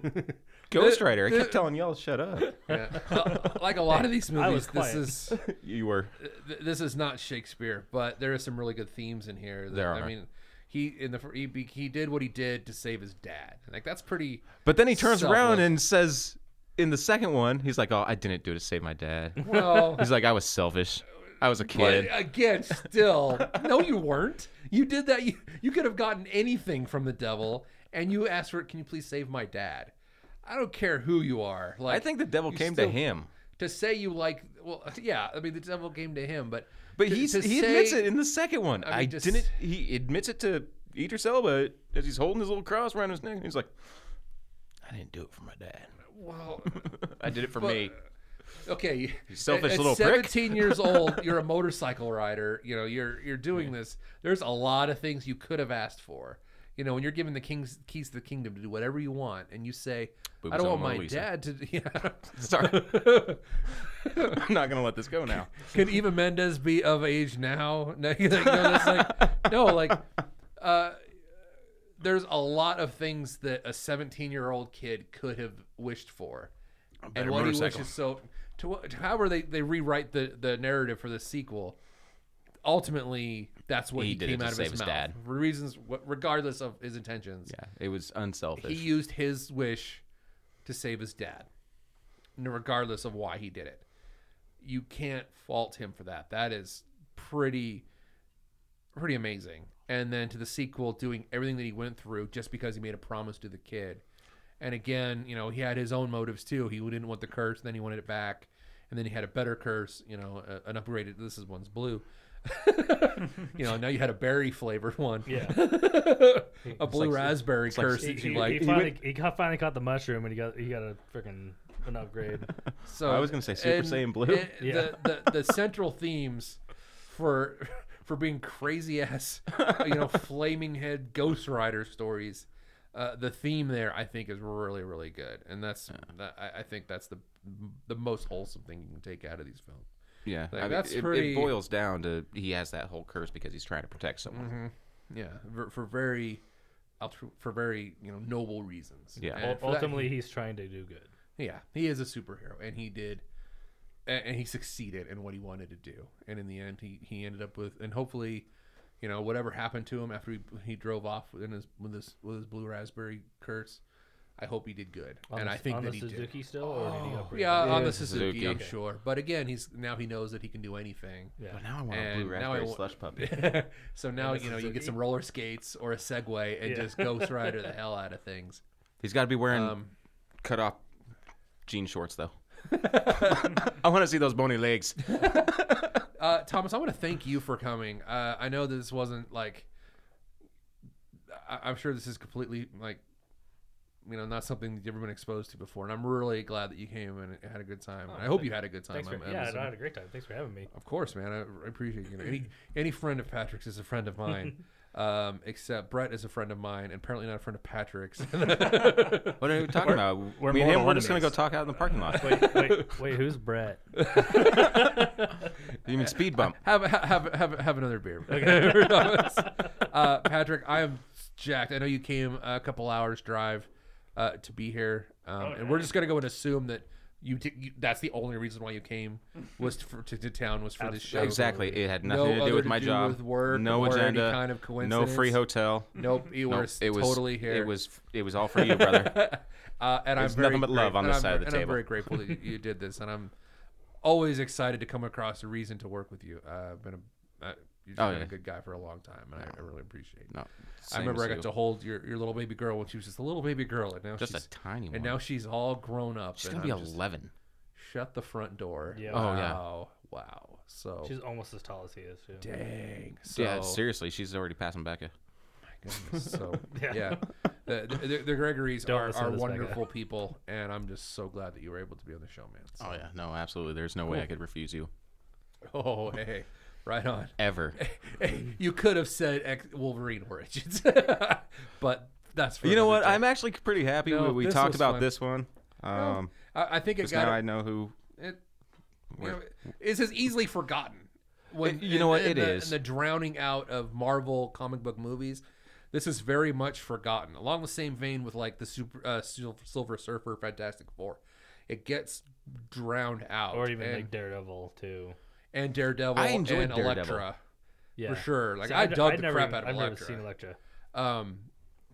Speaker 2: Ghost Rider. I kept telling y'all, shut up.
Speaker 1: Uh, like a lot of these movies,
Speaker 3: was
Speaker 1: this
Speaker 3: quiet.
Speaker 1: is
Speaker 2: You were.
Speaker 1: th- this is not Shakespeare, but there are some really good themes in here. That,
Speaker 2: There
Speaker 1: I
Speaker 2: are.
Speaker 1: mean, he in the fir- he, be- he did what he did to save his dad. Like that's pretty.
Speaker 2: But then he turns around
Speaker 1: Selfless.
Speaker 2: and says, in the second one, he's like, oh, I didn't do it to save my dad.
Speaker 1: Well,
Speaker 2: He's like, I was selfish. I was a
Speaker 1: But
Speaker 2: kid.
Speaker 1: again, still, no, you weren't. You did that. You, you could have gotten anything from the devil, and you asked for it. Can you please save my dad? I don't care who you are. Like
Speaker 2: I think the devil
Speaker 1: you
Speaker 2: came
Speaker 1: still-
Speaker 2: to him.
Speaker 1: to say you like. Well, yeah. I mean, the devil came to him, but
Speaker 2: But
Speaker 1: to-
Speaker 2: he's,
Speaker 1: to
Speaker 2: he admits
Speaker 1: say-
Speaker 2: it in the second one. I,
Speaker 1: mean, just-
Speaker 2: didn't. He admits it to Idris Elba as he's holding his little cross around his neck. And he's like, I didn't do it for my dad.
Speaker 1: Well,
Speaker 2: I did it for me.
Speaker 1: okay. You
Speaker 2: selfish
Speaker 1: at,
Speaker 2: little
Speaker 1: at
Speaker 2: prick.
Speaker 1: 17 years old, you're a motorcycle rider. You know, you're you're doing this. There's a lot of things you could have asked for. You know, when you're given the king's keys to the kingdom to do whatever you want, and you say,
Speaker 2: Boobs
Speaker 1: "I don't
Speaker 2: on
Speaker 1: want
Speaker 2: Mona
Speaker 1: my
Speaker 2: Lisa.
Speaker 1: dad to." Yeah.
Speaker 2: Sorry. I'm not going to let this go now.
Speaker 1: Can Eva Mendes be of age now? No, you're like, no, that's like, no, like, uh, there's a lot of things that a 17 year old kid could have wished for, and what he
Speaker 2: motorcycle.
Speaker 1: wishes. So, to, what- to however they they rewrite the the narrative for the sequel, ultimately that's what
Speaker 2: He
Speaker 1: he,
Speaker 2: did it
Speaker 1: came
Speaker 2: to
Speaker 1: out of
Speaker 2: save
Speaker 1: his,
Speaker 2: his
Speaker 1: mouth.
Speaker 2: dad.
Speaker 1: For reasons, what- regardless of his intentions,
Speaker 2: Yeah, it was
Speaker 1: he
Speaker 2: unselfish.
Speaker 1: used his wish to save his dad, n- regardless of why he did it. You can't fault him for that. That is pretty, pretty amazing. And then to the sequel, doing everything that he went through just because he made a promise to the kid. And again, you know, he had his own motives too. He didn't want the curse, then he wanted it back, and then he had a better curse. You know, a- an upgraded. This is one's blue. you know, now you had a berry flavored one.
Speaker 3: Yeah.
Speaker 1: a blue raspberry
Speaker 2: like
Speaker 1: curse
Speaker 3: He,
Speaker 1: that you
Speaker 3: he,
Speaker 1: like.
Speaker 3: he finally, he got- finally caught the mushroom, and he got he got a freaking an upgrade.
Speaker 1: So
Speaker 2: I was gonna say Super Saiyan Blue.
Speaker 1: and
Speaker 3: Yeah.
Speaker 1: The, the the central themes for for being crazy ass, you know, flaming head Ghost Rider stories. Uh, the theme there, I think, is really really good, and that's that, I, I think that's the the most wholesome thing you can take out of these films.
Speaker 2: Yeah,
Speaker 1: Like,
Speaker 2: I mean,
Speaker 1: that's
Speaker 2: it, it
Speaker 1: pretty-
Speaker 2: boils down to he has that whole curse because he's trying to protect someone.
Speaker 1: Yeah, for, for very. altru- For very you know noble reasons.
Speaker 2: Yeah.
Speaker 1: And
Speaker 3: Ul-
Speaker 1: for that-
Speaker 3: Ultimately, he's trying to do good.
Speaker 1: Yeah, he is a superhero, and he did, a- and he succeeded in what he wanted to do. And in the end, he he ended up with, and hopefully, you know, whatever happened to him after he, he drove off in his with his with his blue raspberry curse, I hope he did good,
Speaker 3: On
Speaker 1: and
Speaker 3: the-
Speaker 1: I think
Speaker 3: on
Speaker 1: that
Speaker 3: the
Speaker 1: he
Speaker 3: Suzuki
Speaker 1: did. Oh.
Speaker 3: still, or did he upgrade?
Speaker 1: Yeah, on the
Speaker 2: Yeah,
Speaker 1: Suzuki,
Speaker 2: Suzuki.
Speaker 1: I'm
Speaker 2: Okay.
Speaker 1: sure. But again, he's now he knows that he can do anything.
Speaker 3: Yeah.
Speaker 2: But now I want a
Speaker 1: And
Speaker 2: blue
Speaker 1: now I
Speaker 2: raspberry
Speaker 1: wa-
Speaker 2: slush puppy.
Speaker 1: so now
Speaker 3: And a
Speaker 1: you know you get
Speaker 3: Suzuki.
Speaker 1: some roller skates or a Segway and
Speaker 3: Yeah.
Speaker 1: just Ghost Rider the hell out of things.
Speaker 2: He's got to be wearing
Speaker 1: Um,
Speaker 2: cut off jean shorts though. I want to see those bony legs.
Speaker 1: uh, Thomas, I want to thank you for coming. Uh, I know that this wasn't like, I- I'm sure this is completely like, you know, not something that you've ever been exposed to before. And I'm really glad that you came and had a good time. And I hope you had a good time.
Speaker 3: Oh, Thanks for,
Speaker 1: I'm- I'm
Speaker 3: yeah,
Speaker 1: assuming-
Speaker 3: no, I had a great time. Thanks for having me.
Speaker 1: Of course, man. I, I appreciate you. Any any friend of Patrick's is a friend of mine. Um, except Brett is a friend of mine, and apparently not a friend of Patrick's.
Speaker 2: What are you talking about?
Speaker 4: we're
Speaker 2: Me and him,
Speaker 4: mortal
Speaker 2: we're just gonna go
Speaker 4: enemies.
Speaker 2: talk out in the parking lot.
Speaker 3: Wait, wait, wait. Who's Brett?
Speaker 2: You mean speed bump?
Speaker 1: have, have have have another beer. Okay. uh, Patrick, I am jacked. I know you came a couple hours drive uh, to be here, um, and we're just gonna go and assume that you, t- you that's the only reason why you came was for, to, to town was for this show.
Speaker 2: Exactly. It had nothing
Speaker 1: No
Speaker 2: to do
Speaker 1: other
Speaker 2: with
Speaker 1: to
Speaker 2: my
Speaker 1: do
Speaker 2: job.
Speaker 1: with work
Speaker 2: no
Speaker 1: or any
Speaker 2: agenda.
Speaker 1: kind of
Speaker 2: No free
Speaker 1: coincidence.
Speaker 2: hotel.
Speaker 1: Nope, you
Speaker 2: Nope,
Speaker 1: were totally here.
Speaker 2: It was. It was all for you, brother.
Speaker 1: Uh, and I'm
Speaker 2: There's
Speaker 1: very
Speaker 2: nothing but love
Speaker 1: grate-
Speaker 2: on
Speaker 1: and
Speaker 2: this
Speaker 1: I'm
Speaker 2: side
Speaker 1: ver-
Speaker 2: of the
Speaker 1: And I'm
Speaker 2: table.
Speaker 1: very grateful that you- you did this, and I'm always excited to come across a reason to work with you. Uh, I've been a uh, you've
Speaker 2: Oh,
Speaker 1: been
Speaker 2: yeah.
Speaker 1: a good guy for a long time, and I, I really appreciate. it.
Speaker 2: no.
Speaker 1: I
Speaker 2: same
Speaker 1: remember I
Speaker 2: as
Speaker 1: got
Speaker 2: you.
Speaker 1: to hold your, your little baby girl when she was just a little baby girl, and now
Speaker 2: just
Speaker 1: she's
Speaker 2: a tiny one.
Speaker 1: and now she's all grown up.
Speaker 2: she's
Speaker 1: and
Speaker 2: gonna be
Speaker 1: I'm just-
Speaker 2: eleven.
Speaker 1: Shut the front door.
Speaker 3: Yeah.
Speaker 2: Oh, yeah.
Speaker 1: Wow. Wow. So
Speaker 3: She's almost as tall as he is. Too.
Speaker 1: dang. So,
Speaker 2: yeah, seriously, she's already passing Becca.
Speaker 1: goodness, so yeah,
Speaker 3: Yeah.
Speaker 1: The, the, the Gregorys
Speaker 3: Don't
Speaker 1: are,
Speaker 3: listen to
Speaker 1: are
Speaker 3: this, Becca.
Speaker 1: wonderful people, and I'm just so glad that you were able to be on the show, man. So-
Speaker 2: Oh yeah, no, absolutely. There's no way I could refuse you
Speaker 1: Oh, hey, right on.
Speaker 2: ever.
Speaker 1: Hey, you could have said ex- Wolverine Origins, but that's for
Speaker 2: you know
Speaker 1: another
Speaker 2: what?
Speaker 1: day.
Speaker 2: I'm actually pretty happy
Speaker 1: No,
Speaker 2: we, we
Speaker 1: this
Speaker 2: talked
Speaker 1: was
Speaker 2: about
Speaker 1: fun.
Speaker 2: this one. Um,
Speaker 1: I, I think it
Speaker 2: 'cause now
Speaker 1: got
Speaker 2: I know who.
Speaker 1: it. You know, it's as easily forgotten. When
Speaker 2: It- you know what?
Speaker 1: in
Speaker 2: It
Speaker 1: the,
Speaker 2: is.
Speaker 1: in the drowning out of Marvel comic book movies. This is very much forgotten. Along the same vein with like the super uh, Sil- Silver Surfer, Fantastic Four, it gets drowned out.
Speaker 3: Or even
Speaker 1: and,
Speaker 3: like Daredevil too.
Speaker 1: and Daredevil
Speaker 2: I enjoyed
Speaker 1: and
Speaker 2: Daredevil.
Speaker 1: Elektra
Speaker 3: Yeah.
Speaker 1: for sure. Like
Speaker 3: See,
Speaker 1: I
Speaker 3: I've-
Speaker 1: dug
Speaker 3: I've
Speaker 1: the
Speaker 3: never
Speaker 1: crap
Speaker 3: even-
Speaker 1: out of
Speaker 3: I've
Speaker 1: Elektra.
Speaker 3: never seen Electra.
Speaker 1: um,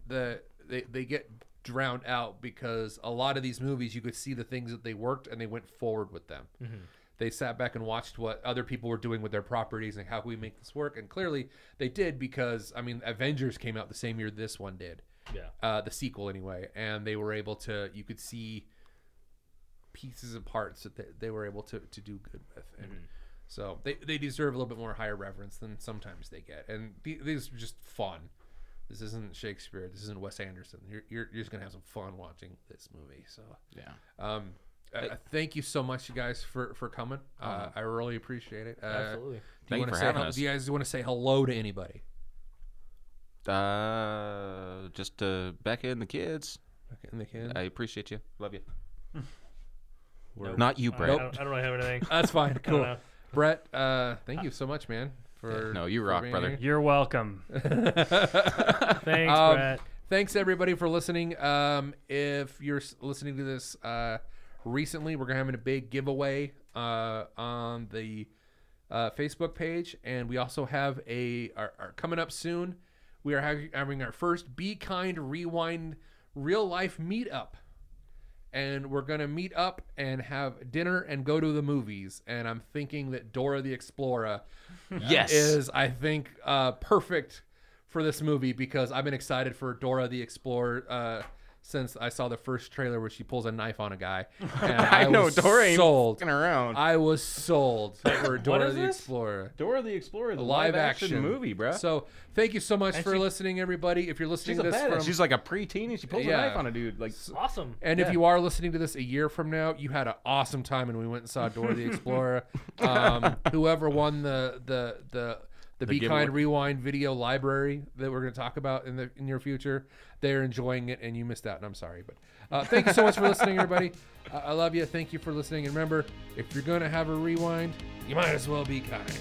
Speaker 1: the they, they get drowned out because a lot of these movies you could see the things that they worked and they went forward with them. They sat back and watched what other people were doing with their properties and how can we make this work. And clearly they did because I mean Avengers came out the same year this one did,
Speaker 3: Yeah.
Speaker 1: uh, the sequel anyway, and they were able to you could see pieces and parts that they, they were able to, to do good with. And
Speaker 2: Mm-hmm.
Speaker 1: so they, they deserve a little bit more higher reverence than sometimes they get. And the, these are just fun. This isn't Shakespeare. This isn't Wes Anderson. You're, you're, you're just going to have some fun watching this movie. So
Speaker 2: Yeah.
Speaker 1: um, uh, thank you so much, you guys, for, for coming. Uh, I really appreciate it. Uh,
Speaker 3: Absolutely.
Speaker 1: Do
Speaker 2: Oh, Thank you
Speaker 1: you, wanna
Speaker 2: for
Speaker 1: say
Speaker 2: having
Speaker 1: hel-
Speaker 2: us.
Speaker 1: do you guys want to say hello to anybody?
Speaker 2: Uh, just uh, Becca and the kids.
Speaker 1: In the can?
Speaker 2: I appreciate you. Love you.
Speaker 3: Nope.
Speaker 2: Not you,
Speaker 3: I-
Speaker 2: Brett.
Speaker 3: I, don't, I don't really have anything.
Speaker 1: That's fine. Cool.
Speaker 3: know.
Speaker 1: Brett, uh, thank you so much, man. For
Speaker 2: No, you
Speaker 1: for
Speaker 2: rock,
Speaker 1: being
Speaker 2: brother.
Speaker 1: here.
Speaker 4: You're welcome.
Speaker 3: Thanks,
Speaker 1: Um,
Speaker 3: Brett.
Speaker 1: Thanks everybody for listening. Um, if you're s- listening to this uh, recently, we're gonna have a big giveaway uh, on the uh, Facebook page, and we also have a are, are coming up soon. We are hav- having our first Be Kind Rewind real life meetup, and we're gonna meet up and have dinner and go to the movies. And I'm thinking that Dora the Explorer
Speaker 2: Yes.
Speaker 1: is I think uh, perfect for this movie because I've been excited for Dora the Explorer uh, since I saw the first trailer where she pulls a knife on a guy. And I, was sold.
Speaker 2: fucking around.
Speaker 1: I was sold for Dora
Speaker 2: is
Speaker 1: the
Speaker 2: this?
Speaker 1: Explorer.
Speaker 2: Dora the Explorer, the
Speaker 1: Live, action.
Speaker 2: movie, bro.
Speaker 1: So thank you so much for
Speaker 2: she-
Speaker 1: listening, everybody. If you're listening
Speaker 2: she's a
Speaker 1: to this
Speaker 2: badass.
Speaker 1: from
Speaker 2: She's like a preteen, and she pulls
Speaker 1: Yeah.
Speaker 2: a knife on a dude. Like,
Speaker 3: Awesome.
Speaker 1: And if
Speaker 2: Yeah.
Speaker 1: you are listening to this a year from now, you had an awesome time, and we went and saw Dora the Explorer. um, whoever won the the the the, Be
Speaker 2: giveaway.
Speaker 1: Kind Rewind video library that we're going to talk about in the near future, they're enjoying it, and you missed out. And I'm sorry, but uh, thank you so much for listening, everybody. Uh, I love you. Thank you for listening, and remember, if you're going to have a rewind, you might as well be kind.